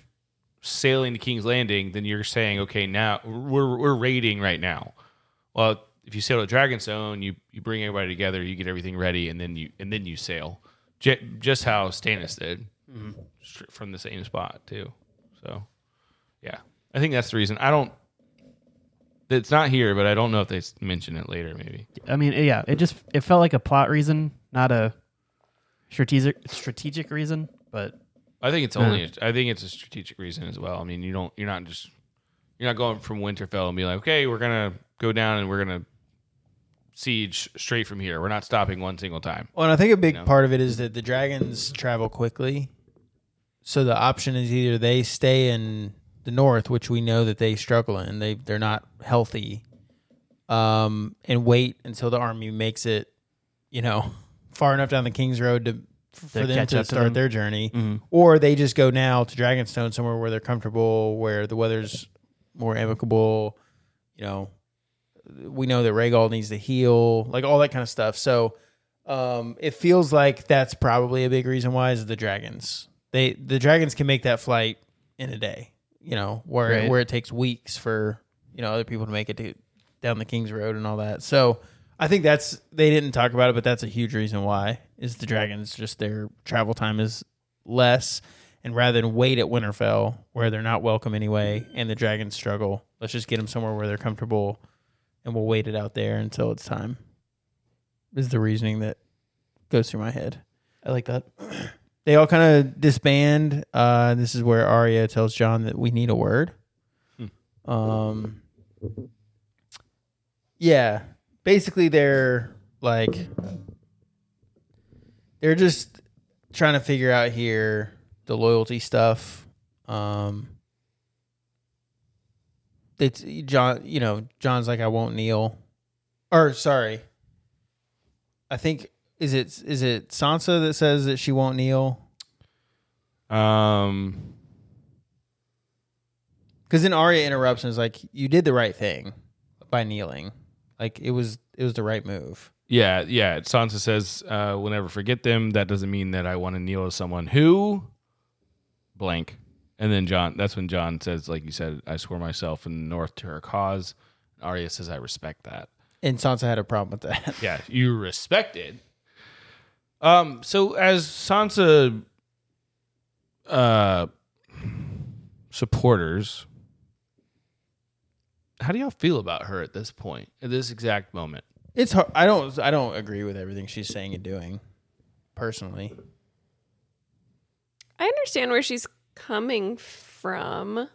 Speaker 1: sailing to King's Landing, then you're saying, okay, now we're we're raiding right now. Well, if you sail to Dragonstone, you you bring everybody together, you get everything ready, and then you and then you sail. J- just how Stannis did, Str- from the same spot too. So, yeah, I think that's the reason. I don't. It's not here, but I don't know if they s- mention it later. Maybe
Speaker 2: I mean, yeah, it just it felt like a plot reason, not a strategic strategic reason, but
Speaker 1: I think it's only. I think it's a strategic reason as well. I mean, you don't. You're not just. You're not going from Winterfell and be like, okay, we're gonna go down and we're gonna siege straight from here. We're not stopping one single time.
Speaker 3: Well, and I think a big
Speaker 1: No.
Speaker 3: part of it is that the dragons travel quickly. So the option is either they stay in the north, which we know that they struggle in, they they're not healthy, um, and wait until the army makes it, you know, far enough down the King's Road to for
Speaker 2: To
Speaker 3: them
Speaker 2: catch
Speaker 3: to
Speaker 2: up to
Speaker 3: start
Speaker 2: them.
Speaker 3: their journey, or they just go now to Dragonstone, somewhere where they're comfortable, where the weather's more amicable. You know, we know that Rhaegal needs to heal, like all that kind of stuff. So um, it feels like that's probably a big reason why is the dragons. They the dragons can make that flight in a day. You know where
Speaker 2: Right.
Speaker 3: where it takes weeks for you know other people to make it to down the King's Road and all that. So I think that's they didn't talk about it, but that's a huge reason why is the dragons just their travel time is less. And rather than wait at Winterfell, where they're not welcome anyway, and the dragons struggle, let's just get them somewhere where they're comfortable, and we'll wait it out there until it's time. Is the reasoning that goes through my head.
Speaker 2: I like that.
Speaker 3: They all kind of disband. Uh, this is where Arya tells John that we need a word. Um, yeah, basically they're like they're just trying to figure out here the loyalty stuff. Um, it's John. You know, John's like, I won't kneel. Or sorry, I think is it is it Sansa that says that she won't kneel?
Speaker 1: Um,
Speaker 3: Because then Arya interrupts and is like, "You did the right thing by kneeling. Like it was it was the right move."
Speaker 1: yeah, yeah. Sansa says, uh, "We'll never forget them." That doesn't mean that I want to kneel to someone who, blank. And then John. That's when John says, like you said, "I swear myself in the North to her cause." Arya says, "I respect that."
Speaker 3: And Sansa had a problem with that.
Speaker 1: yeah, you respected. Um, so as Sansa uh supporters, how do y'all feel about her at this point, at this exact moment?
Speaker 3: it's hard. I don't I don't agree with everything she's saying and doing, personally.
Speaker 5: I understand where she's coming from.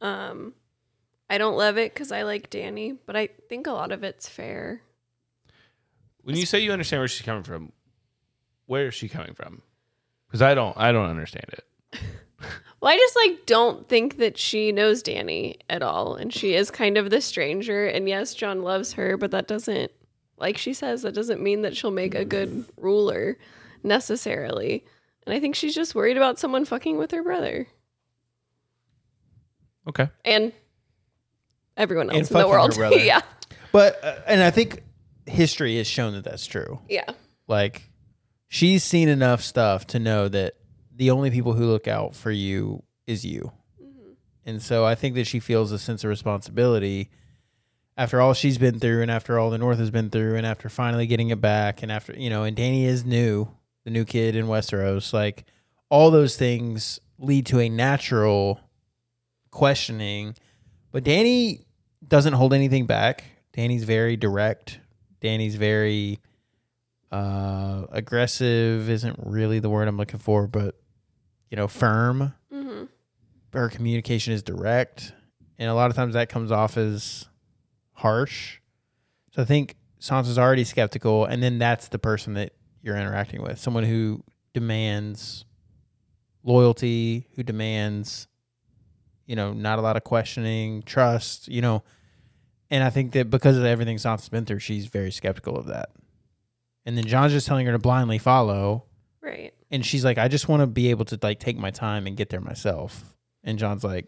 Speaker 5: Um, I don't love it because I like Danny, but I think a lot of it's fair.
Speaker 1: When you say you understand where she's coming from, where is she coming from? Because I don't I don't understand it.
Speaker 5: Well, I just like don't think that she knows Danny at all, and she is kind of the stranger. And yes, John loves her, but that doesn't, like she says, that doesn't mean that she'll make a good ruler necessarily. And I think she's just worried about someone fucking with her brother
Speaker 1: Okay.
Speaker 5: and everyone
Speaker 3: And
Speaker 5: else in the
Speaker 3: fucking her
Speaker 5: world.
Speaker 3: brother.
Speaker 5: yeah,
Speaker 3: But uh, and I think history has shown that that's true.
Speaker 5: yeah.
Speaker 3: Like she's seen enough stuff to know that the only people who look out for you is you. And so I think that she feels a sense of responsibility after all she's been through and after all the North has been through and after finally getting it back and after, you know, and Danny is new the new kid in Westeros, like all those things lead to a natural questioning. But Danny doesn't hold anything back. Danny's very direct. Danny's very uh aggressive isn't really the word I'm looking for, but you know, firm.
Speaker 5: hmm
Speaker 3: Her communication is direct, and a lot of times that comes off as harsh. So I think Sansa's already skeptical, and then that's the person that you're interacting with, someone who demands loyalty, who demands you know, not a lot of questioning, trust, you know. And I think that because of everything Sansa's been through, she's very skeptical of that. And then John's just telling her to blindly follow.
Speaker 5: Right.
Speaker 3: And she's like, I just want to be able to like take my time and get there myself. And John's like,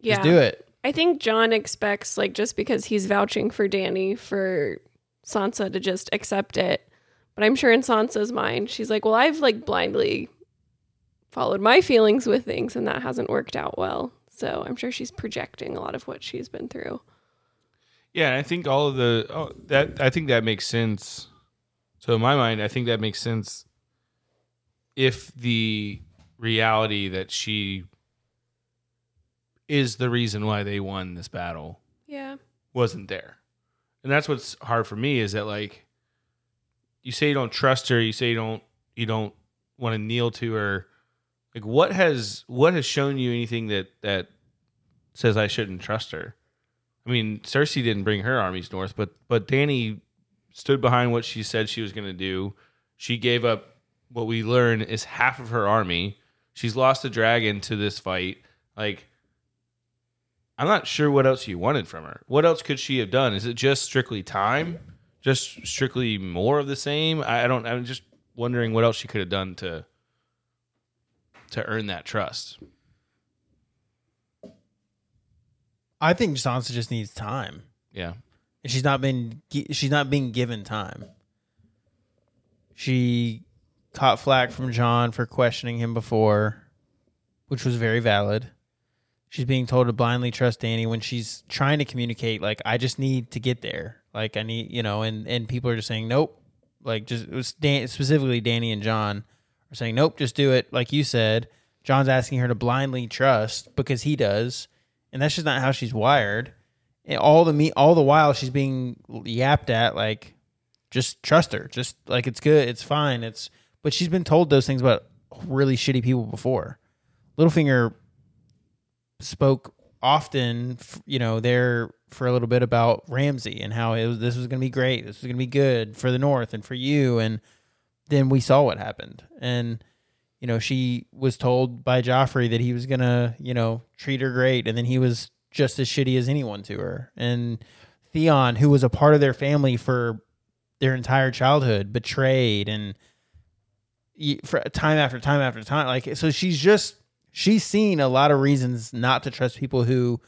Speaker 5: Yeah.
Speaker 3: just do it.
Speaker 5: I think John expects like just because he's vouching for Danny for Sansa to just accept it. But I'm sure in Sansa's mind, she's like, "Well, I've like blindly followed my feelings with things and that hasn't worked out well." So, I'm sure she's projecting a lot of what she's been through.
Speaker 1: Yeah, I think all of the oh, that I think that makes sense. So in my mind, I think that makes sense if the reality that she is the reason why they won this battle
Speaker 5: Yeah.
Speaker 1: wasn't there. And that's what's hard for me is that like you say you don't trust her, you say you don't you don't want to kneel to her. Like what has what has shown you anything that that says I shouldn't trust her? I mean, Cersei didn't bring her armies north, but but Danny stood behind what she said she was going to do. She gave up what we learn is half of her army. She's lost a dragon to this fight. Like I'm not sure what else you wanted from her. What else could she have done? Is it just strictly time? Just strictly more of the same? I I don't. I'm just wondering what else she could have done to to earn that trust.
Speaker 3: I think Sansa just needs time.
Speaker 1: Yeah.
Speaker 3: and she's not been gi- she's not being given time. She caught flack from John for questioning him before, which was very valid. She's being told to blindly trust Danny when she's trying to communicate like I just need to get there. Like I need, you know, and and people are just saying nope. Like just it was Dan, specifically Danny and John are saying nope, just do it like you said. John's asking her to blindly trust because he does, and that's just not how she's wired. And all the me all the while she's being yapped at like just trust her just like it's good it's fine it's but she's been told those things about really shitty people before Littlefinger spoke often, f- you know, there for a little bit about Ramsey and how it was, this was going to be great, this was going to be good for the North and for you, and then we saw what happened, and you know she was told by Joffrey that he was going to, you know, treat her great, and then he was just as shitty as anyone to her, and Theon, who was a part of their family for their entire childhood, betrayed and y- for time after time after time. Like so, she's just she's seen a lot of reasons not to trust people who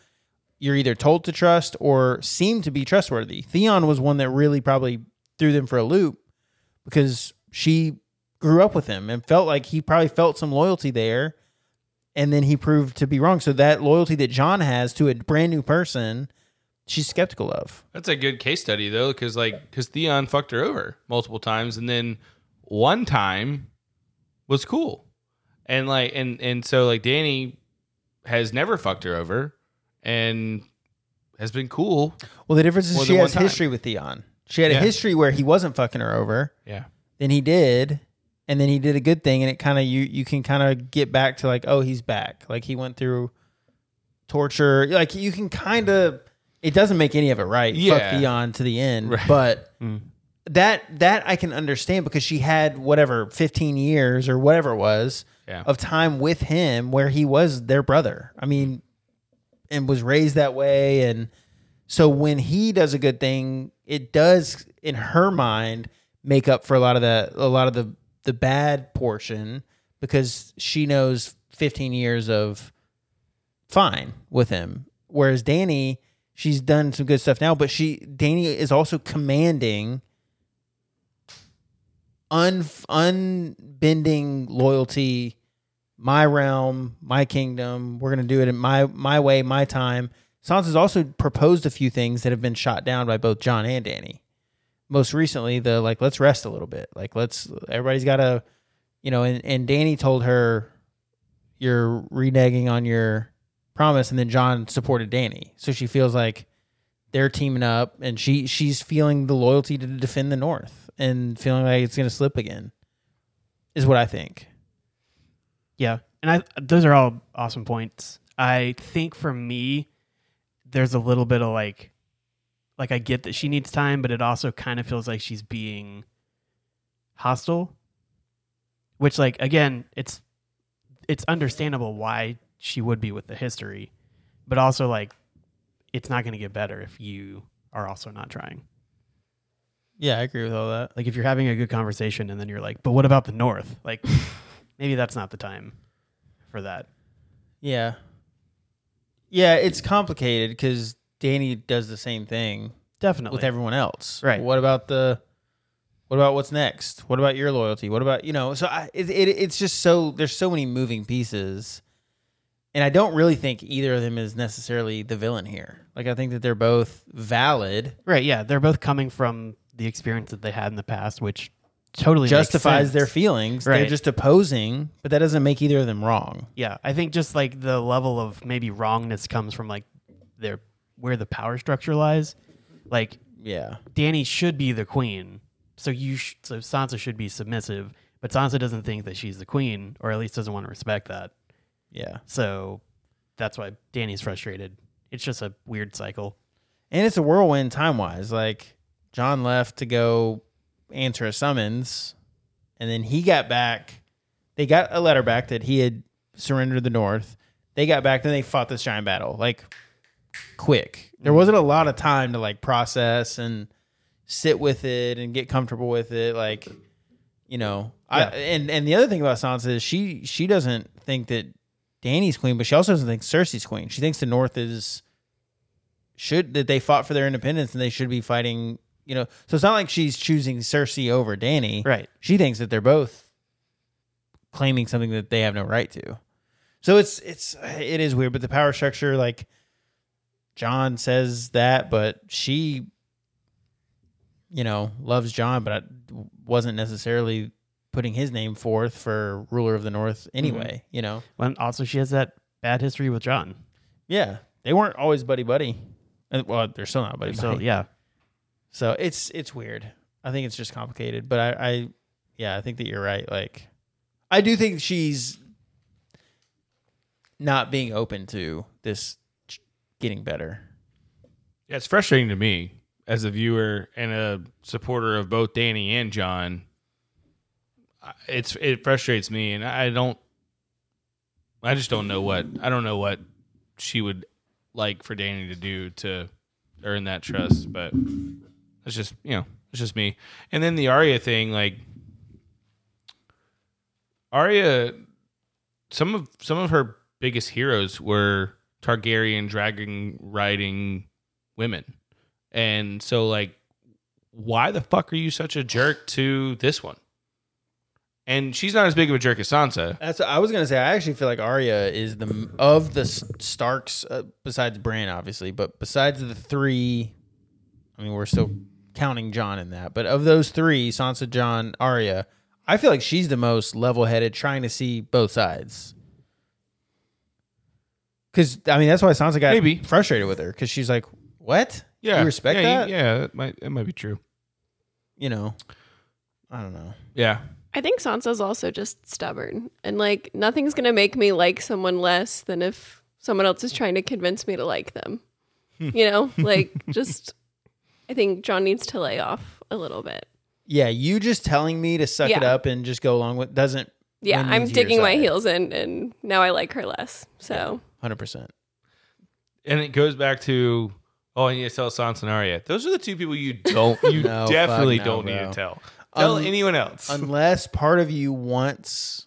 Speaker 3: you're either told to trust or seem to be trustworthy. Theon was one that really probably threw them for a loop because she grew up with him and felt like he probably felt some loyalty there and then he proved to be wrong. So that loyalty that John has to a brand new person, she's skeptical of.
Speaker 1: That's a good case study though, because like, because Theon fucked her over multiple times, and then one time was cool, and like, and and so like, Danny has never fucked her over, and has been cool.
Speaker 3: Well, the difference
Speaker 1: More
Speaker 3: is
Speaker 1: than
Speaker 3: she
Speaker 1: one
Speaker 3: has
Speaker 1: time.
Speaker 3: history with Theon. She had
Speaker 1: Yeah.
Speaker 3: a history where he wasn't fucking her over.
Speaker 1: Yeah.
Speaker 3: then he did and then he did a good thing and it kind of you you can kind of get back to like oh he's back like he went through torture like you can kind of it doesn't make any of it right
Speaker 1: Yeah.
Speaker 3: fuck Theon to the end
Speaker 1: Right. Mm.
Speaker 3: but that that I can understand because she had whatever 15 years or whatever it was
Speaker 1: Yeah.
Speaker 3: of time with him where he was their brother I mean and was raised that way and so when he does a good thing, it does in her mind make up for a lot of the a lot of the the bad portion because she knows 15 years of fine with him. Whereas Danny, she's done some good stuff now, but she Danny is also commanding un, unbending loyalty my realm, my kingdom. We're gonna do it in my my way, my time. Sansa's also proposed a few things that have been shot down by both John and Danny. most recently the like let's rest a little bit. Like let's everybody's got to you know and and Danny told her you're reneging on your promise and then John supported Danny. So she feels like they're teaming up and she she's feeling the loyalty to defend the north and feeling like it's going to slip again. Is what I think.
Speaker 2: Yeah, and I those are all awesome points. I think for me, there's a little bit of like, like I get that she needs time, but it also kind of feels like she's being hostile. Which, like, again, it's it's understandable why she would be with the history, but also like, it's not going to get better if you are also not trying.
Speaker 3: Yeah, I agree with all that.
Speaker 2: Like, if you're having a good conversation and then you're like, but what about the North? Like, maybe that's not the time for that.
Speaker 3: Yeah. Yeah, it's complicated because Danny does the same thing
Speaker 2: Definitely.
Speaker 3: with everyone else.
Speaker 2: Right.
Speaker 3: What about the? What about what's next? What about your loyalty? What about you know? So I, it, it it's just so there's so many moving pieces, and I don't really think either of them is necessarily the villain here. Like I think that they're both valid,
Speaker 2: Right. Yeah. They're both coming from the experience that they had in the past, which totally makes
Speaker 3: justifies
Speaker 2: sense.
Speaker 3: their feelings. They're
Speaker 2: Right.
Speaker 3: just opposing, but that doesn't make either of them wrong.
Speaker 2: Yeah. I think just like the level of maybe wrongness comes from like their where the power structure lies. Like
Speaker 3: Yeah.
Speaker 2: Danny should be the queen. So you sh- so Sansa should be submissive, but Sansa doesn't think that she's the queen or at least doesn't want to respect that.
Speaker 3: Yeah.
Speaker 2: So that's why Danny's frustrated. It's just a weird cycle.
Speaker 3: And it's a whirlwind time wise. Like John left to go answer a summons, and then he got back. They got a letter back that he had surrendered the North. They got back, then they fought this giant battle. Like quick. There
Speaker 2: Mm-hmm.
Speaker 3: wasn't a lot of time to like process and sit with it and get comfortable with it. Like, you know. I,
Speaker 2: Yeah.
Speaker 3: and and the other thing about Sansa is she she doesn't think that Danny's queen, but she also doesn't think Cersei's queen. She thinks the North is should that they fought for their independence and they should be fighting, you know. So it's not like she's choosing Cersei over Danny.
Speaker 2: Right.
Speaker 3: She thinks that they're both claiming something that they have no right to. So it's it's it is weird, but the power structure like John says that, but she you know, loves John, but I wasn't necessarily putting his name forth for ruler of the north anyway, you know.
Speaker 2: And also she has that bad history with John.
Speaker 3: Yeah, they weren't always buddy buddy. Uh, Well, they're still not buddy
Speaker 2: So
Speaker 3: buddy.
Speaker 2: yeah.
Speaker 3: So it's it's weird. I think it's just complicated. But I, I yeah, I think that you're right. Like, I do think she's not being open to this ch- getting better.
Speaker 1: Yeah, it's frustrating to me as a viewer and a supporter of both Danny and John. I- It's it frustrates me, and I don't. I just don't know what I don't know what she would like for Danny to do to earn that trust, but it's just you know it's just me. And then the Arya thing, like Arya, some of some of her biggest heroes were Targaryen dragon riding women. And so like why the fuck are you such a jerk to this one? And she's not as big of a jerk as Sansa.
Speaker 3: That's what I was gonna say. I actually feel like Arya is the of the S- Starks uh, besides Bran, obviously, but besides the three. I mean, we're still counting John in that, but of those three, Sansa, John, Arya, I feel like she's the most level-headed, trying to see both sides. Because I mean, that's why Sansa got
Speaker 1: Maybe.
Speaker 3: frustrated with her because she's like, "What? you respect
Speaker 1: yeah,
Speaker 3: that?
Speaker 1: You, yeah, that might that might be true.
Speaker 3: You know, I don't know.
Speaker 1: Yeah.
Speaker 5: I think Sansa's also just stubborn and like nothing's gonna make me like someone less than if someone else is trying to convince me to like them. you know, like just I think John needs to lay off a little bit.
Speaker 3: Yeah, you just telling me to suck it
Speaker 5: Yeah.
Speaker 3: up and just go along with doesn't.
Speaker 5: Yeah,
Speaker 3: lend me
Speaker 5: I'm
Speaker 3: to your
Speaker 5: digging my
Speaker 3: side.
Speaker 5: heels in and now I like her less. So
Speaker 3: Hundred percent.
Speaker 1: And it goes back to oh, I need to tell Sansa and Arya. Those are the two people you don't you
Speaker 3: No, fuck
Speaker 1: definitely
Speaker 3: no,
Speaker 1: don't need
Speaker 3: bro. Um,
Speaker 1: to tell. Tell
Speaker 3: Un-
Speaker 1: anyone else.
Speaker 3: unless part of you wants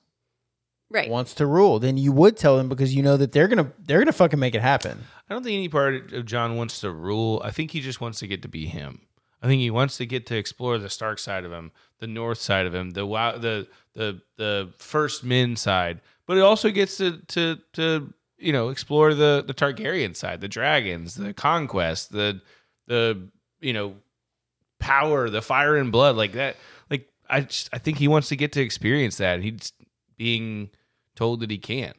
Speaker 5: right.
Speaker 3: wants to rule, then you would tell them because you know that they're gonna they're gonna fucking make it happen.
Speaker 1: I don't think any part of John wants to rule. I think he just wants to get to be him. I think he wants to get to explore the Stark side of him, the North side of him, the wow, the the the first men side. But it also gets to to to you know explore the the Targaryen side, the dragons, the conquest, the the you know power, the fire and blood, like that. Like I, just, I think he wants to get to experience that. He's being told that he can't.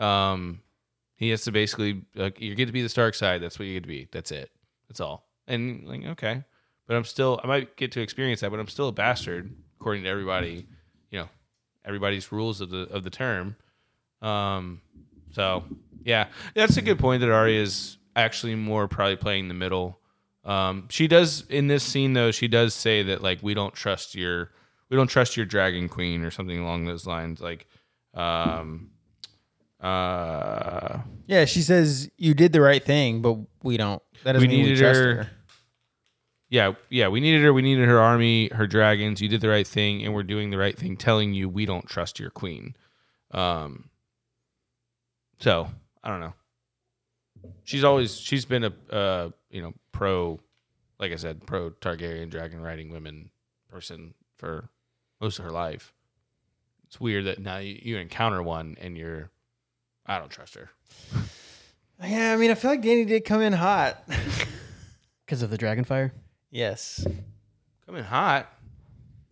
Speaker 1: Um, he has to basically like you get to be the Stark side. That's what you get to be. That's it. That's all. And like okay, but I'm still I might get to experience that, but I'm still a bastard according to everybody. You know, everybody's rules of the of the term. Um, so yeah, that's a good point that Arya is actually more probably playing the middle. Um, she does in this scene though. She does say that like we don't trust your we don't trust your dragon queen or something along those lines. Like, um, uh,
Speaker 3: Yeah, she says you did the right thing, but we don't. That doesn't
Speaker 1: We
Speaker 3: mean we
Speaker 1: needed
Speaker 3: trust
Speaker 1: her-
Speaker 3: her.
Speaker 1: yeah, yeah, we needed her. We needed her army, her dragons. You did the right thing, and we're doing the right thing, telling you we don't trust your queen. Um, so I don't know. She's always she's been a uh, you know pro, like I said, pro Targaryen dragon riding women person for most of her life. It's weird that now you, you encounter one and you're, I don't trust her.
Speaker 3: Yeah, I mean, I feel like Danny did come in hot.
Speaker 2: because of the dragon fire.
Speaker 3: yes.
Speaker 1: Coming hot.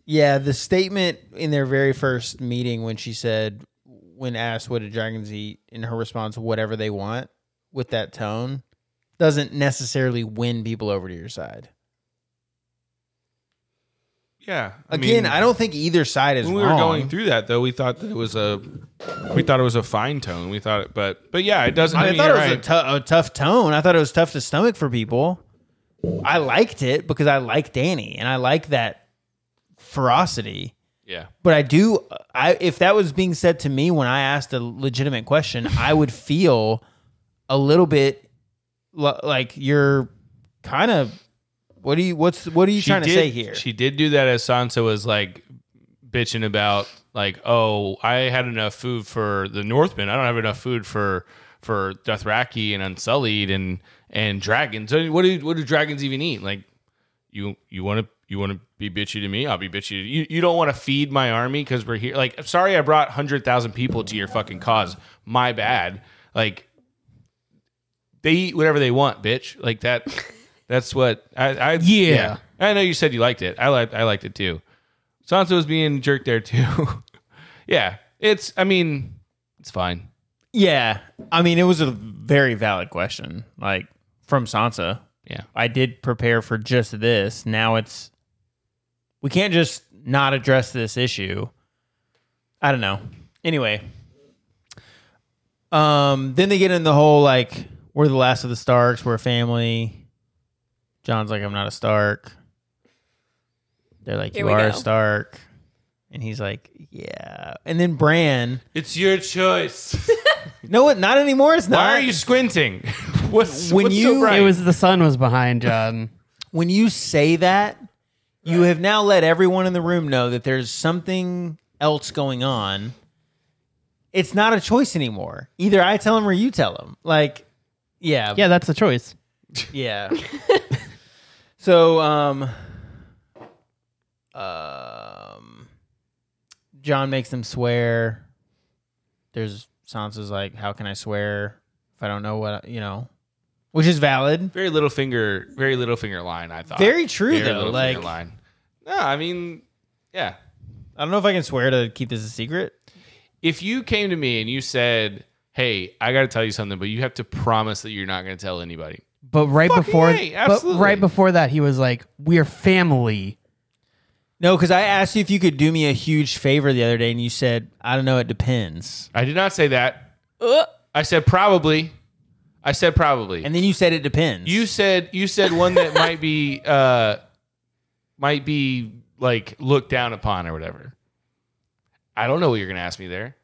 Speaker 3: Yeah, the statement in their very first meeting when she said, when asked what do dragons eat, and her response, whatever they want, with that tone, doesn't necessarily win people over to your side.
Speaker 1: Yeah.
Speaker 3: Again, I don't think either side is
Speaker 1: when we
Speaker 3: wrong.
Speaker 1: were going through that though we thought that it was a we thought it was a fine tone we thought it but but yeah it doesn't
Speaker 3: I,
Speaker 1: I,
Speaker 3: thought it was
Speaker 1: right.
Speaker 3: a, tou- a tough tone. I thought it was tough to stomach for people. I liked it because I like Danny and I like that ferocity.
Speaker 1: yeah
Speaker 3: But I do. I if that was being said to me when I asked a legitimate question, I would feel a little bit li- like you're kind of. What are you? What's what are you trying to
Speaker 1: did-
Speaker 3: say here?
Speaker 1: she did do that as Sansa was like bitching about like oh I had enough food for the Northmen I don't have enough food for for Dothraki and Unsullied and and dragons I mean, what do what do dragons even eat like you you want to you want to be bitchy to me I'll be bitchy to you you don't want to feed my army because we're here like sorry I brought hundred thousand people to your fucking cause my bad like they eat whatever they want, bitch. Like that. That's what I. I yeah. I know you said you liked it. I liked. I liked it too. Sansa was being jerked there too. yeah. It's. I mean, it's fine.
Speaker 3: yeah, I mean it was a very valid question, like from Sansa.
Speaker 1: Yeah.
Speaker 3: I did prepare for just this. Now it's we can't just not address this issue. I don't know. Anyway, um, then they get in the whole like we're the last of the Starks, we're a family. John's like, I'm not a Stark. They're like, you
Speaker 5: Here we
Speaker 3: are a
Speaker 5: go.
Speaker 3: Stark, and he's like, yeah. And then Bran,
Speaker 1: It's your choice.
Speaker 3: no, it- not anymore. It's not.
Speaker 1: Why are you squinting? what's
Speaker 3: When
Speaker 1: what's so
Speaker 3: you-
Speaker 1: bright?
Speaker 2: It was the sun was behind um, John.
Speaker 3: when you say that, you have now let everyone in the room know that there's something else going on. It's not a choice anymore. Either I tell him or you tell him. Like, yeah,
Speaker 2: yeah, that's the choice.
Speaker 3: yeah. so, um, um, John makes them swear. There's Sansa's like, how can I swear if I don't know what I-" you know, which is valid.
Speaker 1: very little finger. Very little finger line. I thought.
Speaker 3: Very true
Speaker 1: Very
Speaker 3: though.
Speaker 1: Littlefinger
Speaker 3: Like,
Speaker 1: line. No, I mean, yeah.
Speaker 3: I don't know if I can swear to keep this a secret.
Speaker 1: if you came to me and you said, "Hey, I got to tell you something, but you have to promise that you're not going to tell anybody."
Speaker 2: But right
Speaker 1: Fucking
Speaker 2: before,
Speaker 1: A,
Speaker 2: but
Speaker 1: absolutely.
Speaker 2: right before that, he was like, "We're family."
Speaker 3: No, because I asked you if you could do me a huge favor the other day, and you said, "I don't know. It depends."
Speaker 1: I did not say that.
Speaker 5: Ugh.
Speaker 1: I said probably. I said probably.
Speaker 3: And then you said it depends.
Speaker 1: you said you said one that might be uh might be like looked down upon or whatever. I don't know what you're going to ask me there.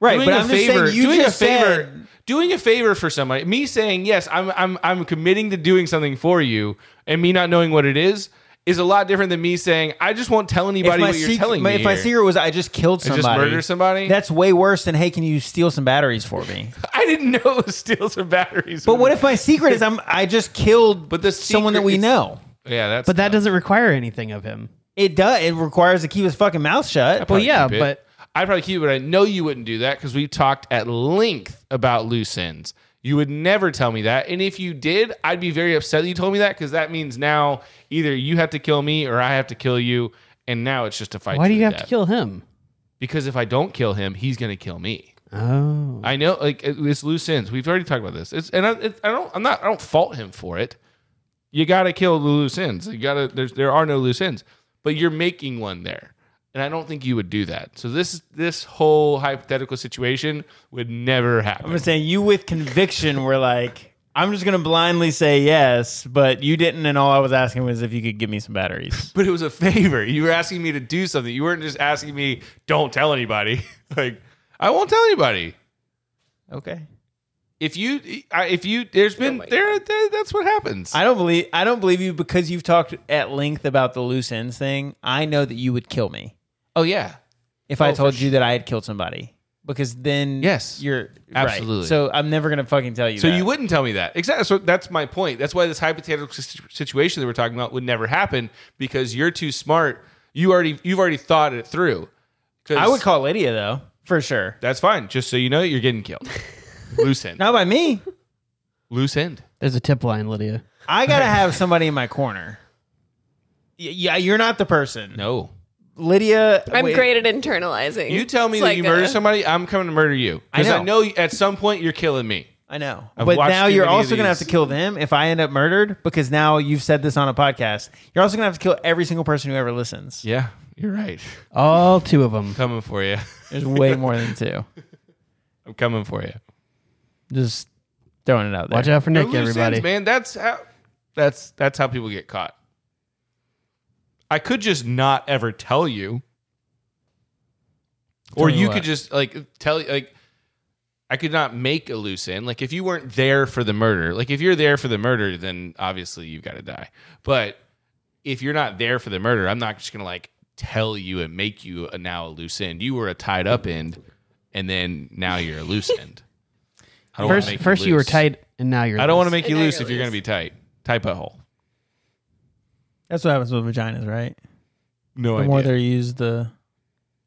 Speaker 3: right,
Speaker 1: doing
Speaker 3: but
Speaker 1: a
Speaker 3: I'm
Speaker 1: favor,
Speaker 3: just saying you
Speaker 1: doing
Speaker 3: just
Speaker 1: a favor,
Speaker 3: said-
Speaker 1: doing a favor for somebody. Me saying yes, I'm I'm I'm committing to doing something for you, and me not knowing what it is is a lot different than me saying I just won't tell
Speaker 3: if
Speaker 1: anybody
Speaker 3: my,
Speaker 1: what you're
Speaker 3: sec-
Speaker 1: telling
Speaker 3: my-
Speaker 1: me.
Speaker 3: if my
Speaker 1: here."
Speaker 3: secret was I just killed
Speaker 1: I
Speaker 3: somebody,
Speaker 1: just murder somebody?
Speaker 3: that's way worse than hey, can you steal some batteries for me?
Speaker 1: I didn't know it steals some batteries.
Speaker 3: but what if my secret is I'm I just killed
Speaker 1: But the
Speaker 3: someone that we
Speaker 1: secret is-
Speaker 3: know?
Speaker 1: Yeah, that's.
Speaker 2: But that doesn't require anything of him.
Speaker 3: It does. It requires to keep his fucking mouth shut.
Speaker 2: Well, yeah, but
Speaker 1: I probably keep it. I know you wouldn't do that because we talked at length about loose ends. You would never tell me that. And if you did, I'd be very upset that you told me that because that means now either you have to kill me or I have to kill you. And now it's just a fight.
Speaker 2: Why
Speaker 1: to
Speaker 2: do you
Speaker 1: the
Speaker 2: have to
Speaker 1: death.
Speaker 2: kill him?
Speaker 1: Because if I don't kill him, he's going to kill me.
Speaker 2: Oh,
Speaker 1: I know, like it- it's loose ends. We've already talked about this. It's and I, it, I don't, I'm not, I don't fault him for it. You got to kill the loose ends. You got to. There's there are no loose ends, but you're making one there, and I don't think you would do that. So this this whole hypothetical situation would never happen.
Speaker 3: I'm just saying you with conviction were like, I'm just gonna blindly say yes, but you didn't, and all I was asking was if you could give me some batteries.
Speaker 1: but it was a favor. You were asking me to do something. You weren't just asking me, "Don't tell anybody." like I won't tell anybody.
Speaker 3: Okay.
Speaker 1: If you, I- if you, there's been there, there. That's what happens.
Speaker 3: I don't believe I don't believe you because you've talked at length about the loose ends thing. I know that you would kill me
Speaker 1: oh yeah.
Speaker 3: if I told you that I had killed somebody. Because then
Speaker 1: Oh, Yes.
Speaker 3: you're
Speaker 1: Absolutely.
Speaker 3: Right. So I'm never gonna fucking tell you.
Speaker 1: So
Speaker 3: that.
Speaker 1: you wouldn't tell me that. Exactly. So that's my point. That's why this hypothetical situ- situation that we're talking about would never happen because you're too smart. You already you've already thought it through. 'Cause
Speaker 3: I would call Lydia though, for sure.
Speaker 1: That's fine. Just so you know, you're getting killed. Loose end.
Speaker 3: Not by me.
Speaker 1: Loose end.
Speaker 2: there's a tip line, Lydia.
Speaker 3: I gotta have somebody in my corner. Y- yeah, you're not the person.
Speaker 1: No.
Speaker 3: Lydia.
Speaker 5: I'm
Speaker 3: wait,
Speaker 5: great at internalizing.
Speaker 1: You tell me
Speaker 5: It's
Speaker 1: that
Speaker 5: like
Speaker 1: you murder
Speaker 5: a-
Speaker 1: somebody, I'm coming to murder you because
Speaker 3: I
Speaker 1: I know. at some point you're killing me.
Speaker 3: I know,
Speaker 1: I've
Speaker 3: but
Speaker 1: watched
Speaker 3: now
Speaker 1: too
Speaker 3: you're
Speaker 1: many of
Speaker 3: also gonna have to
Speaker 1: these.
Speaker 3: kill them if I end up murdered because now you've said this on a podcast. You're also gonna have to kill every single person who ever listens.
Speaker 1: Yeah, you're right.
Speaker 2: All two of them.
Speaker 1: Coming for you.
Speaker 3: There's way more than two.
Speaker 1: I'm coming for you.
Speaker 3: Just throwing it out there.
Speaker 2: Watch out for
Speaker 1: They're
Speaker 2: Nick,
Speaker 1: loose
Speaker 2: everybody.
Speaker 1: ends, man. That's how. That's that's how people get caught. I could just not ever tell you, or
Speaker 3: Tell you
Speaker 1: you
Speaker 3: what?
Speaker 1: could just like tell like. I could not make a loose end. Like if you weren't there for the murder, like if you're there for the murder, then obviously you've got to die. But if you're not there for the murder, I'm not just gonna like tell you and make you a, now a loose end. You were a tied up end, and then now you're a loose end. I don't wanna
Speaker 2: First,
Speaker 1: make
Speaker 2: first you were
Speaker 1: loose.
Speaker 2: tight, and now you're.
Speaker 1: I don't want to
Speaker 2: loose.
Speaker 1: make you
Speaker 5: And now
Speaker 1: loose
Speaker 5: you're
Speaker 1: if you're going
Speaker 5: loose.
Speaker 1: to be tight. Tight hole.
Speaker 3: That's what happens with vaginas, right?
Speaker 1: No
Speaker 3: The more they're used, the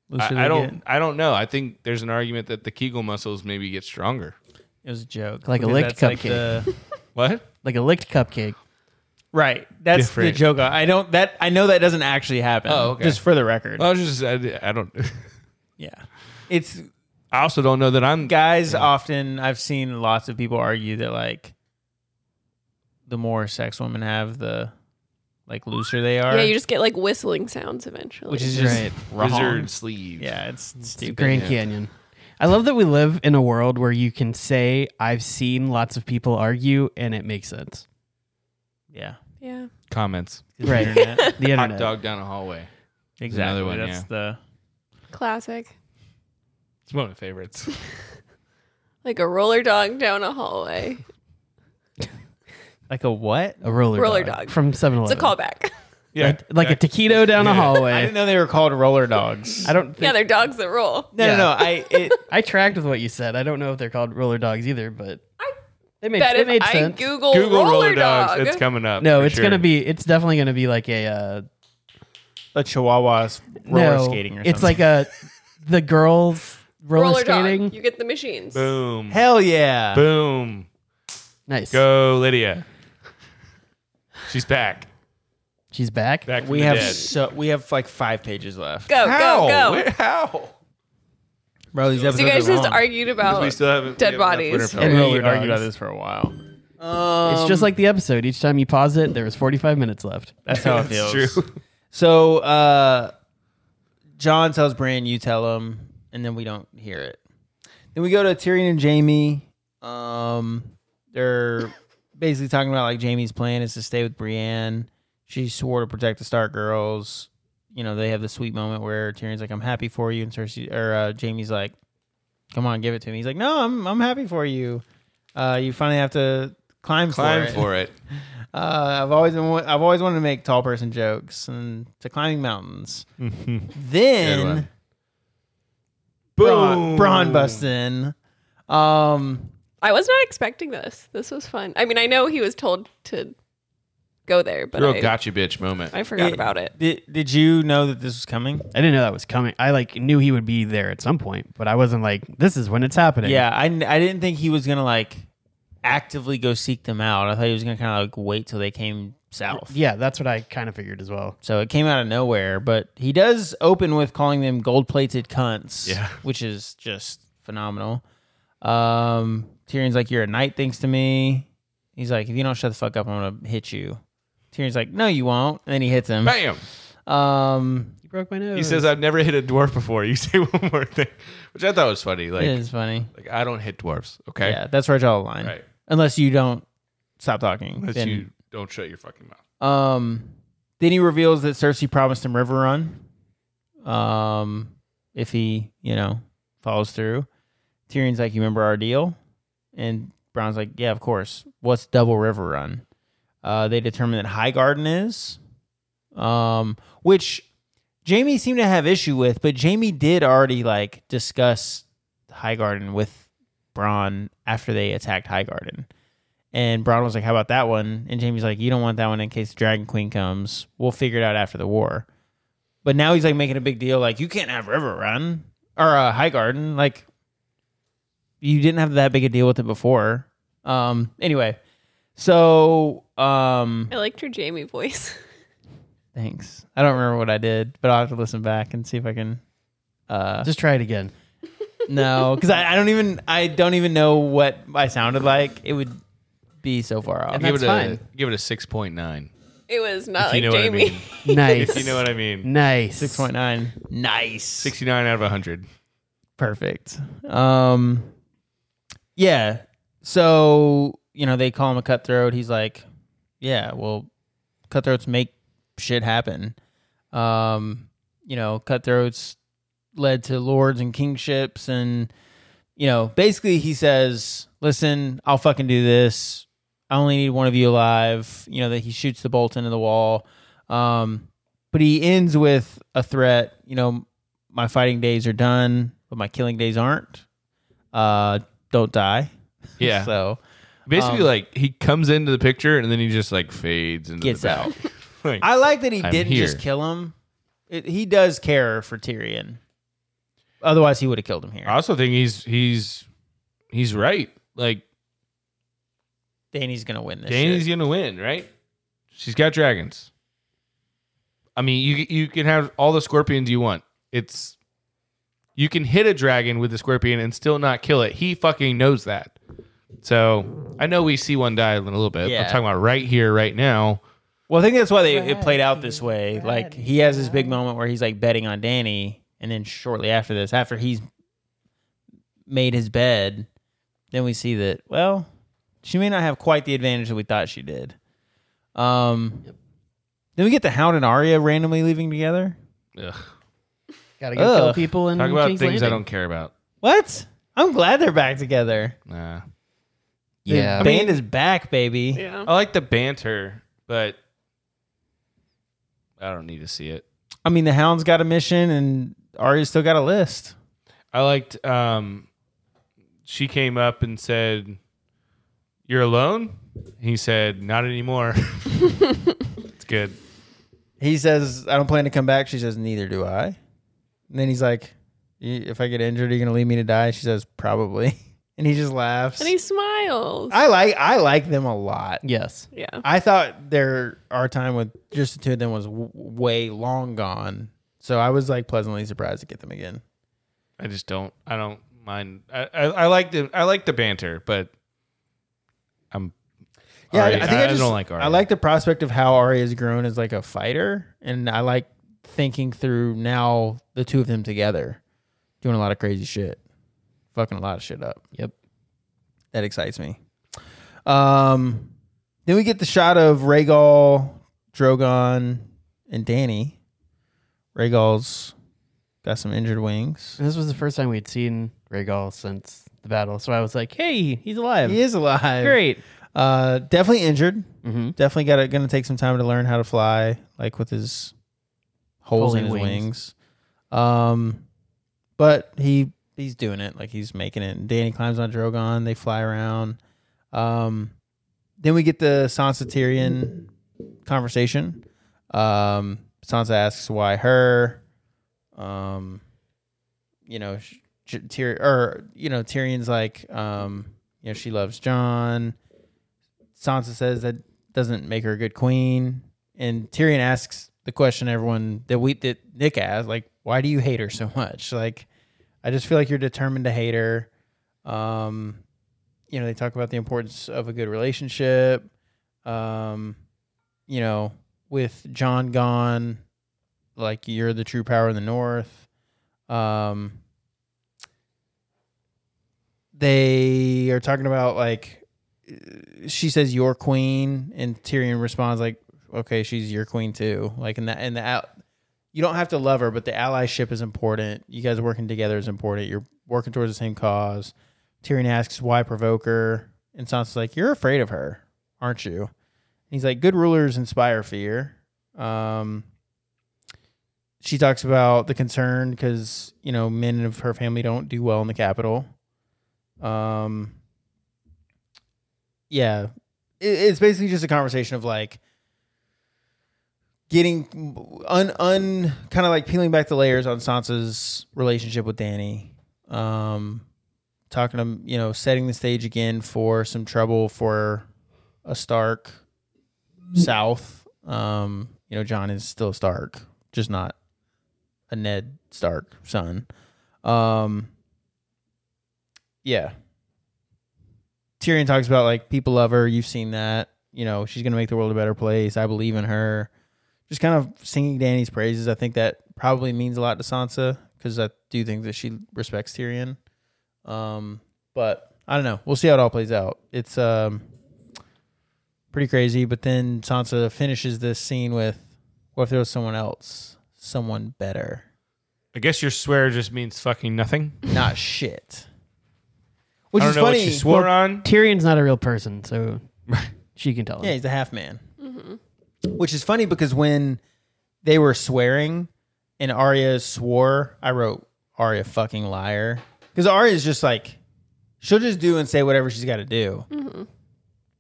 Speaker 3: looser they
Speaker 1: I, I don't.
Speaker 3: get.
Speaker 1: I don't know. I think there's an argument that the Kegel muscles maybe get stronger.
Speaker 3: It was a joke.
Speaker 2: Like a
Speaker 3: because
Speaker 2: licked
Speaker 3: that's like
Speaker 2: cupcake.
Speaker 3: the-
Speaker 1: What?
Speaker 2: like a licked cupcake.
Speaker 3: right. That's the
Speaker 1: Different.
Speaker 3: joke. I don't. That I know that doesn't actually happen.
Speaker 1: Oh, okay.
Speaker 3: Just for the record.
Speaker 1: I was just. I, I don't.
Speaker 3: yeah. It's
Speaker 1: I also don't know that I'm.
Speaker 3: guys often I've seen lots of people argue that like the more sex women have, the like looser they are.
Speaker 5: Yeah, you just get like whistling sounds eventually.
Speaker 3: which is just
Speaker 2: Right.
Speaker 3: wrong.
Speaker 1: Wizard sleeve.
Speaker 3: Yeah, it's
Speaker 2: It's
Speaker 3: stupid.
Speaker 2: Grand Canyon. I love that we live in a world where you can say I've seen lots of people argue and it makes sense.
Speaker 3: Yeah,
Speaker 5: yeah.
Speaker 1: Comments.
Speaker 2: Right.
Speaker 3: Internet.
Speaker 2: The internet.
Speaker 1: Hot dog down a hallway.
Speaker 3: exactly.
Speaker 1: Another one,
Speaker 3: That's
Speaker 1: yeah.
Speaker 3: the
Speaker 5: Classic.
Speaker 1: It's one of my favorites.
Speaker 5: Like a roller dog down a hallway.
Speaker 3: like a what?
Speaker 2: A roller,
Speaker 5: Roller
Speaker 2: dog,
Speaker 5: dog.
Speaker 2: from 7
Speaker 5: It's a
Speaker 2: Eleven.
Speaker 5: callback.
Speaker 1: yeah.
Speaker 2: Like a taquito down a
Speaker 3: I
Speaker 2: hallway.
Speaker 3: didn't know they were called roller dogs.
Speaker 2: I don't think,
Speaker 5: yeah, they're dogs that roll.
Speaker 3: no,
Speaker 2: Yeah.
Speaker 3: no, no. I it,
Speaker 2: I tracked with what you said. I don't know if they're called roller dogs either, but
Speaker 5: I
Speaker 2: they made,
Speaker 5: Bet
Speaker 2: they
Speaker 5: if
Speaker 2: made
Speaker 5: I
Speaker 2: sense.
Speaker 5: Google,
Speaker 1: Google
Speaker 5: Oh, roller,
Speaker 1: roller dogs.
Speaker 5: dog,
Speaker 1: It's coming up.
Speaker 2: no,
Speaker 1: for
Speaker 2: it's
Speaker 1: sure.
Speaker 2: gonna be. It's definitely gonna be like a uh,
Speaker 3: a chihuahua's roller
Speaker 2: no,
Speaker 3: skating or something.
Speaker 2: It's like a the girls roller,
Speaker 5: roller
Speaker 2: skating.
Speaker 5: dog. You get the machines.
Speaker 1: Boom.
Speaker 3: hell yeah.
Speaker 1: Boom.
Speaker 2: Nice.
Speaker 1: Go, Lydia. She's back.
Speaker 2: She's back.
Speaker 1: Back. From
Speaker 3: We
Speaker 1: the
Speaker 3: have
Speaker 1: dead.
Speaker 3: so we have like five pages left.
Speaker 5: Go,
Speaker 1: how?
Speaker 5: go, go.
Speaker 1: Where- how?
Speaker 3: Bro, these
Speaker 5: so you guys just argued about
Speaker 1: We still haven't.
Speaker 5: dead
Speaker 1: we haven't left
Speaker 5: bodies.
Speaker 1: Winterfell.
Speaker 2: And
Speaker 3: We
Speaker 2: roller
Speaker 3: argued
Speaker 2: dogs.
Speaker 3: about this for a while.
Speaker 2: It's just like the episode. Each time you pause it, there was 45 minutes left.
Speaker 3: That's how it
Speaker 1: That's
Speaker 3: feels.
Speaker 1: true.
Speaker 3: So uh, John tells Bran, you tell him, and then we don't hear it. Then we go to Tyrion and Jamie. Um, they're basically talking about like Jamie's plan is to stay with Brienne. She swore to protect the Stark girls. You know, they have the sweet moment where Tyrion's like, "I'm happy for you," and Cersei or uh, Jamie's like, "Come on, give it to me." He's like, "No, I'm I'm happy for you. Uh, you finally have to climb
Speaker 1: Climb
Speaker 3: for it."
Speaker 1: for it.
Speaker 3: Uh, I've always been, wa- I've always wanted to make tall person jokes and to climbing mountains.
Speaker 1: Good
Speaker 3: then
Speaker 1: one.
Speaker 3: Braun, Braun busts in. Um,
Speaker 5: I was not expecting this. This was fun. I mean, I know he was told to go there, but
Speaker 1: Real
Speaker 5: I,
Speaker 1: gotcha bitch moment.
Speaker 5: I forgot
Speaker 3: It-
Speaker 5: about it.
Speaker 3: did did you know that this was coming?
Speaker 2: I didn't know that was coming. I like knew he would be there at some point, but I wasn't like, this is when it's happening.
Speaker 3: Yeah, I, kn- I didn't think he was gonna like actively go seek them out. I thought he was gonna kind of like wait till they came south.
Speaker 2: Yeah, that's what I kind of figured as well.
Speaker 3: So it came out of nowhere, but he does open with calling them gold-plated cunts.
Speaker 1: Yeah.
Speaker 3: which is just phenomenal. Um, Tyrion's like, "You're a knight, thanks to me." He's like, "If you don't shut the fuck up, I'm gonna hit you." Tyrion's like, "No, you won't," and then he hits him.
Speaker 1: Bam!
Speaker 3: Um,
Speaker 2: You broke my nose.
Speaker 1: He says, "I've never hit a dwarf before." You say one more thing, which I thought was funny. Like,
Speaker 3: it is funny.
Speaker 1: like I don't hit dwarves. Okay,
Speaker 3: Yeah, that's where I draw the line.
Speaker 1: Right.
Speaker 3: Unless you don't stop talking.
Speaker 1: Unless
Speaker 3: then-
Speaker 1: you don't shut your fucking mouth.
Speaker 3: Um, then he reveals that Cersei promised him River Run. Um, if he, you know, follows through. Tyrion's like, You remember our deal? And Brown's like, Yeah, of course. What's double River Run? Uh, they determine that High Garden is. Um, which Jamie seemed to have issue with, but Jamie did already like discuss High Garden with Braun after they attacked High Garden. And Braun was like, How about that one? And Jamie's like, You don't want that one in case the Dragon Queen comes. We'll figure it out after the war. But now he's like making a big deal, like, You can't have River Run or uh, High Garden. Like, you didn't have that big a deal with it before. Um, anyway, so um,
Speaker 5: I liked her Jamie voice.
Speaker 3: thanks. I don't remember what I did, but I'll have to listen back and see if I can. Uh,
Speaker 2: Just try it again.
Speaker 3: no, because I, I don't even I don't even know what I sounded like. It would be so far off.
Speaker 2: And
Speaker 1: give
Speaker 2: that's
Speaker 1: it a
Speaker 2: fine.
Speaker 1: give it a six point nine.
Speaker 5: It was not
Speaker 1: if you
Speaker 5: like
Speaker 1: know
Speaker 5: Jamie.
Speaker 1: what I mean.
Speaker 2: Nice.
Speaker 1: If you know what I mean.
Speaker 2: Nice.
Speaker 3: Six point nine. Nice.
Speaker 1: Sixty nine out of hundred.
Speaker 3: Perfect. Um, yeah. So you know they call him a cutthroat. He's like, yeah, well, cutthroats make shit happen. Um, you know, cutthroats led to lords and kingships, and you know, basically he says, listen, I'll fucking do this. I only need one of you alive. You know that he shoots the bolt into the wall. Um, but he ends with a threat. You know, my fighting days are done, but my killing days aren't. Uh, don't die.
Speaker 1: Yeah.
Speaker 3: So
Speaker 1: Basically,
Speaker 3: Um,
Speaker 1: like he comes into the picture and then he just like fades into
Speaker 3: Gets
Speaker 1: the back.
Speaker 3: out.
Speaker 1: like,
Speaker 3: I like that he
Speaker 1: I'm
Speaker 3: didn't just
Speaker 1: here.
Speaker 3: kill him. It, he does care for Tyrion. Otherwise, he would have killed him here.
Speaker 1: I also think he's he's he's right. Like
Speaker 3: Danny's gonna win this.
Speaker 1: Danny's
Speaker 3: shit.
Speaker 1: gonna win, right? She's got dragons. I mean, you you can have all the scorpions you want. It's you can hit a dragon with a scorpion and still not kill it. He fucking knows that. So I know we see one die in a little bit.
Speaker 3: Yeah.
Speaker 1: I'm talking about right here, right now.
Speaker 3: Well, I think that's why they, it played out this way. like he has this big moment where he's like betting on Danny, and then shortly after this, after he's made his bed, then we see that well, she may not have quite the advantage that we thought she did. Um, then we get the Hound and Arya randomly leaving together.
Speaker 1: Ugh.
Speaker 2: Gotta go kill
Speaker 3: Ugh.
Speaker 2: people in
Speaker 1: Talk about
Speaker 2: Mm, King's
Speaker 1: things I
Speaker 2: Landing.
Speaker 1: don't care about.
Speaker 3: What? I'm glad they're back together.
Speaker 1: Nah.
Speaker 2: Yeah.
Speaker 3: the band is back, baby.
Speaker 5: yeah.
Speaker 1: I like the banter, but I don't need to see it.
Speaker 3: I mean, the Hound's got a mission, and Arya's still got a list.
Speaker 1: I liked um she came up and said, You're alone? He said, Not anymore. it's good.
Speaker 3: He says, "I don't plan to come back." She says, "Neither do I." And then he's like, "Y- "If I get injured, are you gonna leave me to die?" She says, "Probably." And he just laughs.
Speaker 5: And he smiles.
Speaker 3: I like I like them a lot.
Speaker 2: Yes.
Speaker 5: yeah.
Speaker 3: I thought their our time with just the two of them was w- way long gone, so I was like pleasantly surprised to get them again.
Speaker 1: I just don't I don't mind I, I, I like the I like the banter, but I'm
Speaker 3: Yeah,
Speaker 1: Arya-
Speaker 3: I, I think I, just,
Speaker 1: don't like Arya.
Speaker 3: I like the prospect of how Arya has grown as like a fighter, and I like thinking through now the two of them together, doing a lot of crazy shit, fucking a lot of shit up.
Speaker 2: Yep.
Speaker 3: That excites me. Um, then we get the shot of Rhaegal, Drogon, and Danny. Rhaegal's got some injured wings.
Speaker 2: And this was the first time we'd seen Rhaegal since the battle, so I was like, "Hey, he's alive!
Speaker 3: He is alive.
Speaker 2: Great!"
Speaker 3: Uh, definitely injured.
Speaker 2: Mm-hmm.
Speaker 3: definitely got to going to take some time to learn how to fly, like with his holes in his
Speaker 2: Pulling
Speaker 3: wings. Um, but he he's doing it, like he's making it. And Danny climbs on Drogon. They fly around. Um, then we get the Sansa Tyrion conversation. Um, Sansa asks why her. Um, you know, sh- Tyr- or you know Tyrion's like, um, you know, she loves John. Sansa says that doesn't make her a good queen. And Tyrion asks the question everyone that we that Nick asked, like, why do you hate her so much? Like, I just feel like you're determined to hate her. Um, you know, they talk about the importance of a good relationship. Um, you know, with John gone, like you're the true power in the north. Um, they are talking about like uh, she says your queen, and Tyrion responds like, "Okay, she's your queen too." Like in that, in the out, you don't have to love her, but the allyship is important. You guys working together is important. You're working towards the same cause. Tyrion asks why provoke her, and Sansa's like, "You're afraid of her, aren't you?" And he's like, "Good rulers inspire fear." Um, she talks about the concern because you know men of her family don't do well in the capital. Um, yeah, it, it's basically just a conversation of like getting un un kind of like peeling back the layers on Sansa's relationship with Danny. Um, talking to you know setting the stage again for some trouble for a Stark South. Um, you know John is still Stark, just not a Ned Stark son. Um, yeah. Tyrion talks about like people love her. You've seen that. You know she's gonna make the world a better place. I believe in her. Just kind of singing Danny's praises. I think that probably means a lot to Sansa because I do think that she respects Tyrion. Um, but I don't know. We'll see how it all plays out. It's um pretty crazy. But then Sansa finishes this scene with, "What if there was someone else, someone better?
Speaker 1: I guess your swear just means fucking nothing.
Speaker 3: Not shit." Which
Speaker 1: I don't
Speaker 3: is
Speaker 1: know
Speaker 3: funny.
Speaker 1: what you swore on.
Speaker 2: Tyrion's not a real person, so she can tell him.
Speaker 3: Yeah, he's a half man. Which is funny because when they were swearing and Arya swore, I wrote Arya fucking liar because Arya's just like she'll just do and say whatever she's got to do.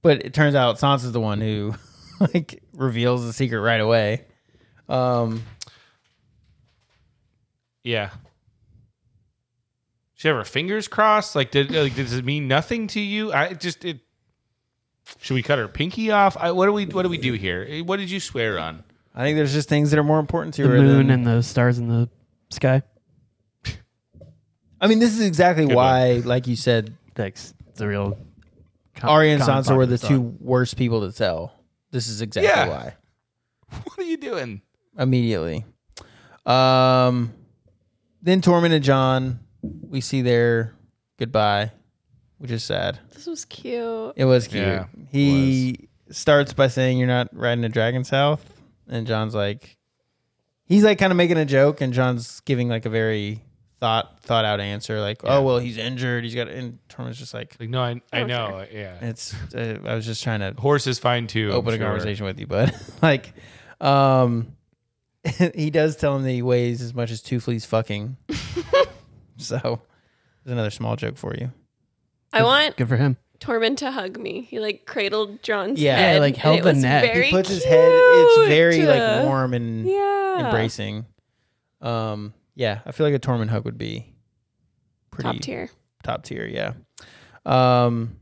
Speaker 3: But it turns out Sansa's the one who like reveals the secret right away. Um,
Speaker 1: Yeah. Should have her fingers crossed. Like, did like, does it mean nothing to you? I just it. Should we cut her pinky off? I, what do we What do we do here? Eh, What did you swear on?
Speaker 3: I think there's just things that are more important to
Speaker 2: The
Speaker 3: her.
Speaker 2: moon
Speaker 3: than,
Speaker 2: and the stars in the sky.
Speaker 3: I mean, this is exactly
Speaker 1: Good
Speaker 3: why, like you said,
Speaker 2: Thanks. It's a real. com-
Speaker 3: Arya and
Speaker 2: common
Speaker 3: Sansa were
Speaker 2: popular
Speaker 3: the
Speaker 2: thought.
Speaker 3: two worst people to tell. This is exactly
Speaker 1: Yeah.
Speaker 3: why.
Speaker 1: What are you doing?
Speaker 3: immediately. Um, then Tormund and John, we see their goodbye, which is sad.
Speaker 5: This was cute.
Speaker 3: It was cute.
Speaker 1: Yeah,
Speaker 3: he starts by saying, "You're not riding a dragon south," and John's like, he's like kind of making a joke, and John's giving like a very thought thought out answer, like, "Oh well, he's injured. He's got," and Tormund's just like,
Speaker 1: Like, no, I I
Speaker 5: Okay.
Speaker 1: know. Yeah,
Speaker 3: "It's." Uh, I was just trying to
Speaker 1: horse is fine too. I'm
Speaker 3: open
Speaker 1: sure.
Speaker 3: a conversation with you, but like, um, he does tell him that he weighs as much as two fleas fucking. so, there's another small joke for you.
Speaker 5: I want
Speaker 2: Good for him.
Speaker 5: Tormund to hug me. He like cradled John's
Speaker 3: Yeah. Yeah,
Speaker 5: head.
Speaker 2: like,
Speaker 5: and
Speaker 2: held
Speaker 5: it
Speaker 2: the
Speaker 5: was
Speaker 2: neck. He
Speaker 5: Very
Speaker 3: he puts his head. It's very
Speaker 5: cute.
Speaker 3: like warm and
Speaker 5: Yeah.
Speaker 3: embracing. Um, yeah, I feel like a Tormund hug would be pretty
Speaker 5: Top tier.
Speaker 3: top tier. Yeah. Um,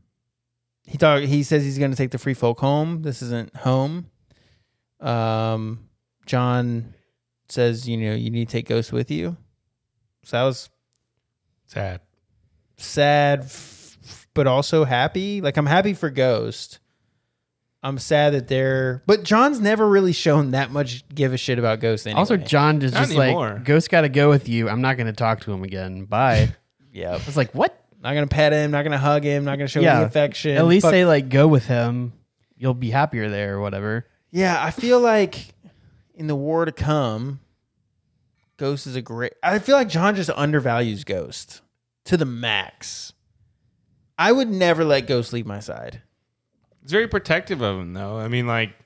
Speaker 3: he talk. He says he's going to take the free folk home. This isn't home. Um, John says, you know, you need to take Ghost with you. So that was
Speaker 1: Sad.
Speaker 3: sad, f- f- but also happy. Like I'm happy for Ghost. I'm sad that they're, but John's never really shown that much give a shit about Ghost. Anyway.
Speaker 2: Also, John is
Speaker 1: Not
Speaker 2: just
Speaker 1: anymore.
Speaker 2: like, Ghost got to go with you. I'm not going to talk to him again. Bye.
Speaker 3: yeah,
Speaker 2: I was like, what?
Speaker 3: not gonna pet him, not gonna hug him, not gonna show
Speaker 2: Yeah.
Speaker 3: any affection.
Speaker 2: At least
Speaker 3: Fuck
Speaker 2: say, like, go with him. You'll be happier there or whatever.
Speaker 3: Yeah, I feel like in the war to come, Ghost is a great. I feel like John just undervalues Ghost to the max. I would never let Ghost leave my side.
Speaker 1: It's very protective of him, though. I mean, like,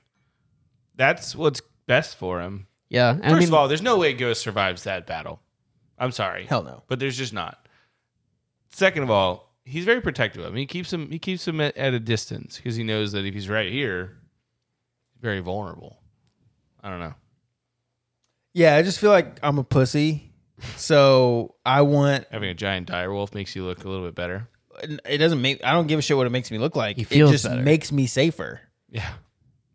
Speaker 1: that's what's best for him.
Speaker 2: Yeah. and I
Speaker 1: First
Speaker 2: mean,
Speaker 1: of all, there's no way Ghost survives that battle. I'm sorry.
Speaker 3: Hell no.
Speaker 1: but there's just not. Second of all, he's very protective of him. He keeps him he keeps him at, at a distance because he knows that if he's right here, he's very vulnerable. I don't know.
Speaker 3: Yeah, I just feel like I'm a pussy. So I want
Speaker 1: Having a giant dire wolf makes you look a little bit better.
Speaker 3: it doesn't make. I don't give a shit what it makes me look like.
Speaker 2: He feels
Speaker 3: it just
Speaker 2: better.
Speaker 3: makes me safer.
Speaker 1: Yeah.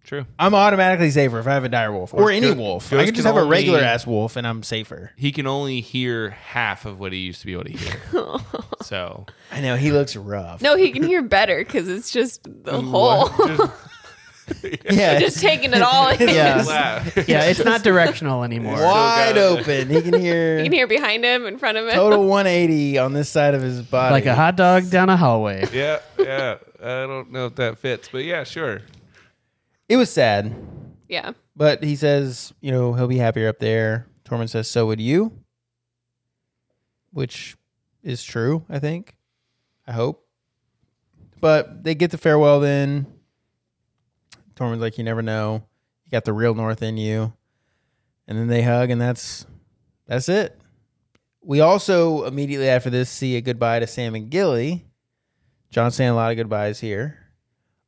Speaker 1: True.
Speaker 3: I'm automatically safer if I have a dire wolf or any
Speaker 1: Ghost-
Speaker 3: wolf. I
Speaker 1: ghosts
Speaker 3: could just
Speaker 1: can
Speaker 3: have a
Speaker 1: only-
Speaker 3: regular ass wolf and I'm safer.
Speaker 1: He can only hear half of what he used to be able to hear. so
Speaker 3: I know he looks rough.
Speaker 5: No, he can hear better because it's just the whole.
Speaker 3: yeah,
Speaker 5: just taking it all in.
Speaker 3: Yeah.
Speaker 1: Wow.
Speaker 2: Yeah, it's not directional anymore.
Speaker 3: wide
Speaker 1: So
Speaker 3: open. He can hear
Speaker 5: You can hear behind him, in front of him.
Speaker 3: total 180 on this side of his body.
Speaker 2: Like a hot dog down a hallway.
Speaker 1: yeah, yeah. I don't know if that fits, but yeah, sure.
Speaker 3: It was sad,
Speaker 5: Yeah.
Speaker 3: but he says, you know, he'll be happier up there. Tormund says, "So would you," which is true. I think. I hope. But they get the farewell. Then Tormund's like, "You never know. You got the real North in you." And then they hug, and that's that's it. We also immediately after this see a goodbye to Sam and Gilly. John's saying a lot of goodbyes here.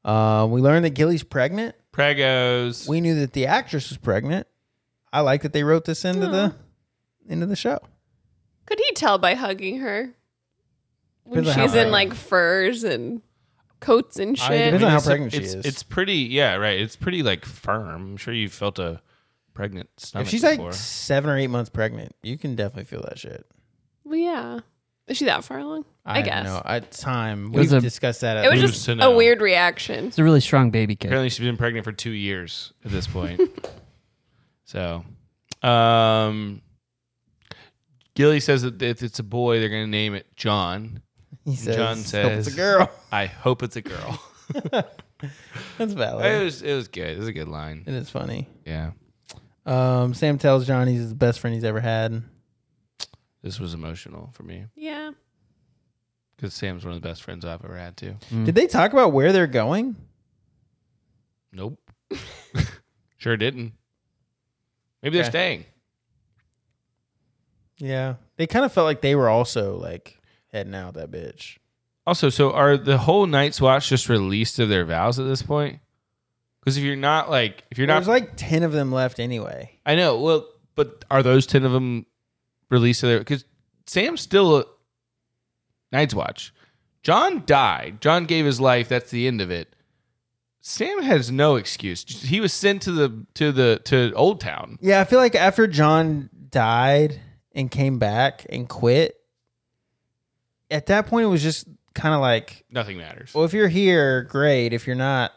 Speaker 3: Uh, we learn that Gilly's pregnant.
Speaker 1: Pregos.
Speaker 3: We knew that the actress was pregnant. I like that they wrote this into the into the show.
Speaker 5: Could he tell by hugging her? When
Speaker 3: Depends on how
Speaker 5: she's in
Speaker 3: pregnant.
Speaker 5: like furs and coats and
Speaker 3: I- depends
Speaker 5: shit.
Speaker 3: on how
Speaker 1: It's-
Speaker 3: pregnant she
Speaker 1: it's,
Speaker 3: is.
Speaker 1: It's pretty, yeah, right. It's pretty like firm. I'm sure you felt a pregnant stomach.
Speaker 3: if she's
Speaker 1: before.
Speaker 3: like seven or eight months pregnant, you can definitely feel that shit.
Speaker 5: Well, yeah. Is she that far along? I, guess.
Speaker 3: know. At time,
Speaker 2: was
Speaker 3: we've
Speaker 2: a-
Speaker 3: discussed that. At
Speaker 5: It was
Speaker 1: Who's
Speaker 5: just
Speaker 1: to
Speaker 5: a
Speaker 1: know?
Speaker 5: weird reaction.
Speaker 2: It's a really strong baby kid.
Speaker 1: apparently she's been pregnant for two years at this point. so, um, Gilly says that if it's a boy, they're going to name it John.
Speaker 3: he says,
Speaker 1: John
Speaker 3: "Hope it's
Speaker 1: says-
Speaker 3: a girl."
Speaker 1: I hope it's a girl.
Speaker 3: That's
Speaker 1: it
Speaker 3: valid.
Speaker 1: was it was good. It was a good line.
Speaker 3: It is funny.
Speaker 1: Yeah,
Speaker 3: Um, Sam tells John he's the best friend he's ever had.
Speaker 1: this was emotional for me
Speaker 5: Yeah.
Speaker 1: because Sam's one of the best friends I've ever had too.
Speaker 3: Did they talk about where they're going?
Speaker 1: Nope, sure didn't. Maybe they're
Speaker 3: Okay.
Speaker 1: staying.
Speaker 3: Yeah, they kind of felt like they were also like heading out that bitch.
Speaker 1: Also, so are the whole Night's Watch just released of their vows at this point? Because if you're not like, if you're not
Speaker 3: There's like ten of them left anyway.
Speaker 1: I know. Well, but are those ten of them released? There because Sam's still a Night's Watch. John died. John gave his life. That's the end of it. Sam has no excuse. He was sent to the to the to Old Town.
Speaker 3: Yeah, I feel like after John died and came back and quit, at that point it was just kind of like,
Speaker 1: Nothing matters.
Speaker 3: well, if you're here, great. If you're not,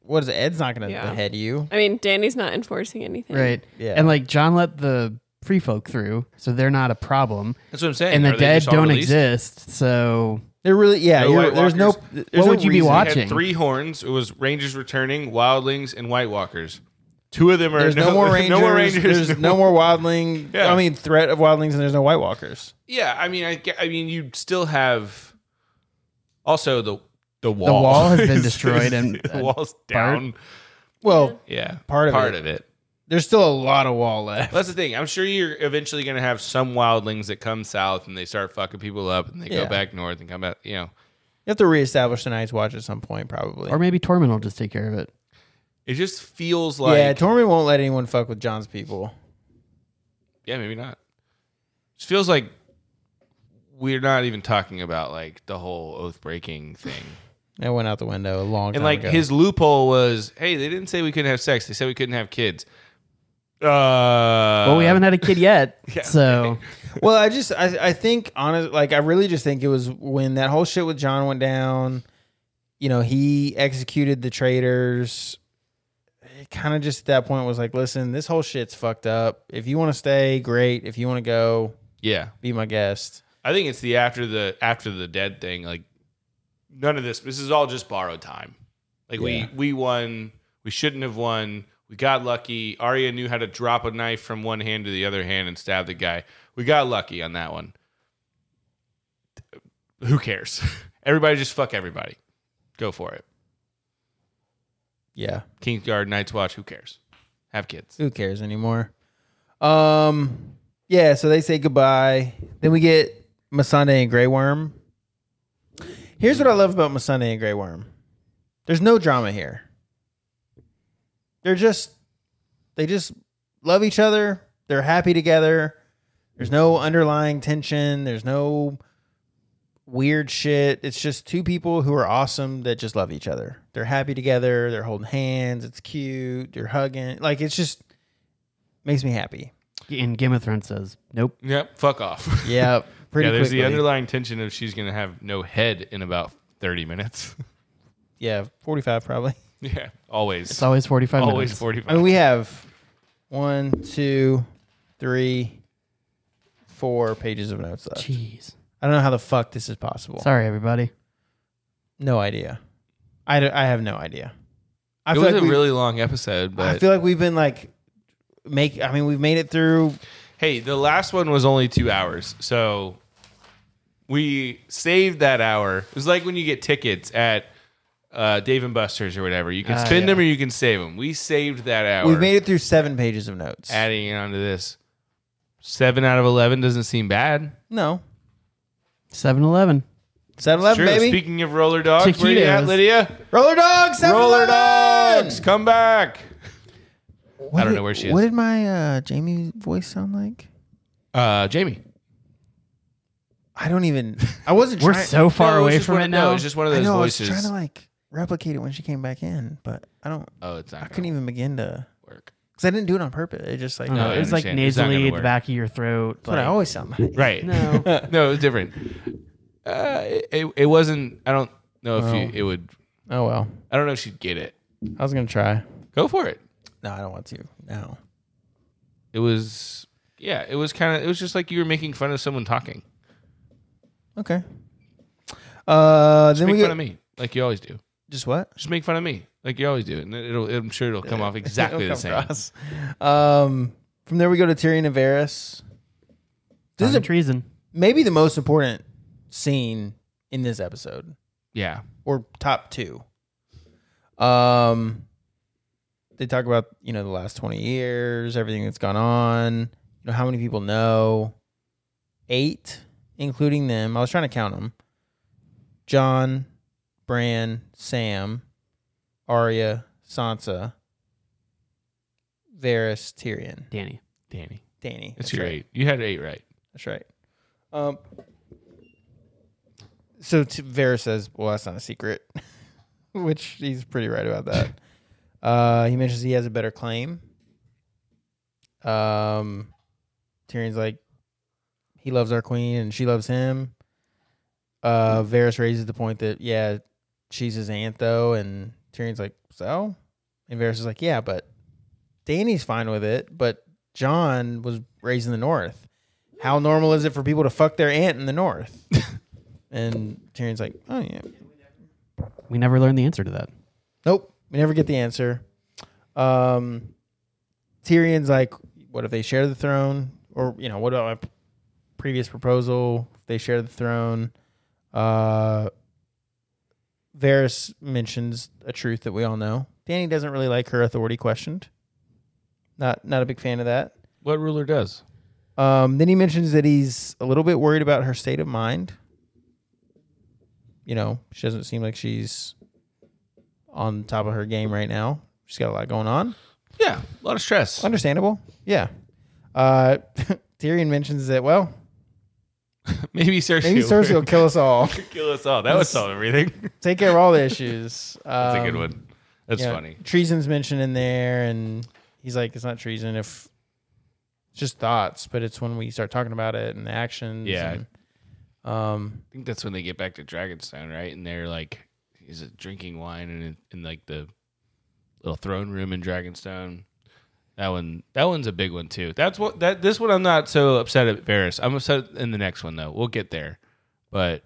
Speaker 3: what is it? Ed's not going to
Speaker 5: Yeah.
Speaker 3: behead you.
Speaker 5: I mean, Danny's not enforcing anything.
Speaker 2: Right.
Speaker 3: Yeah.
Speaker 2: And like John let the free folk through, so they're not a problem.
Speaker 1: That's what I'm saying.
Speaker 2: And the
Speaker 1: Are they
Speaker 2: dead
Speaker 1: just all
Speaker 2: don't
Speaker 1: released?
Speaker 2: exist. So
Speaker 3: They're really, yeah.
Speaker 1: No
Speaker 3: you're-
Speaker 1: White
Speaker 3: there's no.
Speaker 1: Walkers.
Speaker 3: There's
Speaker 2: What
Speaker 3: no
Speaker 2: would you be
Speaker 3: reason.
Speaker 1: They
Speaker 2: watching?
Speaker 1: had three horns. It was Rangers returning, Wildlings, and White Walkers. Two of them are
Speaker 3: There's no, more rangers.
Speaker 1: No more Rangers.
Speaker 3: There's no more wildling.
Speaker 1: Yeah.
Speaker 3: I mean, threat of wildlings, and there's no White Walkers.
Speaker 1: Yeah, I mean, I, ge- I mean, you still have. Also, the the wall.
Speaker 2: wall has been
Speaker 1: is-
Speaker 2: destroyed and-
Speaker 1: the wall's down.
Speaker 3: Well,
Speaker 1: Yeah,
Speaker 3: Part of
Speaker 1: part
Speaker 3: it.
Speaker 1: of it.
Speaker 3: there's still a lot of wall left.
Speaker 1: That's the thing. I'm sure you're eventually going to have some wildlings that come south and they start fucking people up and they
Speaker 3: Yeah.
Speaker 1: go back north and come back. You know,
Speaker 3: You have to reestablish the Night's Watch at some point, probably.
Speaker 2: or maybe Tormund will just take care of it.
Speaker 1: it just feels like
Speaker 3: yeah,
Speaker 1: yeah,
Speaker 3: Tormund won't let anyone fuck with John's people.
Speaker 1: maybe not. It just feels like we're not even talking about like the whole oath breaking thing.
Speaker 3: That went out the window a long time
Speaker 1: And like
Speaker 3: ago.
Speaker 1: his loophole was, hey, they didn't say we couldn't have sex. They said we couldn't have kids. Uh, well,
Speaker 2: well, we haven't had a kid yet,
Speaker 1: Uh, yeah.
Speaker 2: so
Speaker 3: well, I just I, I think honest like I really just think it was when that whole shit with John went down, you know, he executed the traitors. It kind of just at that point was like, listen, this whole shit's fucked up. If you want to stay, great. If you want to go,
Speaker 1: yeah.
Speaker 3: be my guest.
Speaker 1: I think it's the after the after the dead thing. Like none of this. This is all just borrowed time. Like
Speaker 3: Yeah.
Speaker 1: we we won. We shouldn't have won. We got lucky. Arya knew how to drop a knife from one hand to the other hand and stab the guy. We got lucky on that one. Who cares? Everybody just fuck everybody. Go for it.
Speaker 3: Yeah.
Speaker 1: Kingsguard, Night's Watch. Who cares? Have kids.
Speaker 3: Who cares anymore? Um yeah, so they say goodbye. Then we get Masande and Grey Worm. Here's what I love about Masande and Grey Worm. There's no drama here. They're just they just love each other. They're happy together. There's no underlying tension. There's no weird shit. It's just two people who are awesome that just love each other. They're happy together. They're holding hands. It's cute. They're hugging. Like it's just makes me happy.
Speaker 2: And Game of Thrones says, nope.
Speaker 1: Yep. Fuck off.
Speaker 3: Yeah, pretty
Speaker 1: yeah. There's
Speaker 3: quickly.
Speaker 1: the underlying tension of she's gonna have no head in about thirty minutes.
Speaker 3: yeah, forty five probably.
Speaker 1: yeah. Always.
Speaker 2: It's always 45
Speaker 1: always
Speaker 2: minutes.
Speaker 1: forty five.
Speaker 3: I mean, we have one, two, three, four pages of notes left.
Speaker 2: Jeez.
Speaker 3: I don't know how the fuck this is possible.
Speaker 2: Sorry, everybody.
Speaker 3: No idea. I, don't- I have no idea. I
Speaker 1: it
Speaker 3: feel
Speaker 1: was
Speaker 3: like
Speaker 1: a
Speaker 3: we-
Speaker 1: really long episode, but
Speaker 3: I feel like we've been like make. I mean, we've made it through.
Speaker 1: Hey, the last one was only two hours, so we saved that hour. It was like when you get tickets at uh, Dave and Buster's or whatever. You can
Speaker 2: Ah,
Speaker 1: spend
Speaker 2: yeah.
Speaker 1: them or you can save them. We saved that hour.
Speaker 3: We've made it through seven pages of notes.
Speaker 1: adding on to this. Seven out of eleven doesn't seem bad.
Speaker 3: no,
Speaker 2: 7 Eleven.
Speaker 3: 7-Eleven, baby.
Speaker 1: Speaking of roller dogs, where you at,
Speaker 2: Taquitos.
Speaker 1: Lydia?
Speaker 3: roller dogs. 7-Eleven!
Speaker 1: Roller dogs, come back.
Speaker 3: What
Speaker 1: I don't
Speaker 3: did-
Speaker 1: know where she
Speaker 3: What
Speaker 1: is.
Speaker 3: did my uh, Jamie voice sound like?
Speaker 1: Uh, Jamie,
Speaker 3: I don't even. I wasn't.
Speaker 2: We're
Speaker 3: trying,
Speaker 2: so far
Speaker 1: No, was
Speaker 2: away
Speaker 1: just
Speaker 2: from
Speaker 1: one
Speaker 2: it
Speaker 1: of-
Speaker 2: now.
Speaker 1: No, it's just one of
Speaker 3: I
Speaker 1: those
Speaker 3: know,
Speaker 1: voices.
Speaker 3: I was trying to like replicate it when she came back in, but I don't.
Speaker 1: oh, it's not.
Speaker 3: I couldn't
Speaker 1: gonna
Speaker 3: even begin to
Speaker 1: work.
Speaker 3: because I didn't do it on purpose. It just like
Speaker 2: I don't
Speaker 1: No,
Speaker 2: know,
Speaker 1: I
Speaker 2: Uh, it was like
Speaker 1: understand. It's not gonna
Speaker 2: nasally at the
Speaker 1: work.
Speaker 2: back of your throat.
Speaker 3: But I
Speaker 2: like-
Speaker 3: always sound like.
Speaker 1: Right.
Speaker 2: no.
Speaker 1: no, it was different. Uh, it, it wasn't. I don't know if you, it would.
Speaker 3: Oh well,
Speaker 1: I don't know if she'd get it.
Speaker 3: I was gonna try.
Speaker 1: Go for it.
Speaker 3: No, I don't want to. No.
Speaker 1: It was. Yeah, it was kind of. It was just like you were making fun of someone talking.
Speaker 3: Okay. Uh, then
Speaker 1: Make
Speaker 3: we
Speaker 1: fun
Speaker 3: get
Speaker 1: of me, like you always do.
Speaker 3: just what
Speaker 1: Just make fun of me, like you always do, and it'll. I'm sure it'll come off exactly
Speaker 3: It'll
Speaker 1: the same.
Speaker 3: come across. Um, from there we go to Tyrion and Varys. This is a,
Speaker 2: treason.
Speaker 3: maybe the most important scene in this episode,
Speaker 1: Yeah,
Speaker 3: or top two. Um, they talk about you know the last twenty years, everything that's gone on. You know how many people know? Eight, including them. I was trying to count them. John, Bran, Sam, Arya, Sansa, Varys, Tyrion,
Speaker 2: Danny.
Speaker 1: Danny,
Speaker 3: Danny.
Speaker 1: it's your eight. You had eight right.
Speaker 3: That's right. Um. So t- Vera says, "Well, that's not a secret," which he's pretty right about that. uh, he mentions he has a better claim. Um, Tyrion's like, he loves our queen and she loves him. Uh, Varys raises the point that yeah, she's his aunt though, and Tyrion's like, so, and Varys is like, yeah, but Danny's fine with it, but John was raised in the North how normal is it for people to fuck their aunt in the north? and Tyrion's like, oh yeah,
Speaker 2: We never learned the answer to that.
Speaker 3: nope, we never get the answer. Um, Tyrion's like, what if they share the throne? Or you know, what about my previous proposal? If they share the throne. Uh, Varys mentions a truth that we all know. Danny doesn't really like her authority questioned. Not not a big fan of that.
Speaker 1: What ruler does?
Speaker 3: Um, then he mentions that he's a little bit worried about her state of mind. You know, she doesn't seem like she's on top of her game right now. She's got a lot going on.
Speaker 1: Yeah, a lot of stress.
Speaker 3: Understandable. Yeah. Uh, Tyrion mentions that, well,
Speaker 1: Maybe Cersei.
Speaker 3: maybe Cersei will kill us all,
Speaker 1: kill us all. That would solve everything.
Speaker 3: take care of all the issues. Um,
Speaker 1: That's a good one. That's funny.
Speaker 3: Treason's mentioned in there, and he's like, it's not treason if it's just thoughts, but it's when we start talking about it and the actions.
Speaker 1: Yeah.
Speaker 3: and, um,
Speaker 1: I think that's when they get back to Dragonstone, right? And they're like, is it drinking wine in in like the little throne room in Dragonstone? That one, that one's a big one too. That's what that this one I'm not so upset at Varys. I'm upset in the next one though. We'll get there, but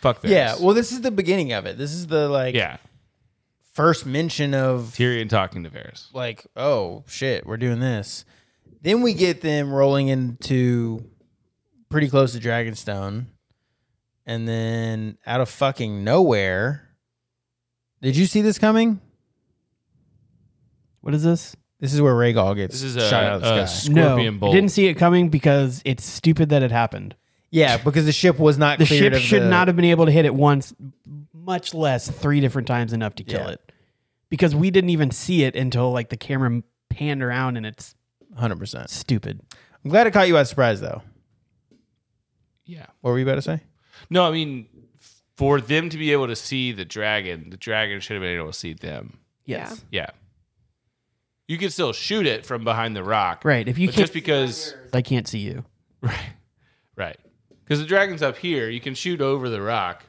Speaker 1: fuck Varys.
Speaker 3: Yeah, well, this is the beginning of it. This is the like
Speaker 1: yeah.
Speaker 3: first mention of
Speaker 1: Tyrion talking to Varys.
Speaker 3: like, oh shit, we're doing this. Then we get them rolling into pretty close to Dragonstone, and then out of fucking nowhere, did you see this coming?
Speaker 2: What is this?
Speaker 3: This is where Rhaegal gets
Speaker 1: This is a,
Speaker 3: shot out of the
Speaker 1: a
Speaker 3: sky.
Speaker 1: scorpion
Speaker 2: no,
Speaker 1: bolt.
Speaker 2: didn't see it coming because it's stupid that it happened.
Speaker 3: Yeah, because the ship was not
Speaker 2: The
Speaker 3: cleared
Speaker 2: ship
Speaker 3: of
Speaker 2: should
Speaker 3: the-
Speaker 2: not have been able to hit it once, much less three different times enough to kill
Speaker 3: Yeah.
Speaker 2: it. Because we didn't even see it until like the camera panned around, and it's
Speaker 3: 100%.
Speaker 2: stupid.
Speaker 3: I'm glad it caught you by surprise though.
Speaker 1: yeah.
Speaker 3: What were you about to say?
Speaker 1: No, I mean, for them to be able to see the dragon, the dragon should have been able to see them.
Speaker 2: Yes.
Speaker 1: Yeah. You can still shoot it from behind the rock.
Speaker 2: Right. If you
Speaker 1: but
Speaker 2: can't,
Speaker 1: just because
Speaker 2: I can't see you.
Speaker 1: Right. Right. Because the dragon's up here. You can shoot over the rock,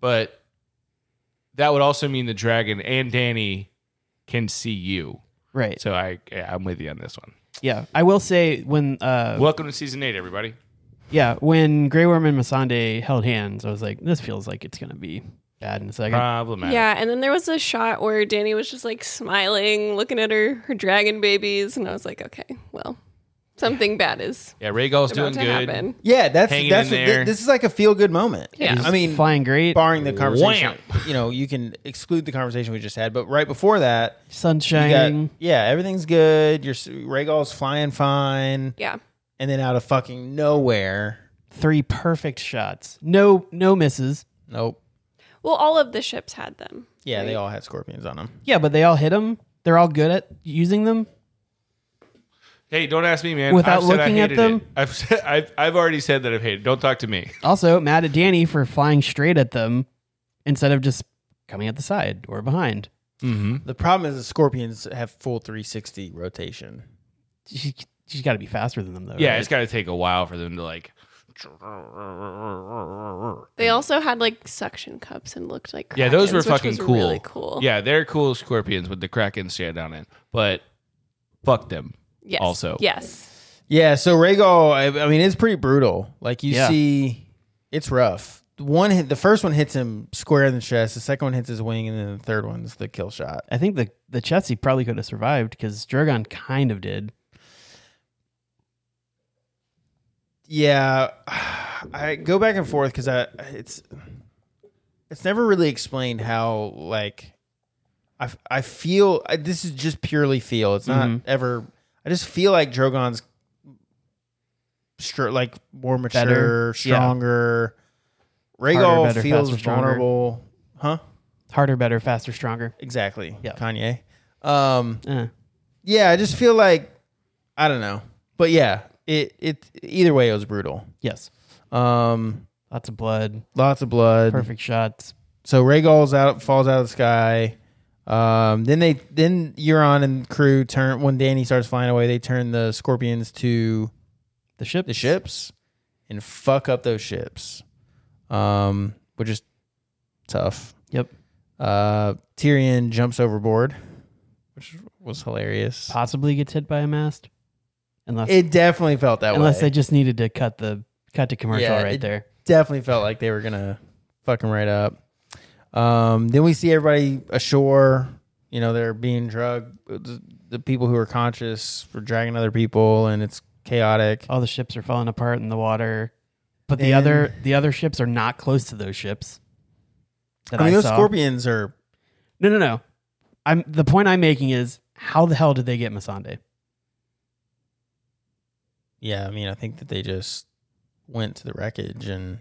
Speaker 1: but that would also mean the dragon and Danny can see you.
Speaker 2: Right.
Speaker 1: So I, yeah, I'm with you on this one.
Speaker 2: Yeah. I will say when uh
Speaker 1: Welcome to season eight, everybody.
Speaker 2: yeah, when Grey Worm and Masande held hands, I was like, this feels like it's gonna be bad in a second.
Speaker 3: Uh,
Speaker 1: Problematic.
Speaker 5: Yeah, and then there was a shot where Danny was just like smiling, looking at her her dragon babies, and I was like, okay, well, something bad is
Speaker 1: Yeah, Rhaegal's
Speaker 5: about
Speaker 1: doing
Speaker 5: to
Speaker 1: good.
Speaker 5: happen.
Speaker 3: Yeah, that's
Speaker 1: Hanging
Speaker 3: that's
Speaker 1: in
Speaker 3: what-
Speaker 1: there.
Speaker 3: this is like a feel good moment.
Speaker 5: Yeah.
Speaker 3: I mean,
Speaker 2: Flying great,
Speaker 3: barring the conversation,
Speaker 1: Wham.
Speaker 3: you know, you can exclude the conversation we just had. But right before that,
Speaker 2: sun
Speaker 3: you got-
Speaker 2: shining.
Speaker 3: yeah, everything's good. Your s- Rhaegal's flying fine,
Speaker 5: Yeah,
Speaker 3: and then out of fucking nowhere,
Speaker 2: three perfect shots. No no misses.
Speaker 3: nope.
Speaker 5: well, all of the ships had them.
Speaker 3: Yeah, they
Speaker 5: Right.
Speaker 3: all had scorpions on them.
Speaker 2: Yeah, but they all hit them. They're all good at using them.
Speaker 1: Hey, don't ask me, man.
Speaker 2: Without
Speaker 1: I've said I
Speaker 2: looking at
Speaker 1: hated
Speaker 2: them?
Speaker 1: it. I've, said, I've I've already said that I've hated. it. Don't talk to me.
Speaker 2: Also, mad at Danny for flying straight at them instead of just coming at the side or behind.
Speaker 1: Mm-hmm.
Speaker 3: The problem is the scorpions have full 360 rotation.
Speaker 2: She, she's got to be faster than them, though.
Speaker 1: Yeah,
Speaker 2: right?
Speaker 1: it's got to take a while for them to like.
Speaker 5: They also had like suction cups and looked like
Speaker 1: Mm. Yeah, those
Speaker 5: krakens,
Speaker 1: were
Speaker 5: which
Speaker 1: fucking
Speaker 5: was
Speaker 1: cool.
Speaker 5: Really cool.
Speaker 1: Yeah, they're cool scorpions with the kraken stand on it, but fuck them.
Speaker 5: Yes.
Speaker 1: also.
Speaker 5: Yes.
Speaker 3: Yeah, so Rhaegal, I, I mean, it's pretty brutal. Like you
Speaker 2: Yeah.
Speaker 3: see, it's rough. One, hit, the first one hits him square in the chest. The second one hits his wing, and then the third one's the kill shot.
Speaker 2: I think the the Chelsea probably could have survived because Drogon kind of did.
Speaker 3: Yeah, I go back and forth because I it's it's never really explained how like I f- I feel I, this is just purely feel. It's not
Speaker 2: Mhm.
Speaker 3: ever. I just feel like Drogon's str- like more mature,
Speaker 2: Better, yeah.
Speaker 3: stronger. Rhaegal
Speaker 2: Harder, better,
Speaker 3: feels
Speaker 2: faster, stronger.
Speaker 3: vulnerable, huh?
Speaker 2: Harder, better, faster, stronger.
Speaker 3: Exactly.
Speaker 2: Yeah.
Speaker 3: Kanye. Um,
Speaker 2: Eh.
Speaker 3: yeah, I just feel like I don't know, but yeah, it it either way it was brutal.
Speaker 2: Yes.
Speaker 3: Um,
Speaker 2: Lots of blood,
Speaker 3: lots of blood.
Speaker 2: perfect shots.
Speaker 3: So Rhaegal's out, falls out of the sky. Um, then they, then Euron and crew turn when Danny starts flying away. They turn the scorpions to
Speaker 2: The ship.
Speaker 3: the ships and fuck up those ships, um, which is tough.
Speaker 2: Yep.
Speaker 3: Uh, Tyrion jumps overboard, which was hilarious.
Speaker 2: Possibly gets hit by a mast. Unless
Speaker 3: It definitely felt that
Speaker 2: unless
Speaker 3: way.
Speaker 2: they just needed to cut the cut to commercial
Speaker 3: Yeah,
Speaker 2: right
Speaker 3: it-
Speaker 2: there.
Speaker 3: definitely felt like they were gonna fuck him right up. Um, then we see everybody ashore. You know, they're being drugged. The, the people who are conscious were dragging other people, and it's chaotic.
Speaker 2: All the ships are falling apart in the water. But the
Speaker 3: And-
Speaker 2: other the other ships are not close to those ships. That
Speaker 3: I mean, those
Speaker 2: saw.
Speaker 3: scorpions are.
Speaker 2: No, no, no. I'm the point I'm making is how the hell did they get Masande?
Speaker 3: Yeah, I mean, I think that they just went to the wreckage, and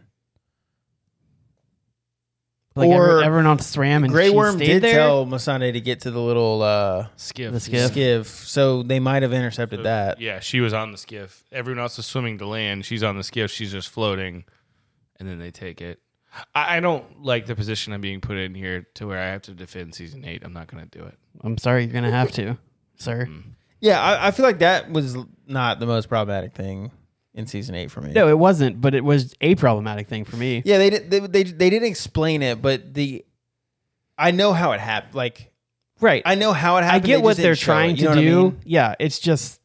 Speaker 2: Like
Speaker 3: Or-
Speaker 2: every- everyone else swam and
Speaker 3: Grey
Speaker 2: she
Speaker 3: Worm
Speaker 2: stayed
Speaker 3: did
Speaker 2: there?
Speaker 3: tell Masande to get to the little uh,
Speaker 1: Skiff.
Speaker 2: The skiff.
Speaker 3: skiff, so they might have intercepted that.
Speaker 1: Yeah, she was on the skiff. Everyone else is swimming to land. She's on the skiff. She's just floating, and then they take it. I, I don't like the position I'm being put in here to where I have to defend season eight. I'm not going to do it.
Speaker 2: I'm sorry, you're gonna have to, sir.
Speaker 3: Mm. Yeah, I, I feel like that was not the most problematic thing in season eight for me.
Speaker 2: No, it wasn't, but it was a problematic thing for me.
Speaker 3: Yeah, they did. They, they they didn't explain it, but the I know how it happened. Like
Speaker 2: Right. I,
Speaker 3: I know how it happened.
Speaker 2: get
Speaker 3: they
Speaker 2: what
Speaker 3: just
Speaker 2: they're
Speaker 3: didn't show it,
Speaker 2: trying
Speaker 3: you know
Speaker 2: to
Speaker 3: what I
Speaker 2: do.
Speaker 3: mean?
Speaker 2: Yeah, it's just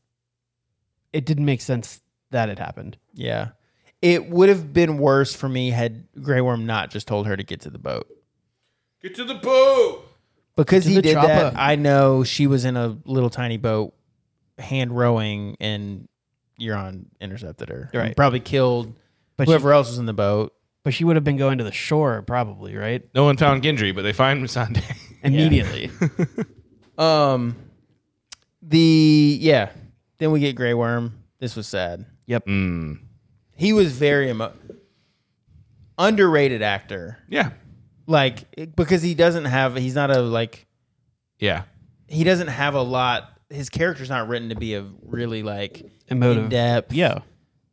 Speaker 2: it didn't make sense that it happened.
Speaker 3: Yeah, it would have been worse for me had Grey Worm not just told her to get to the boat
Speaker 1: Get to the boat.
Speaker 3: because
Speaker 2: To
Speaker 3: he
Speaker 2: the uh,
Speaker 3: did that.
Speaker 2: chopper.
Speaker 3: I know she was in a little tiny boat, hand rowing, and Euron intercepted her. and
Speaker 2: Right.
Speaker 3: probably killed
Speaker 2: But she,
Speaker 3: whoever else was in the boat.
Speaker 2: but she would have been going to the shore probably, right?
Speaker 1: No one found Gendry, but they find Masande.
Speaker 2: Immediately.
Speaker 3: Um, the yeah. Then we get Grey Worm. This was sad.
Speaker 1: mm.
Speaker 3: he was very emo- underrated actor
Speaker 1: Yeah,
Speaker 3: like it- because he doesn't have he's not a like
Speaker 1: yeah.
Speaker 3: he doesn't have a lot his character's not written to be a really like
Speaker 2: Emotive.
Speaker 3: in depth
Speaker 2: Yeah.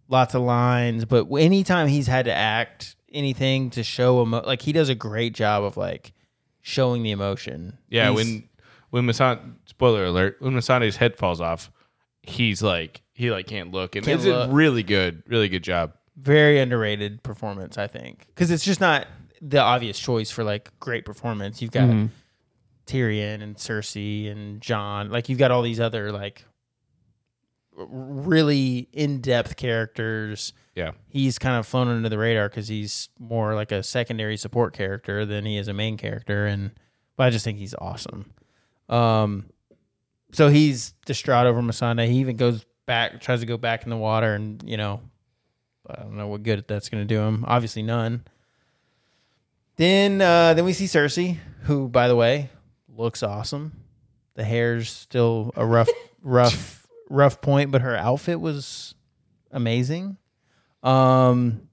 Speaker 3: lots of lines but anytime he's had to act anything to show emo- like he does a great job of like showing the emotion.
Speaker 1: Yeah,
Speaker 3: He's-
Speaker 1: when when Masant spoiler alert, when Masante's head falls off, he's like he like can't look and
Speaker 3: Can't
Speaker 1: it's
Speaker 3: look.
Speaker 1: a really good, really good job.
Speaker 3: very underrated performance, I think, because it's just not the obvious choice for like great performance. You've got Tyrion and Cersei and John, like you've got all these other like r- really in depth characters.
Speaker 1: Yeah.
Speaker 3: He's kind of flown under the radar because he's more like a secondary support character than he is a main character, and but I just think he's awesome. Um, so he's distraught over Masana. He even goes back, tries to go back in the water, and you know, I don't know what good that's going to do him. Obviously, none. Then, uh, then we see Cersei, who, by the way, looks awesome. The hair's still a rough, rough, rough point, but her outfit was amazing. Um,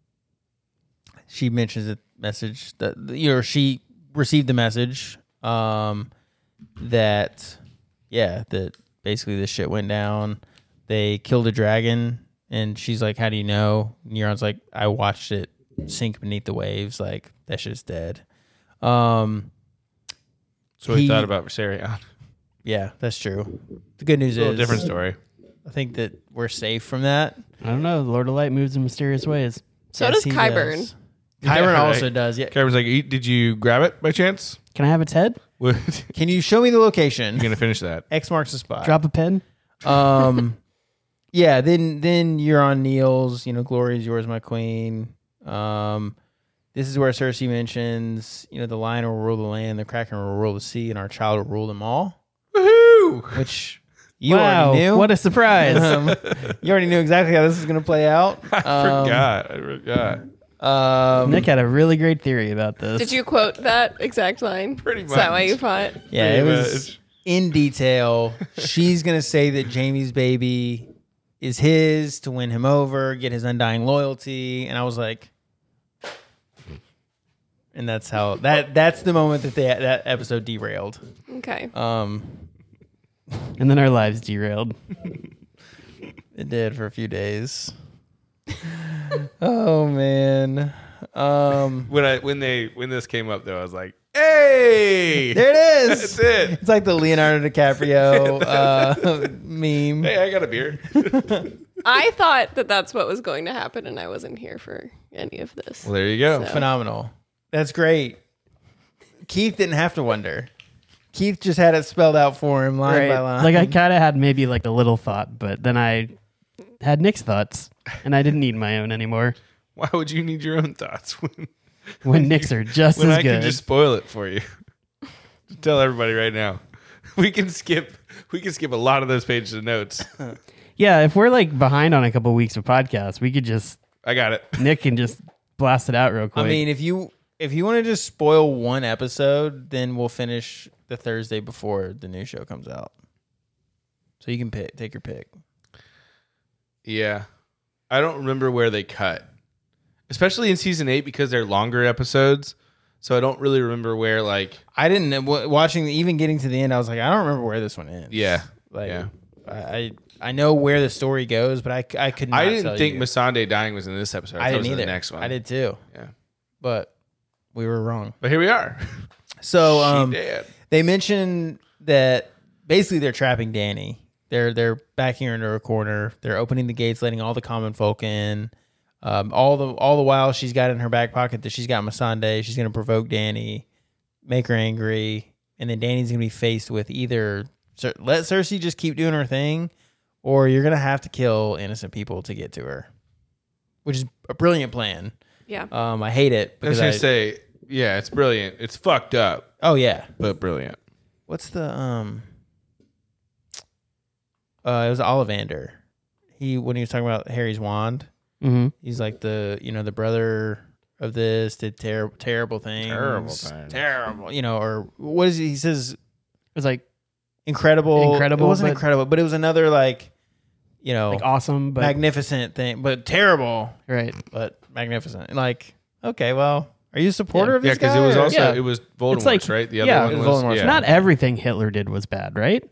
Speaker 3: she mentions a message that you know she received the message. Um, that yeah, that basically this shit went down. They killed a dragon, and she's like, "How do you know?" Neuron's like, "I watched it sink beneath the waves. Like that shit's dead." Um,
Speaker 1: So we
Speaker 3: He-
Speaker 1: thought about Viserion.
Speaker 3: yeah, that's true. The good news
Speaker 1: Little
Speaker 3: is,
Speaker 1: different story.
Speaker 3: I think that we're safe from that.
Speaker 2: I don't know. The Lord of Light moves in mysterious ways.
Speaker 5: So
Speaker 3: Yes,
Speaker 5: does
Speaker 3: he
Speaker 5: Kyburn.
Speaker 3: does. Kyburn
Speaker 1: Yeah,
Speaker 3: also
Speaker 1: right.
Speaker 3: does. Yeah.
Speaker 1: Kyron's like, "E- did you grab it by chance?
Speaker 2: Can I have its head?
Speaker 1: You're
Speaker 3: Can you show me the location?
Speaker 1: gonna finish that.
Speaker 3: X marks the spot.
Speaker 2: Drop a pin?
Speaker 3: Um, yeah. Then then you're on Neil's. You know, glory is yours, my queen. Um, this is where Cersei mentions, you know, the lion will rule the land, the kraken will rule the sea, and our child will rule them all. Woohoo! Which you
Speaker 2: wow,
Speaker 3: already knew.
Speaker 2: what a surprise.
Speaker 3: Um, you already knew exactly how this is going to play out.
Speaker 1: I forgot. I forgot.
Speaker 3: Um,
Speaker 2: Nick had a really great theory about this.
Speaker 5: Did you quote that exact line? Pretty Is that why
Speaker 1: much.
Speaker 5: you fought?
Speaker 3: yeah, it
Speaker 1: Pretty
Speaker 3: was
Speaker 1: much.
Speaker 3: in detail. She's going to say that Jamie's baby is his to win him over, get his undying loyalty, and I was like and that's how that that's the moment that they that episode derailed.
Speaker 5: Okay.
Speaker 3: Um
Speaker 2: and then our lives derailed.
Speaker 3: it did for a few days. oh man. Um
Speaker 1: When I when they when this came up though, I was like, hey,
Speaker 3: there it is.
Speaker 1: that's it.
Speaker 3: It's like the Leonardo DiCaprio uh, meme.
Speaker 1: Hey, I got a beer.
Speaker 5: I thought that that's what was going to happen, and I wasn't here for any of this.
Speaker 1: Well, there you go.
Speaker 5: So-
Speaker 3: Phenomenal. That's great. Keith didn't have to wonder. Keith just had it spelled out for him line by line.
Speaker 2: Like I kind of had maybe like a little thought, but then I had Nick's thoughts and I didn't need my own anymore
Speaker 1: Why would you need your own thoughts when
Speaker 2: when Nick's are just
Speaker 1: when
Speaker 2: as
Speaker 1: I
Speaker 2: good.
Speaker 1: can just spoil it for you? Just Tell everybody right now. We can skip. We can skip a lot of those pages of notes.
Speaker 2: yeah, if we're like behind on a couple weeks of podcasts, we could just
Speaker 1: I got it.
Speaker 2: Nick can just blast it out real
Speaker 3: I
Speaker 2: quick.
Speaker 3: mean, if you if you want to just spoil one episode, then we'll finish the Thursday before the new show comes out. So you can pick, take your pick.
Speaker 1: Yeah, I don't remember where they cut, especially in season eight because they're longer episodes. So I don't really remember where. Like,
Speaker 3: I didn't w- watching even getting to the end. I was like, I don't remember where this one ends.
Speaker 1: yeah,
Speaker 3: like
Speaker 1: yeah.
Speaker 3: I I I know where the story goes, but I c- I could. Not
Speaker 1: I
Speaker 3: tell
Speaker 1: didn't think
Speaker 3: you.
Speaker 1: Masande dying was in this episode. I,
Speaker 3: I
Speaker 1: thought it
Speaker 3: didn't
Speaker 1: was in
Speaker 3: either.
Speaker 1: The next one.
Speaker 3: I did too.
Speaker 1: Yeah.
Speaker 3: but we were wrong.
Speaker 1: But here we are. Oh,
Speaker 3: So um,
Speaker 1: she did.
Speaker 3: they mention that basically they're trapping Danny. They're they're backing her into a corner. They're opening the gates, letting all the common folk in. Um, all the all the while she's got in her back pocket that she's got Masande. She's gonna provoke Danny, make her angry, and then Danny's gonna be faced with either Cer- let Cersei just keep doing her thing, or you're gonna have to kill innocent people to get to her, which is a brilliant plan.
Speaker 5: Yeah.
Speaker 3: Um, I hate it
Speaker 1: I was
Speaker 3: because
Speaker 1: gonna
Speaker 3: I,
Speaker 1: say, yeah, it's brilliant. It's fucked up,
Speaker 3: oh yeah,
Speaker 1: but brilliant.
Speaker 3: what's the um uh it was Ollivander. He when he was talking about Harry's wand,
Speaker 2: Mhm.
Speaker 3: he's like the you know, the brother of this did ter- terrible things.
Speaker 1: thing.
Speaker 3: Terrible, you know, or what is he? He says
Speaker 2: It was like
Speaker 3: incredible.
Speaker 2: Incredible,
Speaker 3: It wasn't
Speaker 2: but-
Speaker 3: incredible, but it was another like you know
Speaker 2: like awesome, but
Speaker 3: magnificent thing, but terrible,
Speaker 2: right.
Speaker 3: but magnificent. Like, okay, well, are you a supporter of
Speaker 1: Yeah,
Speaker 3: this
Speaker 1: because
Speaker 3: guy?
Speaker 1: it was
Speaker 3: or-
Speaker 1: also
Speaker 2: Yeah.
Speaker 1: it was Voldemort's,
Speaker 2: like-
Speaker 1: right? The
Speaker 2: yeah,
Speaker 1: other
Speaker 3: it
Speaker 1: one
Speaker 3: was
Speaker 1: was,
Speaker 3: Voldemort's.
Speaker 1: yeah.
Speaker 2: Not everything Hitler did was bad, right?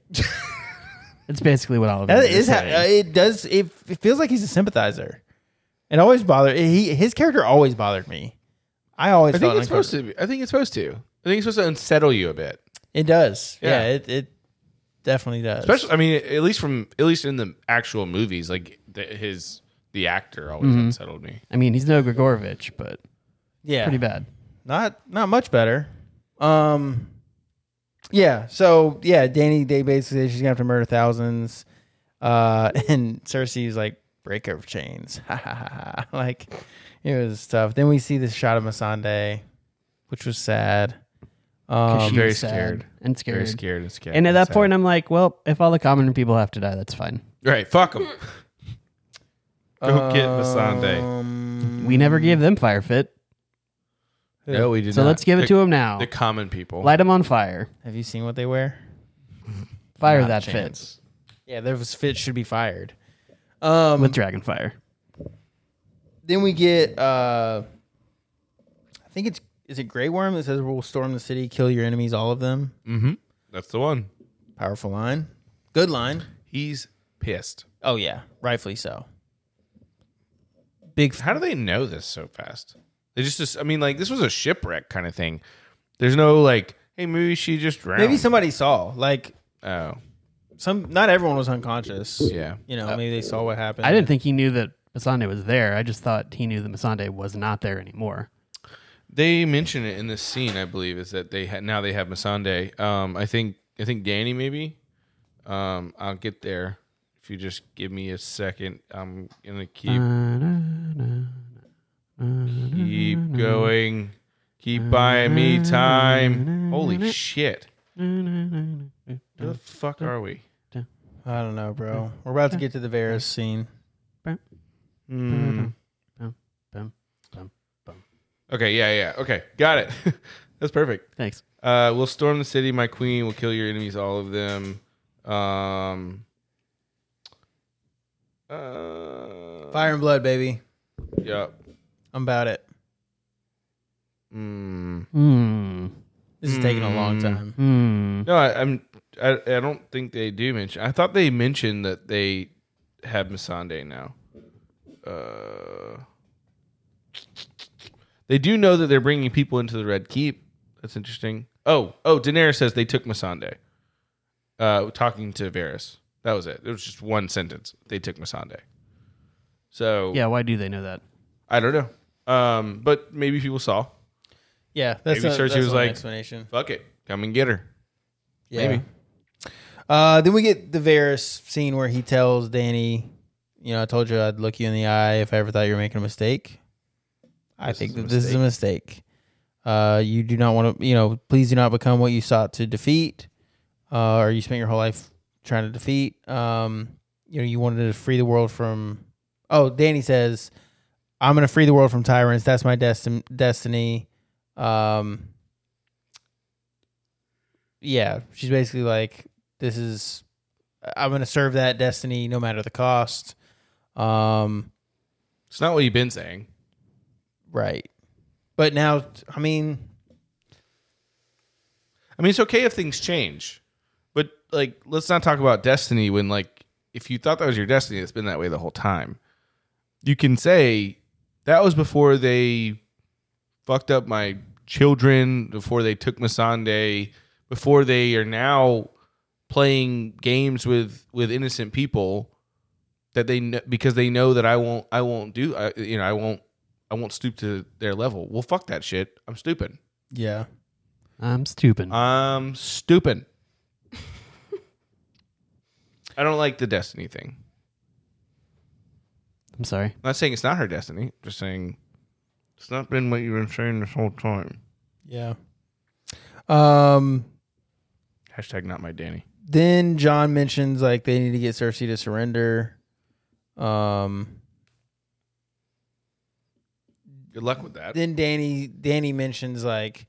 Speaker 2: it's basically what all of
Speaker 3: That is how, uh, it does it, it feels like he's a sympathizer. It always bothered he his character always bothered me. I always
Speaker 1: I think
Speaker 3: felt
Speaker 1: it's supposed
Speaker 3: uncomfortable.
Speaker 1: to. Be, I think it's supposed to. I think it's supposed to unsettle you a bit.
Speaker 3: It does. Yeah,
Speaker 1: Yeah.
Speaker 3: it, it definitely does.
Speaker 1: Especially, I mean, at least from at least in the actual movies, like the, his the actor always unsettled me.
Speaker 2: I mean, he's no Grigorovich, but
Speaker 3: yeah,
Speaker 2: pretty bad.
Speaker 3: not not much better. Um, yeah. So yeah, Danny. They basically she's gonna have to murder thousands, uh, and Cersei's like break her chains. like it was tough. Then we see this shot of Masande, which was sad.
Speaker 2: 'Cause
Speaker 3: Um,
Speaker 2: she's
Speaker 1: very
Speaker 2: sad
Speaker 1: scared.
Speaker 2: and scared.
Speaker 1: Very scared and scared.
Speaker 2: And at that point, I'm like, well, if all the common people have to die, that's fine.
Speaker 1: right? Fuck him. Go get
Speaker 2: Uh,
Speaker 1: Masande.
Speaker 3: um,
Speaker 2: We never gave them fire fit,
Speaker 1: No, we did.
Speaker 2: so
Speaker 1: not.
Speaker 2: let's give it
Speaker 1: the,
Speaker 2: to him now.
Speaker 1: The common people.
Speaker 2: Light him on fire.
Speaker 3: Have you seen what they wear?
Speaker 2: Fire
Speaker 3: Not a
Speaker 2: that fit
Speaker 3: chance. Yeah, their fit should be fired. Um,
Speaker 2: with dragon fire.
Speaker 3: then we get uh I think it's is it Grey Worm that says we'll storm the city, kill your enemies, all of them.
Speaker 1: mm-hmm. That's the one.
Speaker 3: Powerful line. Good line.
Speaker 1: He's pissed.
Speaker 3: Oh yeah, rightfully so. Big f-
Speaker 1: How do they know this so fast? They just, I mean, like this was a shipwreck kind of thing. There's no like, hey, maybe she just drowned.
Speaker 3: Maybe somebody saw. Like
Speaker 1: Oh,
Speaker 3: some not everyone was unconscious.
Speaker 1: yeah.
Speaker 3: You know, maybe they saw what happened.
Speaker 2: I didn't think he knew that Masande was there. I just thought he knew that Masande was not there anymore.
Speaker 1: They mention it in this scene, I believe, is that they ha- now they have Masande. Um, I think I think Danny maybe. Um, I'll get there if you just give me a second. I'm gonna keep keep going, keep buying me time. Holy shit! Where the fuck are we?
Speaker 3: I don't know, bro. We're about to get to the Varys scene.
Speaker 1: Hmm.
Speaker 2: Bum, bum, bum, bum.
Speaker 1: Okay, yeah, yeah. Okay, got it. That's perfect.
Speaker 2: Thanks.
Speaker 1: Uh, we'll storm the city, my queen. We'll kill your enemies, all of them. Um, uh,
Speaker 3: Fire and blood, baby.
Speaker 1: Yep.
Speaker 3: I'm about it.
Speaker 1: Mm.
Speaker 2: Hmm.
Speaker 3: This is taking a long
Speaker 1: Mm.
Speaker 3: time.
Speaker 2: Hmm.
Speaker 1: No, I, I'm. I, I don't think they do mention. I thought they mentioned that they have Masande now. Uh, they do know that they're bringing people into the Red Keep. That's interesting. Oh, oh, Daenerys says they took Masande. Uh, talking to Varys. That was it. It was just one sentence. They took Masande. So
Speaker 2: Yeah, why do they know that?
Speaker 1: I don't know. Um, but maybe people saw.
Speaker 3: Yeah, that's
Speaker 1: Maybe
Speaker 3: not-
Speaker 1: Cersei
Speaker 3: that's
Speaker 1: was
Speaker 3: not an
Speaker 1: like-
Speaker 3: explanation.
Speaker 1: Fuck it, come and get her.
Speaker 3: Yeah.
Speaker 1: Maybe.
Speaker 3: Uh, then we get the Varys scene where he tells Danny, "You know, I told you I'd look you in the eye if I ever thought you were making a mistake. I
Speaker 1: This
Speaker 3: think
Speaker 1: is a
Speaker 3: that this is a mistake. Uh, you do not want to, you know, please do not become what you sought to defeat, uh, or you spent your whole life trying to defeat. Um, you know, you wanted to free the world from. Oh, Danny says, "I'm going to free the world from tyrants. That's my destin- destiny." Um, yeah, she's basically like, this is I'm gonna serve that destiny no matter the cost. Um,
Speaker 1: It's not what you've been saying.
Speaker 3: right. But now, I mean,
Speaker 1: I mean, it's okay if things change, but like, let's not talk about destiny when like, if you thought that was your destiny, it's been that way the whole time. You can say that was before they fucked up my children, before they took Masande, before they are now playing games with with innocent people that they kn- because they know that I won't I won't do I, you know I won't I won't stoop to their level. Well, fuck that shit. I'm stupid.
Speaker 3: yeah,
Speaker 2: I'm stupid.
Speaker 1: Uh, I'm stupid. I don't like the destiny thing.
Speaker 2: I'm sorry.
Speaker 1: I'm not saying it's not her destiny. just saying it's not been what you've been saying this whole time.
Speaker 3: yeah. Um,
Speaker 1: Hashtag not my Danny.
Speaker 3: then John mentions like they need to get Cersei to surrender. Um,
Speaker 1: Good luck with that.
Speaker 3: then Danny Danny mentions like,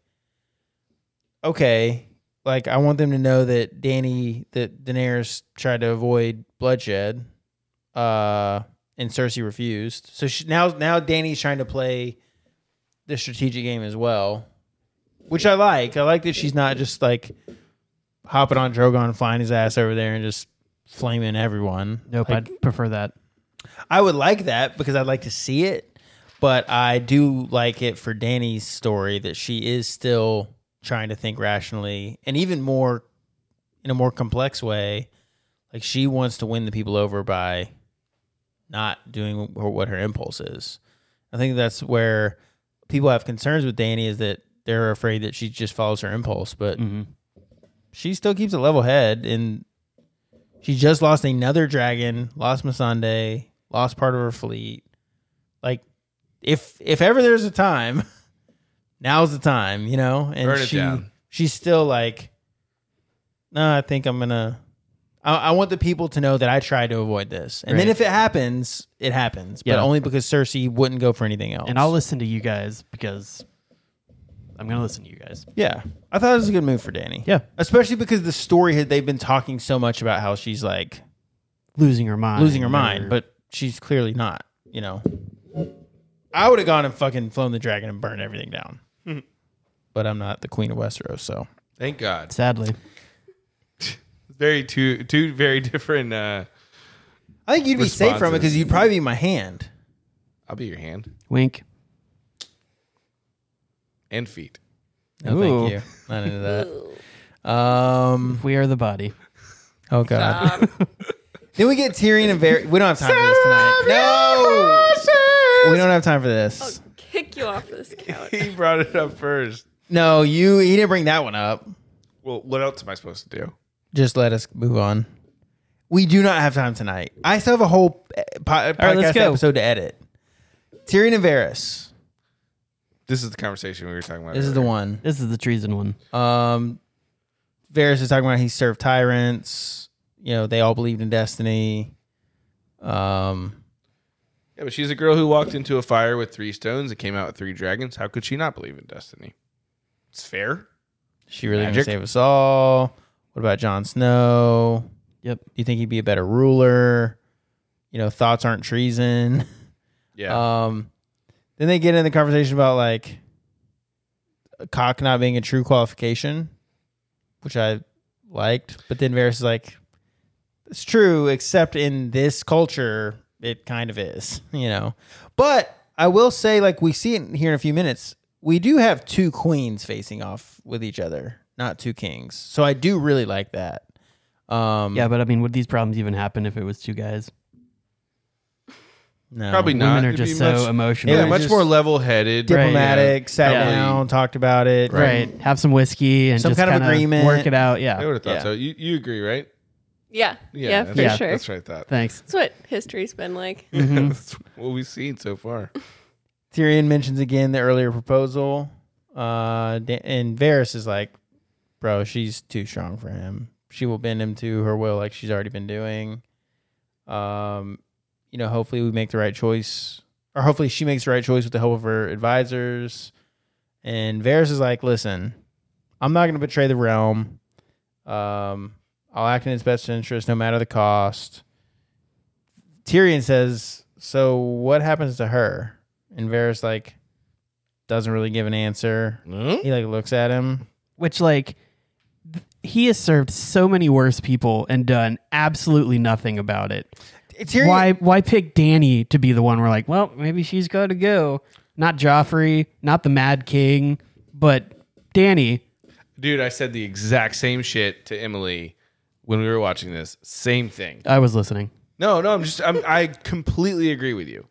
Speaker 3: okay, like I want them to know that Danny that Daenerys tried to avoid bloodshed, uh, and Cersei refused. So she, now now Danny's trying to play the strategic game as well, which I like. I like that she's not just like hopping on Drogon, flying his ass over there, and just flaming everyone.
Speaker 2: Nope,
Speaker 3: Like,
Speaker 2: I'd prefer that.
Speaker 3: I would like that because I'd like to see it. But I do like it for Danny's story that she is still trying to think rationally and even more in a more complex way. Like she wants to win the people over by not doing wh- what her impulse is. I think that's where people have concerns with Danny is that they're afraid that she just follows her impulse, but
Speaker 1: Mm-hmm.
Speaker 3: she still keeps a level head and she just lost another dragon, lost Masande, lost part of her fleet. Like if if ever there's a time, now's the time, you know? And
Speaker 1: Burn it
Speaker 3: she
Speaker 1: down.
Speaker 3: she's still like no, I think I'm gonna I, I want the people to know that I tried to avoid this. And then
Speaker 2: Right.
Speaker 3: if it happens, it happens. But
Speaker 2: Yeah.
Speaker 3: only because Cersei wouldn't go for anything else.
Speaker 2: And I'll listen to you guys because I'm gonna listen to you guys.
Speaker 3: Yeah, I thought it was a good move for Danny.
Speaker 2: Yeah.
Speaker 3: especially because the story had they've been talking so much about how she's like
Speaker 2: Losing her mind.
Speaker 3: losing her
Speaker 2: or-
Speaker 3: mind, but she's clearly not. You know, I would have gone and fucking flown the dragon and burned everything down,
Speaker 2: Mm-hmm.
Speaker 3: but I'm not the queen of Westeros, so
Speaker 1: Thank God.
Speaker 2: sadly.
Speaker 1: Very two two very different. uh
Speaker 3: I think you'd be safe from it
Speaker 1: Responses.
Speaker 3: because you'd probably be my hand.
Speaker 1: I'll be your hand
Speaker 2: Wink.
Speaker 1: and feet.
Speaker 3: No,
Speaker 2: Ooh.
Speaker 3: thank you. Not into that. Um.
Speaker 2: We are the body.
Speaker 3: Oh god. then we get Tyrion and Very. We don't have time for this tonight. No. We don't have time for
Speaker 5: Oh.
Speaker 3: this.
Speaker 5: Kick you off this couch.
Speaker 1: He brought it up first.
Speaker 3: No, you. He didn't bring that one up.
Speaker 1: Well, what else am I supposed to do?
Speaker 3: just let us move on. We do not have time tonight. I still have a whole eh, po-
Speaker 2: right, let's
Speaker 3: podcast
Speaker 2: go.
Speaker 3: episode to edit. Tyrion and Varys.
Speaker 1: This is the conversation we were talking about.
Speaker 3: This is the one.
Speaker 2: This is the treason one.
Speaker 3: Um, Varys is talking about he served tyrants. You know, they all believed in destiny. Um,
Speaker 1: Yeah, but she's a girl who walked into a fire with three stones and came out with three dragons. How could she not believe in destiny? It's fair.
Speaker 3: she really
Speaker 1: Magic.
Speaker 3: gonna save us all. What about Jon Snow?
Speaker 2: Yep.
Speaker 3: Do you think he'd be a better ruler? You know, thoughts aren't treason.
Speaker 1: Yeah.
Speaker 2: Uh,
Speaker 3: Um, then they get in the conversation about like cock not being a true qualification, which I liked. But then Varys is like, it's true, except in this culture, it kind of is, you know. But I will say, like, we see it here in a few minutes. We do have two queens facing off with each other, not two kings. So I do really like that. Um,
Speaker 2: Yeah, but I mean, would these problems even happen if it was two guys?
Speaker 3: no.
Speaker 1: Probably not.
Speaker 2: Women are
Speaker 1: It'd be
Speaker 2: just so
Speaker 1: much-
Speaker 2: emotional.
Speaker 1: Yeah,
Speaker 3: Yeah,
Speaker 1: much
Speaker 3: just-
Speaker 1: more level headed.
Speaker 3: diplomatic. Sat
Speaker 1: Probably.
Speaker 3: down, talked about it.
Speaker 2: Right. Have some whiskey and
Speaker 3: Some
Speaker 2: just
Speaker 3: kind of
Speaker 2: kinda
Speaker 3: agreement.
Speaker 2: Work it out. Yeah.
Speaker 1: I would have thought
Speaker 3: Yeah.
Speaker 1: so. You, you agree, right?
Speaker 5: Yeah. Yeah,
Speaker 1: that's-
Speaker 5: for
Speaker 2: Yeah.
Speaker 5: sure.
Speaker 1: That's Mm-hmm. what I thought.
Speaker 2: Thanks.
Speaker 5: That's what history's been like.
Speaker 2: Mm-hmm.
Speaker 1: that's what we've seen so far.
Speaker 3: Tyrion mentions again the earlier proposal, uh, da- and Varys is like, "Bro, she's too strong for him. She will bend him to her will, like she's already been doing." Um, you know, hopefully we make the right choice, or hopefully she makes the right choice with the help of her advisors. And Varys is like, "Listen, I'm not going to betray the realm. Um, I'll act in its best interest, no matter the cost." Tyrion says, "So what happens to her?" And Varys like doesn't really give an answer.
Speaker 2: Mm-hmm.
Speaker 3: He like looks at him.
Speaker 2: Which, like, th- he has served so many worse people and done absolutely nothing about it.
Speaker 3: Tyrion,
Speaker 2: Why? Why pick Danny to be the one? We're like, well, maybe she's got to go. Not Joffrey. Not the Mad King. But Danny.
Speaker 1: Dude, I said the exact same shit to Emily when we were watching this. Same thing.
Speaker 2: I was listening.
Speaker 1: No, no, I'm just I'm, I completely agree with you.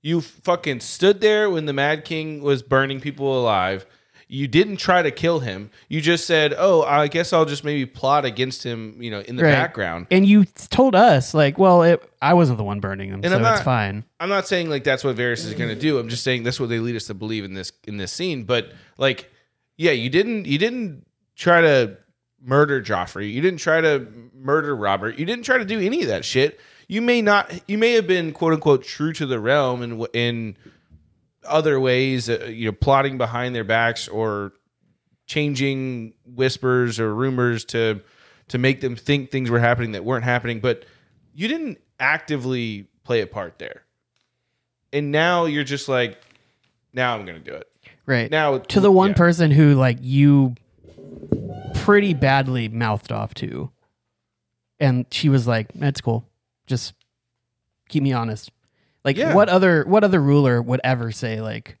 Speaker 1: You fucking stood there when the Mad King was burning people alive. You didn't try to kill him. You just said, "Oh, I guess I'll just maybe plot against him," you know, in the
Speaker 2: Right.
Speaker 1: background.
Speaker 2: And you told us, like, well, it, I wasn't the one burning them, so
Speaker 1: I'm
Speaker 2: it's
Speaker 1: not-
Speaker 2: fine.
Speaker 1: I'm not saying like that's what Varys is going to do. I'm just saying that's what they lead us to believe in this in this scene. But like, yeah, you didn't you didn't try to murder Joffrey. You didn't try to murder Robert. You didn't try to do any of that shit. You may not. You may have been quote unquote true to the realm and w- in other ways, uh, you know, plotting behind their backs or changing whispers or rumors to to make them think things were happening that weren't happening. But you didn't actively play a part there and now you're just like, now I'm gonna do it.
Speaker 2: Right.
Speaker 1: Now
Speaker 2: to the one
Speaker 1: yeah.
Speaker 2: person who like you pretty badly mouthed off to and she was like that's cool just keep me honest Like
Speaker 3: Yeah.
Speaker 2: what other what other ruler would ever say like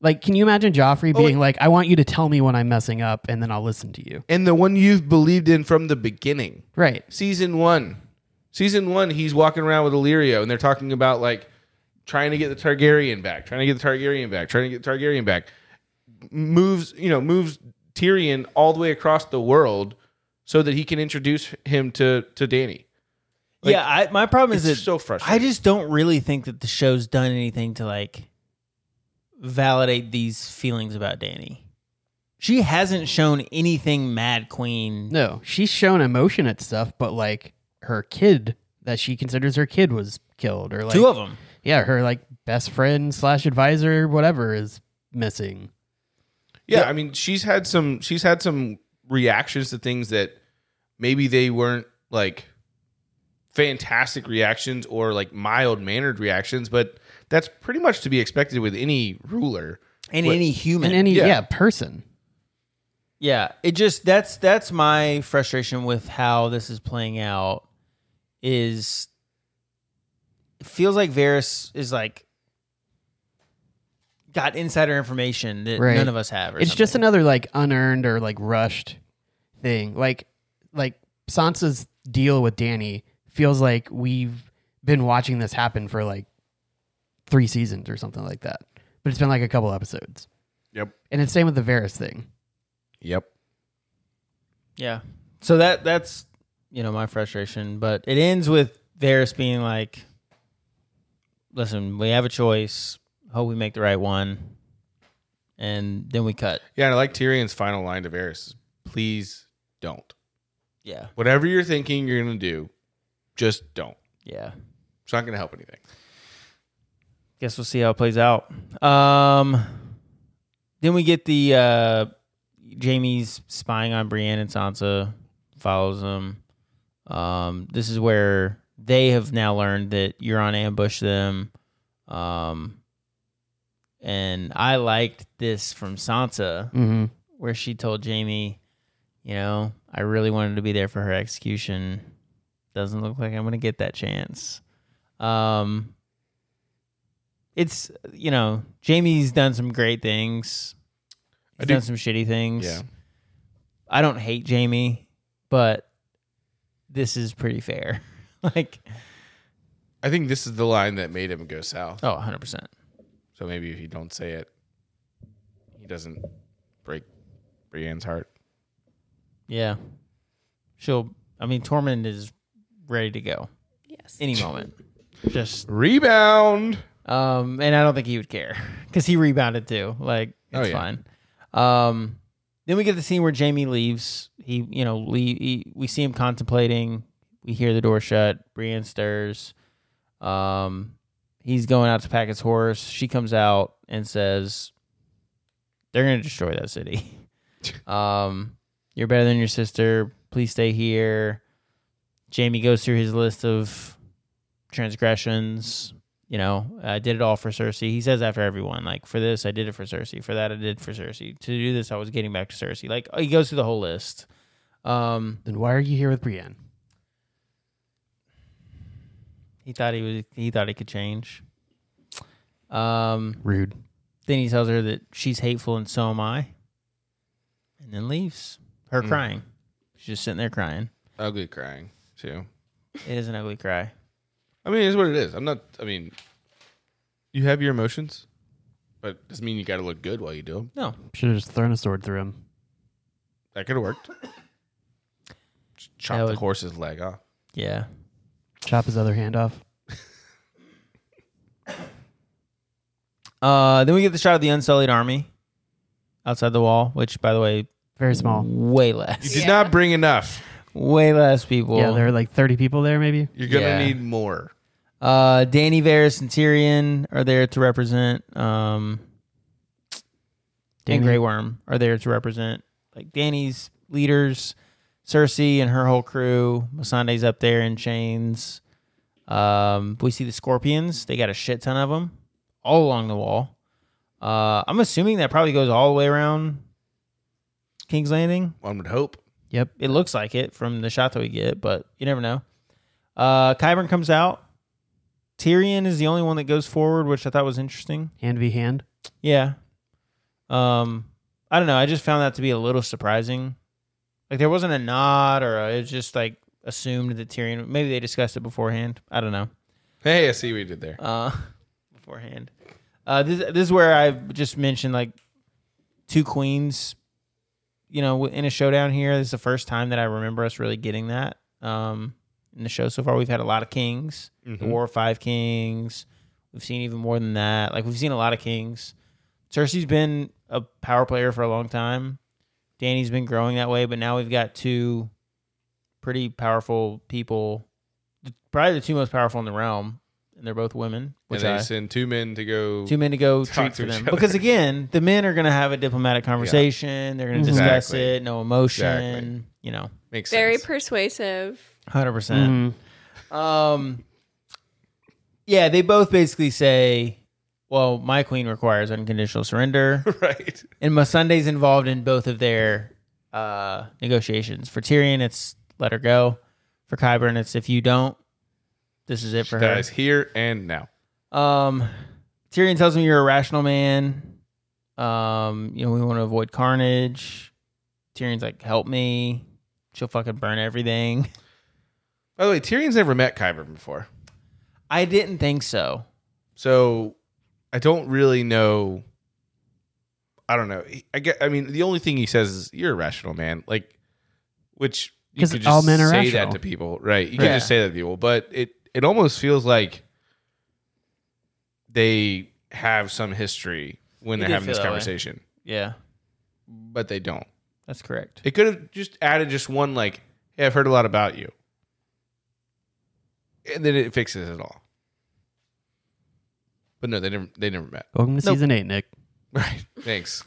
Speaker 2: like can you imagine Joffrey
Speaker 3: Oh,
Speaker 2: being like I want you to tell me when I'm messing up and then I'll listen to you.
Speaker 1: and the one you've believed in from the beginning.
Speaker 2: Right.
Speaker 1: Season one, season one, he's walking around with Illyrio, and they're talking about like trying to get the Targaryen back, trying to get the Targaryen back, trying to get the Targaryen back. Moves, you know, moves Tyrion all the way across the world so that he can introduce him to to Danny.
Speaker 3: yeah, I, my problem is
Speaker 1: it's
Speaker 3: that
Speaker 1: so
Speaker 3: I
Speaker 1: frustrating.
Speaker 3: just don't really think that the show's done anything to like validate these feelings about Danny. She hasn't shown anything Mad Queen.
Speaker 2: No, she's shown emotion at stuff, but like her kid that she considers her kid was killed or like
Speaker 3: Two of them.
Speaker 2: yeah, her like best friend slash advisor whatever is missing.
Speaker 1: yeah, I mean, she's had some she's had some reactions to things that maybe they weren't like fantastic reactions or like mild mannered reactions, but that's pretty much to be expected with any ruler.
Speaker 3: And
Speaker 1: What-
Speaker 3: any human.
Speaker 2: And any
Speaker 1: Yeah.
Speaker 2: yeah, person.
Speaker 3: Yeah, it just that's that's my frustration with how this is playing out. Is it feels like Varys is like got insider information that
Speaker 2: Right.
Speaker 3: none of us have. Or
Speaker 2: it's just
Speaker 3: something.
Speaker 2: another like unearned or like rushed thing. Like like Sansa's deal with Danny feels like we've been watching this happen for like three seasons or something like that. But it's been like a couple episodes.
Speaker 1: Yep.
Speaker 2: And it's same with the Varys thing.
Speaker 1: Yep.
Speaker 3: yeah. So that that's you know my frustration, but it ends with Varys being like, "Listen, we have a choice. Hope we make the right one." And then we cut.
Speaker 1: Yeah, and I like Tyrion's final line to Varys. is, Please don't.
Speaker 3: Yeah,
Speaker 1: Whatever you're thinking you're gonna do, just don't.
Speaker 3: yeah.
Speaker 1: It's not gonna help anything.
Speaker 3: guess we'll see how it plays out. Um, then we get the uh, Jamie's spying on Brienne and Sansa follows them. Um, this is where they have now learned that you're on ambush them. Um, and I liked this from Sansa
Speaker 2: Mm-hmm.
Speaker 3: where she told Jamie, you know, I really wanted to be there for her execution. Doesn't look like I'm going to get that chance. Um it's you know, Jamie's done some great things.
Speaker 1: I
Speaker 3: He's
Speaker 1: do-
Speaker 3: done some shitty things.
Speaker 1: Yeah.
Speaker 3: I don't hate Jamie, but this is pretty fair. like,
Speaker 1: I think this is the line that made him go south.
Speaker 3: oh, 100%.
Speaker 1: So maybe if you don't say it, he doesn't break Brienne's heart.
Speaker 3: Yeah. She'll I mean, Tormund is ready to go
Speaker 5: Yes.
Speaker 3: any moment. Just
Speaker 1: Rebound.
Speaker 3: Um, and I don't think he would care because he rebounded too. Like
Speaker 1: Oh,
Speaker 3: it's
Speaker 1: yeah.
Speaker 3: fine. Um, then we get the scene where Jamie leaves. He, you know, le he, we see him contemplating. We hear the door shut. Brienne stirs. Um, he's going out to pack his horse. She comes out and says, "They're going to destroy that city. um, you're better than your sister. Please stay here." Jamie goes through his list of transgressions you know, I did it all for Cersei. He says after everyone, like, for this, I did it for Cersei. For that, I did it for Cersei. To do this, I was getting back to Cersei. Like, he goes through the whole list. Um,
Speaker 2: Then why are you here with Brienne?
Speaker 3: he thought he was, he thought he could change. Um,
Speaker 2: Rude.
Speaker 3: then he tells her that she's hateful and so am I. And then leaves her
Speaker 1: Mm.
Speaker 3: crying. She's just sitting there crying.
Speaker 1: Ugly Oh, crying too.
Speaker 3: It is an ugly cry.
Speaker 1: I mean, it is what it is. I'm not. I mean, you have your emotions, but doesn't mean you got to look good while you do them.
Speaker 3: No,
Speaker 2: Should have just thrown a sword through him.
Speaker 1: That could have worked. Just chop
Speaker 3: That
Speaker 1: the
Speaker 3: would-
Speaker 1: horse's leg off.
Speaker 3: yeah.
Speaker 2: Chop his other hand off.
Speaker 3: Uh, then we get the shot of the Unsullied army outside the wall, which, by the way,
Speaker 2: Very small.
Speaker 3: way less.
Speaker 1: You did not bring enough.
Speaker 3: way less people.
Speaker 2: yeah, there are like thirty people there maybe.
Speaker 1: You're gonna
Speaker 3: Yeah.
Speaker 1: need more.
Speaker 3: Uh, Danny Varys and Tyrion are there to represent. Um,
Speaker 2: Danny.
Speaker 3: and Grey Worm are there to represent like Danny's leaders, Cersei and her whole crew. Masande's up there in chains. Um, we see the scorpions. They got a shit ton of them all along the wall. Uh, I'm assuming that probably goes all the way around King's Landing.
Speaker 1: One would hope.
Speaker 2: Yep.
Speaker 3: It looks like it from the shot that we get, but you never know. Uh, Kyburn comes out. Tyrion is the only one that goes forward, which I thought was interesting.
Speaker 2: Hand v hand.
Speaker 3: Yeah. Um, I don't know. I just found that to be a little surprising. Like there wasn't a nod, or a, it was just like assumed that Tyrion. Maybe they discussed it beforehand. I don't know.
Speaker 6: Hey, I see what you did there.
Speaker 3: Uh, beforehand. Uh, this this is where I just mentioned like two queens. You know, in a showdown here, this is the first time that I remember us really getting that. Um, in the show so far, we've had a lot of kings, the
Speaker 1: Mhm.
Speaker 3: War of Five Kings. We've seen even more than that. Like we've seen a lot of kings. Cersei's been a power player for a long time. Danny's been growing that way, but now we've got two pretty powerful people, probably the two most powerful in the realm, and they're both women.
Speaker 6: And
Speaker 3: Which
Speaker 6: they
Speaker 3: I,
Speaker 6: send two men to go.
Speaker 3: two men to go
Speaker 6: talk
Speaker 3: treat
Speaker 6: to
Speaker 3: for
Speaker 6: each
Speaker 3: them
Speaker 6: other.
Speaker 3: because again, the men are going to have a diplomatic conversation. They're going to discuss
Speaker 6: Exactly.
Speaker 3: it, no emotion.
Speaker 6: Exactly.
Speaker 3: You know,
Speaker 6: Makes
Speaker 5: Very
Speaker 6: sense.
Speaker 5: persuasive.
Speaker 3: 100 percent. Um, yeah, they both basically say, "Well, my queen requires unconditional surrender."
Speaker 6: right.
Speaker 3: And Masunday's involved in both of their uh, negotiations. For Tyrion, it's let her go. For Kyburn, it's if you don't, this is it for her.
Speaker 6: Guys, here and now.
Speaker 3: Um, Tyrion tells him you're a rational man. Um, you know we want to avoid carnage. Tyrion's like, help me. She'll fucking burn everything.
Speaker 6: By the way, Tyrion's never met Kyber before.
Speaker 3: I didn't think so.
Speaker 6: So I don't really know. I don't know. He- I get. I mean, the only thing he says is "you're a rational man," like which you
Speaker 2: 'Cause
Speaker 6: could just
Speaker 2: all men are
Speaker 6: say
Speaker 2: rational.
Speaker 6: that to people, right? You
Speaker 3: Yeah.
Speaker 6: can just say that to people, but it it almost feels like they have some history when
Speaker 3: It
Speaker 6: they're
Speaker 3: did
Speaker 6: having this
Speaker 3: feel that way.
Speaker 6: conversation,
Speaker 3: Yeah,
Speaker 6: but they don't.
Speaker 3: that's correct.
Speaker 6: It could have just added just one like, "Hey, I've heard a lot about you," and then it fixes it all. But no, they never they never met.
Speaker 2: Welcome to
Speaker 3: Nope.
Speaker 2: season eight, Nick.
Speaker 6: Right. Thanks.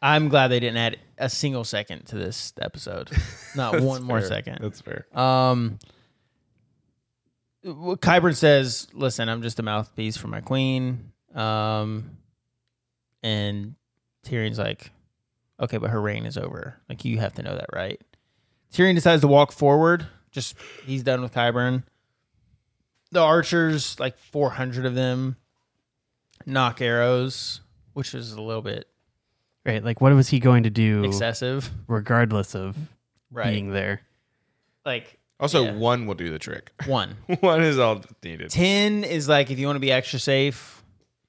Speaker 3: I'm glad they didn't add a single second to this episode. Not
Speaker 6: That's
Speaker 3: one more
Speaker 6: fair.
Speaker 3: second.
Speaker 6: That's fair.
Speaker 3: Um, well, Kyburn says, "Listen, I'm just a mouthpiece for my queen." Um, and Tyrion's like, "Okay, but her reign is over. Like you have to know that, right?" Tyrion decides to walk forward. Just he's done with Kyburn. The archers, like 400 of them, knock arrows, which is a little bit
Speaker 2: Right. Like, what was he going to do
Speaker 3: excessive,
Speaker 2: regardless of
Speaker 3: right? Oh,
Speaker 2: being there?
Speaker 3: like
Speaker 6: Also,
Speaker 3: Yeah.
Speaker 6: one will do the trick.
Speaker 3: one.
Speaker 6: one is all that's needed.
Speaker 3: 10 is like if you want to be extra safe,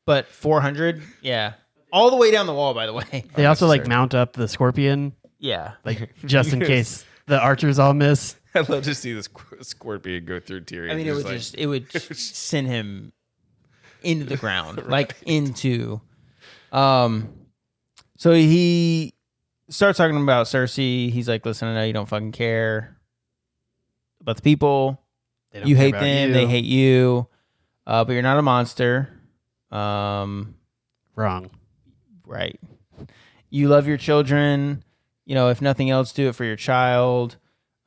Speaker 3: but 400, yeah. All the way down the wall, by the way.
Speaker 2: They also like
Speaker 6: Unnecessary.
Speaker 2: mount up the scorpion,
Speaker 3: Yeah.
Speaker 2: like just in case the archers all miss.
Speaker 6: I'd love to see this squ- scorpion go through Tyrion.
Speaker 3: I mean, it would
Speaker 6: like-
Speaker 3: just, it would send him into the ground, like into. Um, so he starts talking about Cersei. He's like, listen, I know you don't fucking care about the people.
Speaker 2: They
Speaker 3: you
Speaker 2: care
Speaker 3: hate
Speaker 2: about
Speaker 3: them.
Speaker 2: you.
Speaker 3: They hate you. Uh, but you're not a monster. Um,
Speaker 2: Wrong.
Speaker 3: right you love your children you know if nothing else do it for your child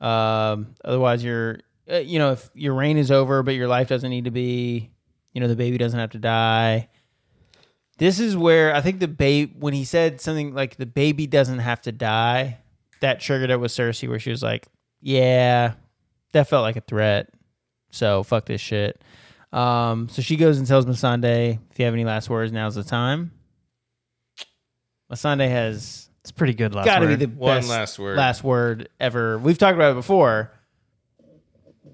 Speaker 3: um, otherwise you're uh, you know if your reign is over but your life doesn't need to be you know the baby doesn't have to die this is where i think the babe when he said something like the baby doesn't have to die that triggered it with cersei where she was like yeah that felt like a threat so fuck this shit um, so she goes and tells Masande, if you have any last words, now's the time. Masande has
Speaker 2: It's pretty good. Last
Speaker 3: got to be
Speaker 2: word.
Speaker 3: the
Speaker 6: one
Speaker 3: best
Speaker 6: last word.
Speaker 3: last word ever. We've talked about it before.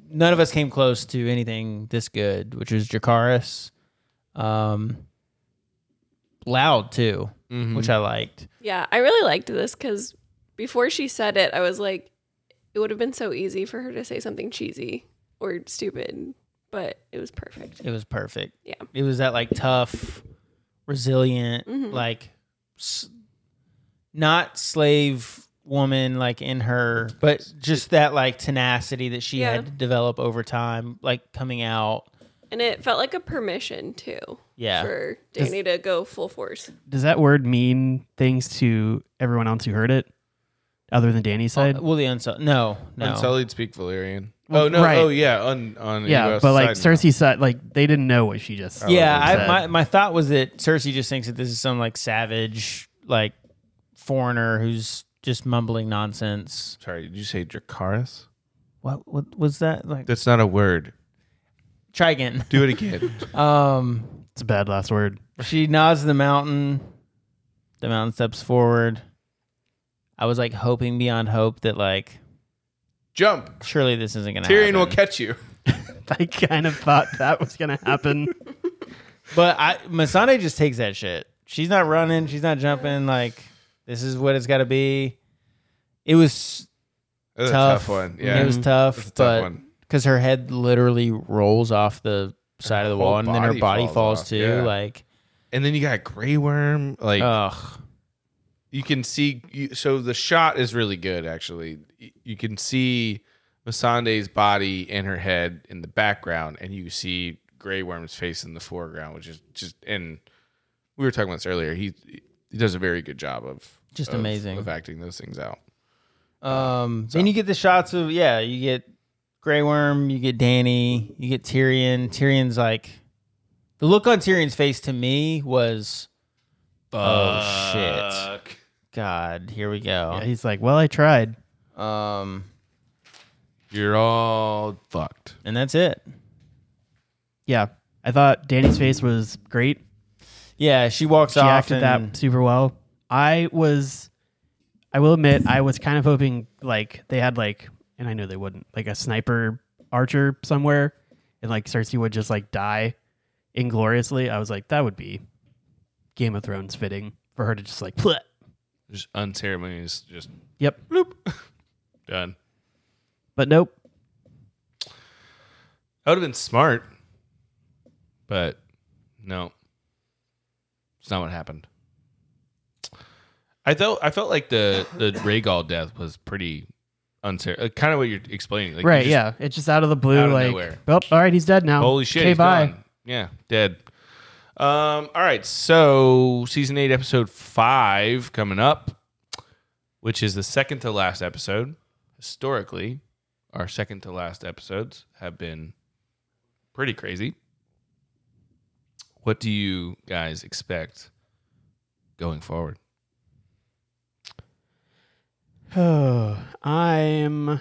Speaker 3: None of us came close to anything this good, which was Jacaris. Um, loud too,
Speaker 6: Mhm.
Speaker 3: which I liked.
Speaker 5: Yeah, I really liked this because before she said it, I was like, it would have been so easy for her to say something cheesy or stupid, but it was perfect.
Speaker 3: It was perfect.
Speaker 5: Yeah.
Speaker 3: It was that like tough, resilient,
Speaker 5: Mhm.
Speaker 3: like s- not slave woman like in her, but just that like tenacity that she
Speaker 5: Yeah.
Speaker 3: had to develop over time, like coming out.
Speaker 5: And it felt like a permission too
Speaker 3: Yeah.
Speaker 5: for Danny to go full force.
Speaker 2: Does that word mean things to everyone else who heard it, other than Danny's side?
Speaker 3: Well, the unsullied. No, no.
Speaker 6: Unsullied speak Valyrian.
Speaker 2: Well,
Speaker 6: oh no!
Speaker 2: right.
Speaker 6: Oh yeah. On on
Speaker 2: yeah,
Speaker 6: Eos
Speaker 2: but like
Speaker 6: side
Speaker 2: Cersei's side, like they didn't know what she just. said.
Speaker 3: yeah,
Speaker 2: said.
Speaker 3: I, my my thought was that Cersei just thinks that this is some like savage, like foreigner who's just mumbling nonsense.
Speaker 6: now. Sorry, did you say Dracaris?
Speaker 3: What what was that like?
Speaker 6: That's not a word.
Speaker 3: Try again.
Speaker 1: Do it again.
Speaker 3: Um,
Speaker 2: It's a bad last word.
Speaker 3: she nods to the mountain. The mountain steps forward. I was like hoping beyond hope that like
Speaker 1: Jump.
Speaker 3: surely this isn't gonna
Speaker 1: Tyrion will
Speaker 3: happen.
Speaker 1: catch you.
Speaker 2: I kind of thought that was gonna happen.
Speaker 3: But I Masane just takes that shit. She's not running. She's not jumping. Like this is what it's got to be. It was
Speaker 1: That's a
Speaker 3: tough.
Speaker 1: tough one. Yeah.
Speaker 3: it was tough.
Speaker 1: That's a tough
Speaker 3: but
Speaker 1: one.
Speaker 3: because her head literally rolls off the side of the
Speaker 1: whole
Speaker 3: wall, and then her
Speaker 1: body
Speaker 3: body
Speaker 1: falls
Speaker 3: falls,
Speaker 1: off,
Speaker 3: too.
Speaker 1: yeah.
Speaker 3: Like,
Speaker 1: and then you got Grey Worm. Like
Speaker 3: ugh,
Speaker 1: you can see. You, so the shot is really good. Actually, Y- you can see Masande's body and her head in the background, and you see Grey Worm's face in the foreground, which is just. And we were talking about this earlier. He he does a very good job of
Speaker 3: Just
Speaker 1: of-
Speaker 3: amazing.
Speaker 1: of acting those things out.
Speaker 3: Um, Then you get the shots of yeah, you get Grey Worm, you get Danny, you get Tyrion. Tyrion's like the look on Tyrion's face to me was oh shit, God, here we
Speaker 2: Yeah,
Speaker 3: go.
Speaker 2: he's like, well, I tried.
Speaker 3: Um,
Speaker 1: You're all fucked.
Speaker 3: and that's it.
Speaker 2: Yeah, I thought Danny's face was great.
Speaker 3: Yeah, she walks
Speaker 2: She
Speaker 3: off
Speaker 2: acted
Speaker 3: and
Speaker 2: that super well. I was, I will admit, I was kind of hoping like they had like, and I know they wouldn't like a sniper archer somewhere, and like Cersei would just like die ingloriously. I was like, that would be Game of Thrones fitting for her to just like, Pleh.
Speaker 1: Just unceremonious. Just
Speaker 2: yep,
Speaker 1: done.
Speaker 2: but nope.
Speaker 1: That would have been smart, but no, it's not what happened. I felt I felt like the the Rhaegal death was pretty unser. Uh, kind of what you're explaining, like you
Speaker 2: right?
Speaker 1: just-
Speaker 2: yeah, it's just out of the blue.
Speaker 1: Out of
Speaker 2: like,
Speaker 1: nowhere.
Speaker 2: oh, all right, he's dead now.
Speaker 1: Holy shit!
Speaker 2: Okay,
Speaker 1: he's
Speaker 2: bye.
Speaker 1: gone. Yeah, dead. Um. All right. So season eight, episode five, coming up, which is the second to last episode. Historically, our second to last episodes have been pretty crazy. What do you guys expect going forward?
Speaker 2: Oh, I'm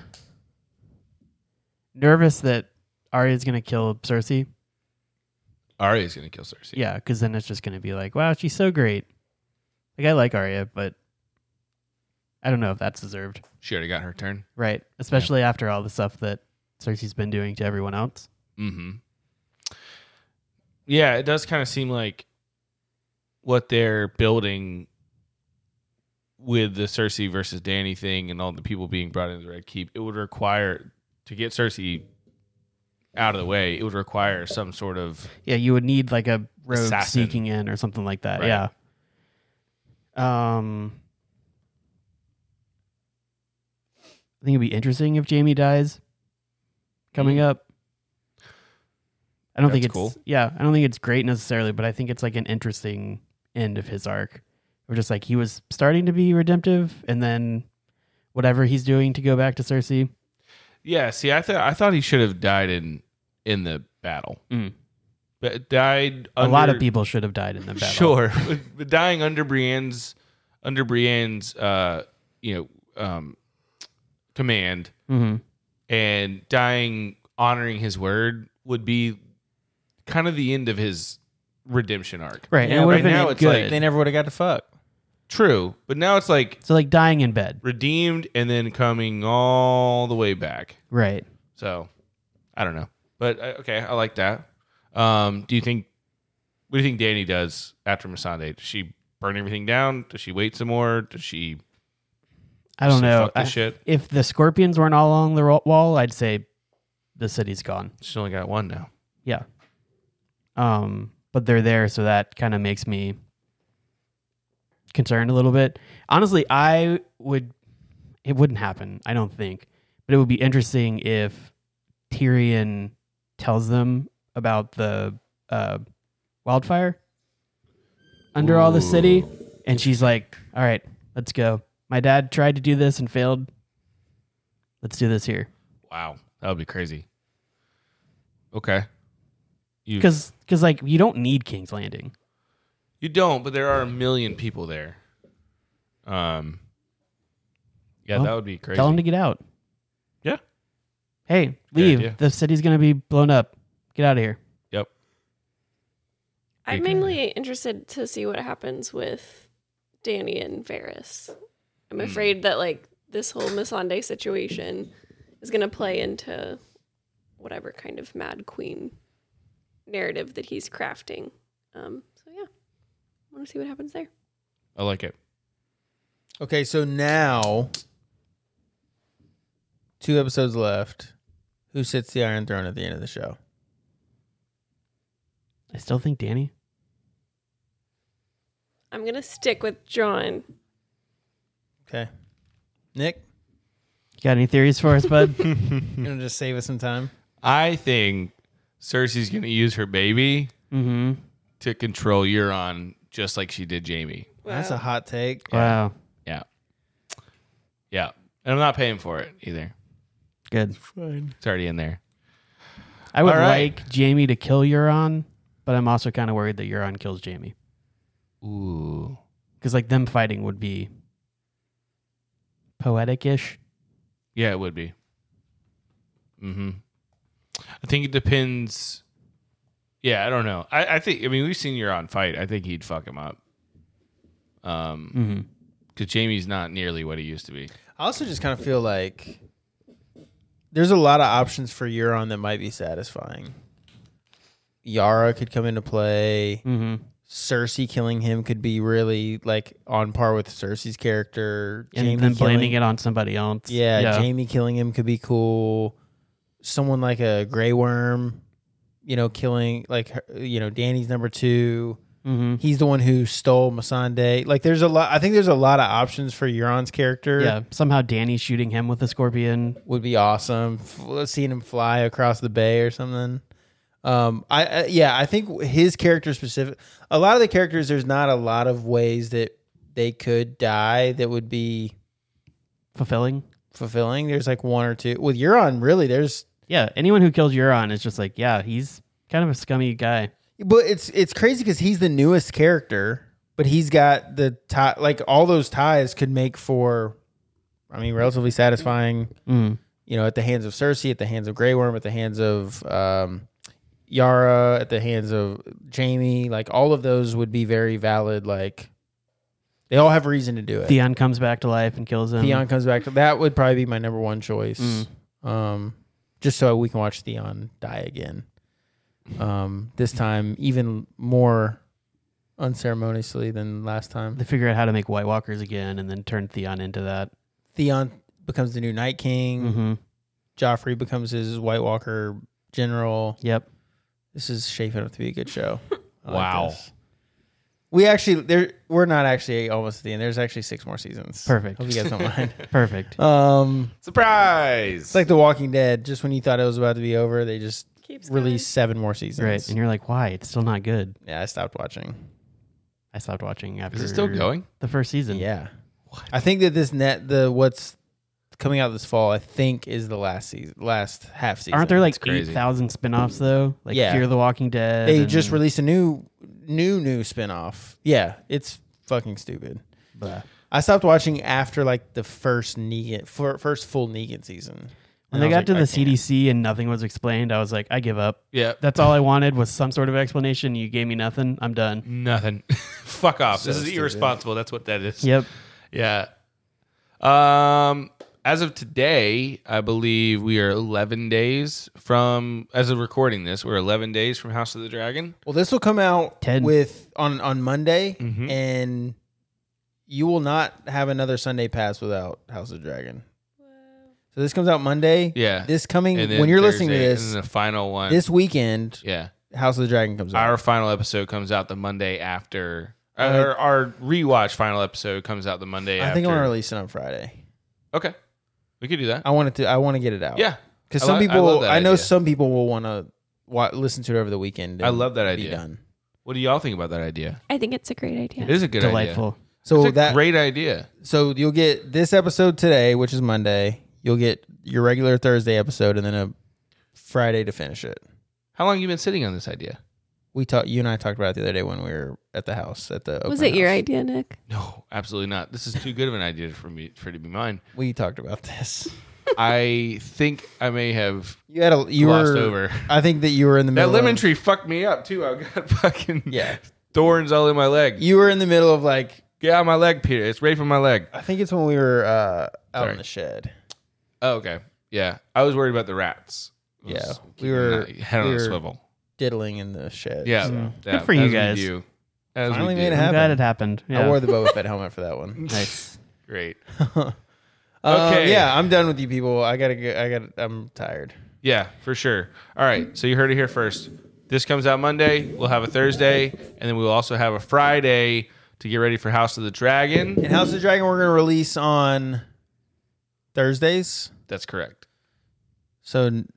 Speaker 2: nervous that Arya's gonna kill Cersei.
Speaker 1: Arya is going to kill Cersei.
Speaker 2: Yeah, because then it's just gonna be like, wow, she's so great. Like I like Arya, but I don't know if that's deserved,
Speaker 1: She already got her turn.
Speaker 2: right? Especially after all the stuff that Cersei's been doing to everyone else.
Speaker 1: Mm-hmm. Yeah, it does kind of seem like what they're building with the Cersei versus Danny thing and all the people being brought into the Red Keep, it would require to get Cersei out of the way, it would require some sort of
Speaker 2: Yeah, you would need like a rogue
Speaker 1: Assassin.
Speaker 2: sneaking in or something like that.
Speaker 1: Right.
Speaker 2: Yeah. Um, I think it'd be interesting if Jamie dies coming up. I don't think it's
Speaker 1: Hmm. That's cool.
Speaker 2: yeah. I don't think it's great necessarily, but I think it's like an interesting end of his arc. We're just like he was starting to be redemptive, and then whatever he's doing to go back to Cersei.
Speaker 1: Yeah, see I thought I thought he should have died in in the battle.
Speaker 2: Mm.
Speaker 1: But died
Speaker 2: a lot
Speaker 1: under-
Speaker 2: of people should have died in the battle.
Speaker 1: Sure, but, but dying under Brienne's under Brienne's uh, you know um, command
Speaker 2: hmm
Speaker 1: and dying honoring his word would be kind of the end of his redemption arc.
Speaker 2: Right. and
Speaker 3: Yeah,
Speaker 2: it would
Speaker 1: right
Speaker 2: have been
Speaker 1: now
Speaker 2: good.
Speaker 1: it's like-
Speaker 3: they never would have got to fuck.
Speaker 1: True, but now it's like
Speaker 2: so like dying in bed.
Speaker 1: redeemed and then coming all the way back.
Speaker 2: Right.
Speaker 1: So I don't know, but uh, okay, I like that. Um, do you think? What do you think Danny does after Masande? Does she burn everything down? Does she wait some more? Does she?
Speaker 2: I don't
Speaker 1: So
Speaker 2: know.
Speaker 1: fuck this
Speaker 2: I-
Speaker 1: shit.
Speaker 2: If the scorpions weren't all along the ro- wall, I'd say the city's gone.
Speaker 1: She's only got one now.
Speaker 2: Yeah. Um, but they're there, so that kind of makes me concerned a little bit. Honestly, I would. It wouldn't happen, I don't think. But it would be interesting if Tyrion tells them about the uh, wildfire under all the city, and she's like, "All right, let's go. My dad tried to do this and failed. Let's do this here."
Speaker 1: Wow, that would be crazy. Okay, you
Speaker 2: Because, because like you don't need King's Landing.
Speaker 1: you don't, but there are a million people there. Um, yeah,
Speaker 2: Well,
Speaker 1: that would be crazy.
Speaker 2: Tell him to get out.
Speaker 1: Yeah.
Speaker 2: Hey, leave.
Speaker 1: idea.
Speaker 2: The city's gonna be blown up. Get out of here.
Speaker 5: I'm mainly interested to see what happens with Danny and Ferris.
Speaker 3: Hmm.
Speaker 5: I'm afraid that like this whole Missandei situation is going to play into whatever kind of Mad Queen narrative that he's crafting. Um, so yeah, I want to see what happens there.
Speaker 1: I like it.
Speaker 3: Okay, so now two episodes left. Who sits the Iron Throne at the end of the show?
Speaker 2: I still think Danny.
Speaker 5: I'm going to stick with John.
Speaker 3: Okay. Nick,
Speaker 2: Got any theories for us, bud?
Speaker 3: you gonna just save us some time?
Speaker 1: I think Cersei's going to use her baby
Speaker 2: mm-hmm.
Speaker 1: to control Euron just like she did Jamie.
Speaker 3: That's a hot take.
Speaker 2: Wow.
Speaker 1: Yeah. Yeah. And I'm not paying for it either.
Speaker 2: Good.
Speaker 1: It's already in there.
Speaker 2: I would
Speaker 1: All right.
Speaker 2: like Jamie to kill Euron, but I'm also kind of worried that Euron kills Jamie
Speaker 1: Ooh.
Speaker 2: because like them fighting would be poetic-ish.
Speaker 1: Yeah, it would be. Mm-hmm. I think it depends. Yeah, I don't know. I, I think I mean we've seen Euron fight. I think he'd fuck him up. Um,
Speaker 3: Mm-hmm.
Speaker 2: Mhm.
Speaker 1: because Jamie's not nearly what he used to be.
Speaker 3: I also just kind of feel like there's a lot of options for Euron that might be satisfying. Yara could come into play.
Speaker 2: Mm-hmm.
Speaker 3: Cersei killing him could be really like on par with Cersei's character.
Speaker 2: And then blaming it on somebody else.
Speaker 3: Yeah, Jamie killing him could be cool. Someone like a Grey Worm, you know, killing like her, you know Danny's number two.
Speaker 2: Mm-hmm.
Speaker 3: He's the one who stole Masande. Like, there's a lot. I think there's a lot of options for Euron's character.
Speaker 2: Yeah. Somehow Danny shooting him with a scorpion.
Speaker 3: would be awesome. F- Seeing him fly across the bay or something. Um, I, I yeah, I think his character specific. A lot of the characters, there's not a lot of ways that they could die that would be
Speaker 2: Fulfilling.
Speaker 3: fulfilling. There's like one or two. With Euron, really, there's
Speaker 2: Yeah. Anyone who kills Euron is just like, yeah, he's kind of a scummy guy.
Speaker 3: But it's it's crazy because he's the newest character, but he's got the tie. Like all those ties could make for, I mean, relatively satisfying.
Speaker 2: Mm.
Speaker 3: You know, at the hands of Cersei, at the hands of Grey Worm, at the hands of um, Yara, at the hands of Jamie. Like all of those would be very valid. Like they all have reason to do it.
Speaker 2: Theon comes back to life and kills him.
Speaker 3: Theon comes back. That would probably be my number one choice. Um, just so we can watch Theon die again. Um, this time even more unceremoniously than last time.
Speaker 2: They figure out how to make White Walkers again and then turn Theon into that.
Speaker 3: Theon becomes the new Night King.
Speaker 2: Mm-hmm.
Speaker 3: Joffrey becomes his White Walker general.
Speaker 2: Yep.
Speaker 3: This is shaping up to be a good show. I like
Speaker 1: Wow.
Speaker 3: this. We actually there we're not actually almost at the end. There's actually six more seasons.
Speaker 2: Perfect.
Speaker 3: Hope you guys don't mind.
Speaker 2: Perfect.
Speaker 3: Um,
Speaker 1: Surprise!
Speaker 3: it's like The Walking Dead. Just when you thought it was about to be over, they just
Speaker 5: Keeps
Speaker 3: release seven more seasons.
Speaker 2: Right. And you're like, why? It's still not good.
Speaker 3: Yeah, I stopped watching.
Speaker 2: I stopped watching after
Speaker 1: is it still going?
Speaker 2: the first season.
Speaker 3: Yeah. I think that this net the what's coming out this fall, I think is the last season last half season.
Speaker 2: Aren't there like
Speaker 1: crazy.
Speaker 2: 8,000 spin-offs though? Like
Speaker 3: Yeah.
Speaker 2: Fear the Walking Dead.
Speaker 3: they
Speaker 2: and-
Speaker 3: just released a new new new spinoff. Yeah, it's fucking stupid.
Speaker 2: Blah.
Speaker 3: I stopped watching after like the first Negan fir- first full Negan season. And I
Speaker 2: When they
Speaker 3: was
Speaker 2: got
Speaker 3: like,
Speaker 2: to
Speaker 3: I
Speaker 2: the
Speaker 3: can't.
Speaker 2: CDC and nothing was explained, I was like, I give up.
Speaker 1: Yeah.
Speaker 2: That's all I wanted was some sort of explanation. You gave me nothing. I'm
Speaker 3: Mm.
Speaker 2: done.
Speaker 1: Nothing. Fuck off. this
Speaker 3: So
Speaker 1: is
Speaker 3: stupid.
Speaker 1: irresponsible. That's what that is.
Speaker 2: Yep.
Speaker 1: Yeah. Um, as of today, I believe we are 11 days from, as of recording this, we're 11 days from House of the Dragon.
Speaker 3: Well, this will come out
Speaker 2: 10.
Speaker 3: with on on Monday,
Speaker 1: Mhm.
Speaker 3: and you will not have another Sunday pass without House of Dragon. So this comes out Monday.
Speaker 1: Yeah.
Speaker 3: This coming
Speaker 1: And then
Speaker 3: when you're listening to
Speaker 1: Thursday,
Speaker 3: this,
Speaker 1: and then the final one.
Speaker 3: this weekend,
Speaker 1: yeah.
Speaker 3: House of the Dragon comes out.
Speaker 1: Our final episode comes out the Monday after. Our, our rewatch final episode comes out the Monday.
Speaker 3: Uh, I
Speaker 1: after.
Speaker 3: think I'm gonna release it on Friday.
Speaker 1: Okay, we could do that.
Speaker 3: I want it to. I want to get it out.
Speaker 1: yeah,
Speaker 3: because
Speaker 1: I
Speaker 3: some
Speaker 1: li- I love
Speaker 3: people.
Speaker 1: that
Speaker 3: I, know
Speaker 1: idea.
Speaker 3: some people will want to wa- listen to it over the weekend.
Speaker 1: I
Speaker 3: and
Speaker 1: love that
Speaker 3: Be
Speaker 1: idea.
Speaker 3: done.
Speaker 1: What do y'all think about that idea?
Speaker 5: I think it's a great idea.
Speaker 1: It is a good idea.
Speaker 2: Delightful.
Speaker 3: So
Speaker 1: It's a
Speaker 3: that
Speaker 1: great idea.
Speaker 3: so you'll get this episode today, which is Monday. You'll get your regular Thursday episode, and then a Friday to finish it.
Speaker 1: How long you been sitting on this idea?
Speaker 3: We talked. You and I talked about it the other day when we were at the house at the.
Speaker 5: Was it
Speaker 3: Oakland
Speaker 5: your
Speaker 3: house.
Speaker 5: idea, Nick?
Speaker 1: No, absolutely not. This is too good of an idea for me for it to be mine.
Speaker 3: We talked about this.
Speaker 1: I think I may have
Speaker 3: You had a you
Speaker 1: glossed
Speaker 3: were
Speaker 1: over.
Speaker 3: I think that you were in the
Speaker 1: That
Speaker 3: middle.
Speaker 1: lemon
Speaker 3: of,
Speaker 1: tree fucked me up too. I got fucking
Speaker 3: Yeah,
Speaker 1: thorns all in my leg.
Speaker 3: you were in the middle of like
Speaker 1: Get out of my leg, Peter. It's raping my leg.
Speaker 3: I think it's when we were uh, out
Speaker 1: Sorry.
Speaker 3: in the shed.
Speaker 1: Oh, okay. Yeah. I was worried about the rats. I
Speaker 3: Yeah,
Speaker 1: was
Speaker 3: we were
Speaker 1: keeping my Head on
Speaker 3: we
Speaker 1: a
Speaker 3: were Mm.
Speaker 1: swivel.
Speaker 3: diddling in the shed.
Speaker 1: Yeah.
Speaker 3: so.
Speaker 1: yeah.
Speaker 2: Good for you
Speaker 1: as we
Speaker 2: guys.
Speaker 1: do. As we
Speaker 3: Finally
Speaker 1: do.
Speaker 3: made it
Speaker 2: I'm glad
Speaker 3: happen.
Speaker 2: it happened. Yeah.
Speaker 3: I wore the Boba Fett helmet for that one.
Speaker 2: nice.
Speaker 1: Great.
Speaker 3: Okay,
Speaker 1: Okay.
Speaker 3: yeah, I'm done with you people. I gotta go. I got. to I'm tired.
Speaker 1: Yeah, for sure. All right. So you heard it here first. This comes out Monday. We'll have a Thursday, and then we'll also have a Friday to get ready for House of the Dragon.
Speaker 3: And House of the Dragon, we're gonna release on Thursdays.
Speaker 1: That's correct.
Speaker 3: So n-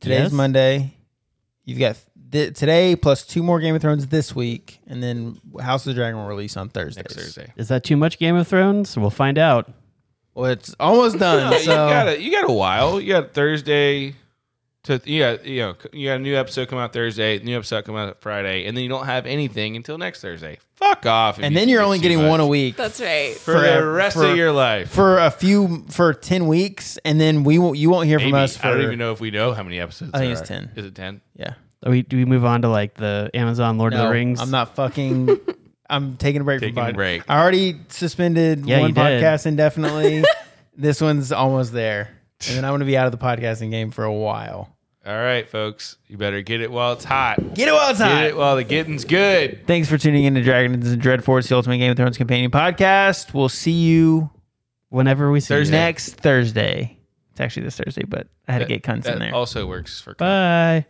Speaker 3: today's
Speaker 2: Yes.
Speaker 3: Monday. You've got th- today plus two more Game of Thrones this week, and then House of the Dragon will release on Thursdays.
Speaker 1: Next Thursday.
Speaker 2: Is that too much Game of Thrones? We'll find out.
Speaker 3: Well, it's almost done.
Speaker 1: Yeah,
Speaker 3: so
Speaker 1: you got a, you got a while. You got Thursday to you got you know you got a new episode come out Thursday, new episode come out Friday, and then you don't have anything until next Thursday. Fuck off. if
Speaker 3: and
Speaker 1: you
Speaker 3: then
Speaker 1: think
Speaker 3: you're
Speaker 1: it's
Speaker 3: only
Speaker 1: too
Speaker 3: getting
Speaker 1: much.
Speaker 3: one a week
Speaker 5: That's right.
Speaker 1: for the
Speaker 3: forever-
Speaker 1: rest
Speaker 3: for-
Speaker 1: of your life.
Speaker 3: for a few for ten weeks, and then we won't. You won't hear
Speaker 1: Maybe.
Speaker 3: from us. For,
Speaker 1: I don't even know if we know how many episodes.
Speaker 3: I think
Speaker 1: there
Speaker 3: it's
Speaker 1: are.
Speaker 3: 10.
Speaker 1: Is it ten?
Speaker 3: Yeah,
Speaker 2: Are we, do we move on to like the Amazon Lord of
Speaker 3: No,
Speaker 2: the Rings?
Speaker 3: I'm not fucking. I'm taking a break.
Speaker 1: Taking
Speaker 3: from
Speaker 1: a
Speaker 3: pod-
Speaker 1: break.
Speaker 3: I already suspended
Speaker 2: Yeah,
Speaker 3: one
Speaker 2: you did.
Speaker 3: podcast indefinitely. this one's almost there, and then I'm gonna be out of the podcasting game for a while.
Speaker 1: All right, folks. You better get it while it's hot.
Speaker 3: Get it while it's
Speaker 1: Get
Speaker 3: hot.
Speaker 1: it while the getting's good.
Speaker 3: Thanks for tuning in to Dragons and Dreadforce, the Ultimate Game of Thrones companion podcast. We'll see you
Speaker 2: Whenever we see you.
Speaker 1: Thursday.
Speaker 3: next Thursday. It's actually this Thursday, but I had to get cunts
Speaker 1: That
Speaker 3: in there.
Speaker 1: also works for.
Speaker 2: Bye.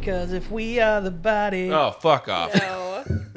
Speaker 4: Because if we are the body.
Speaker 1: Oh, fuck off.
Speaker 5: No.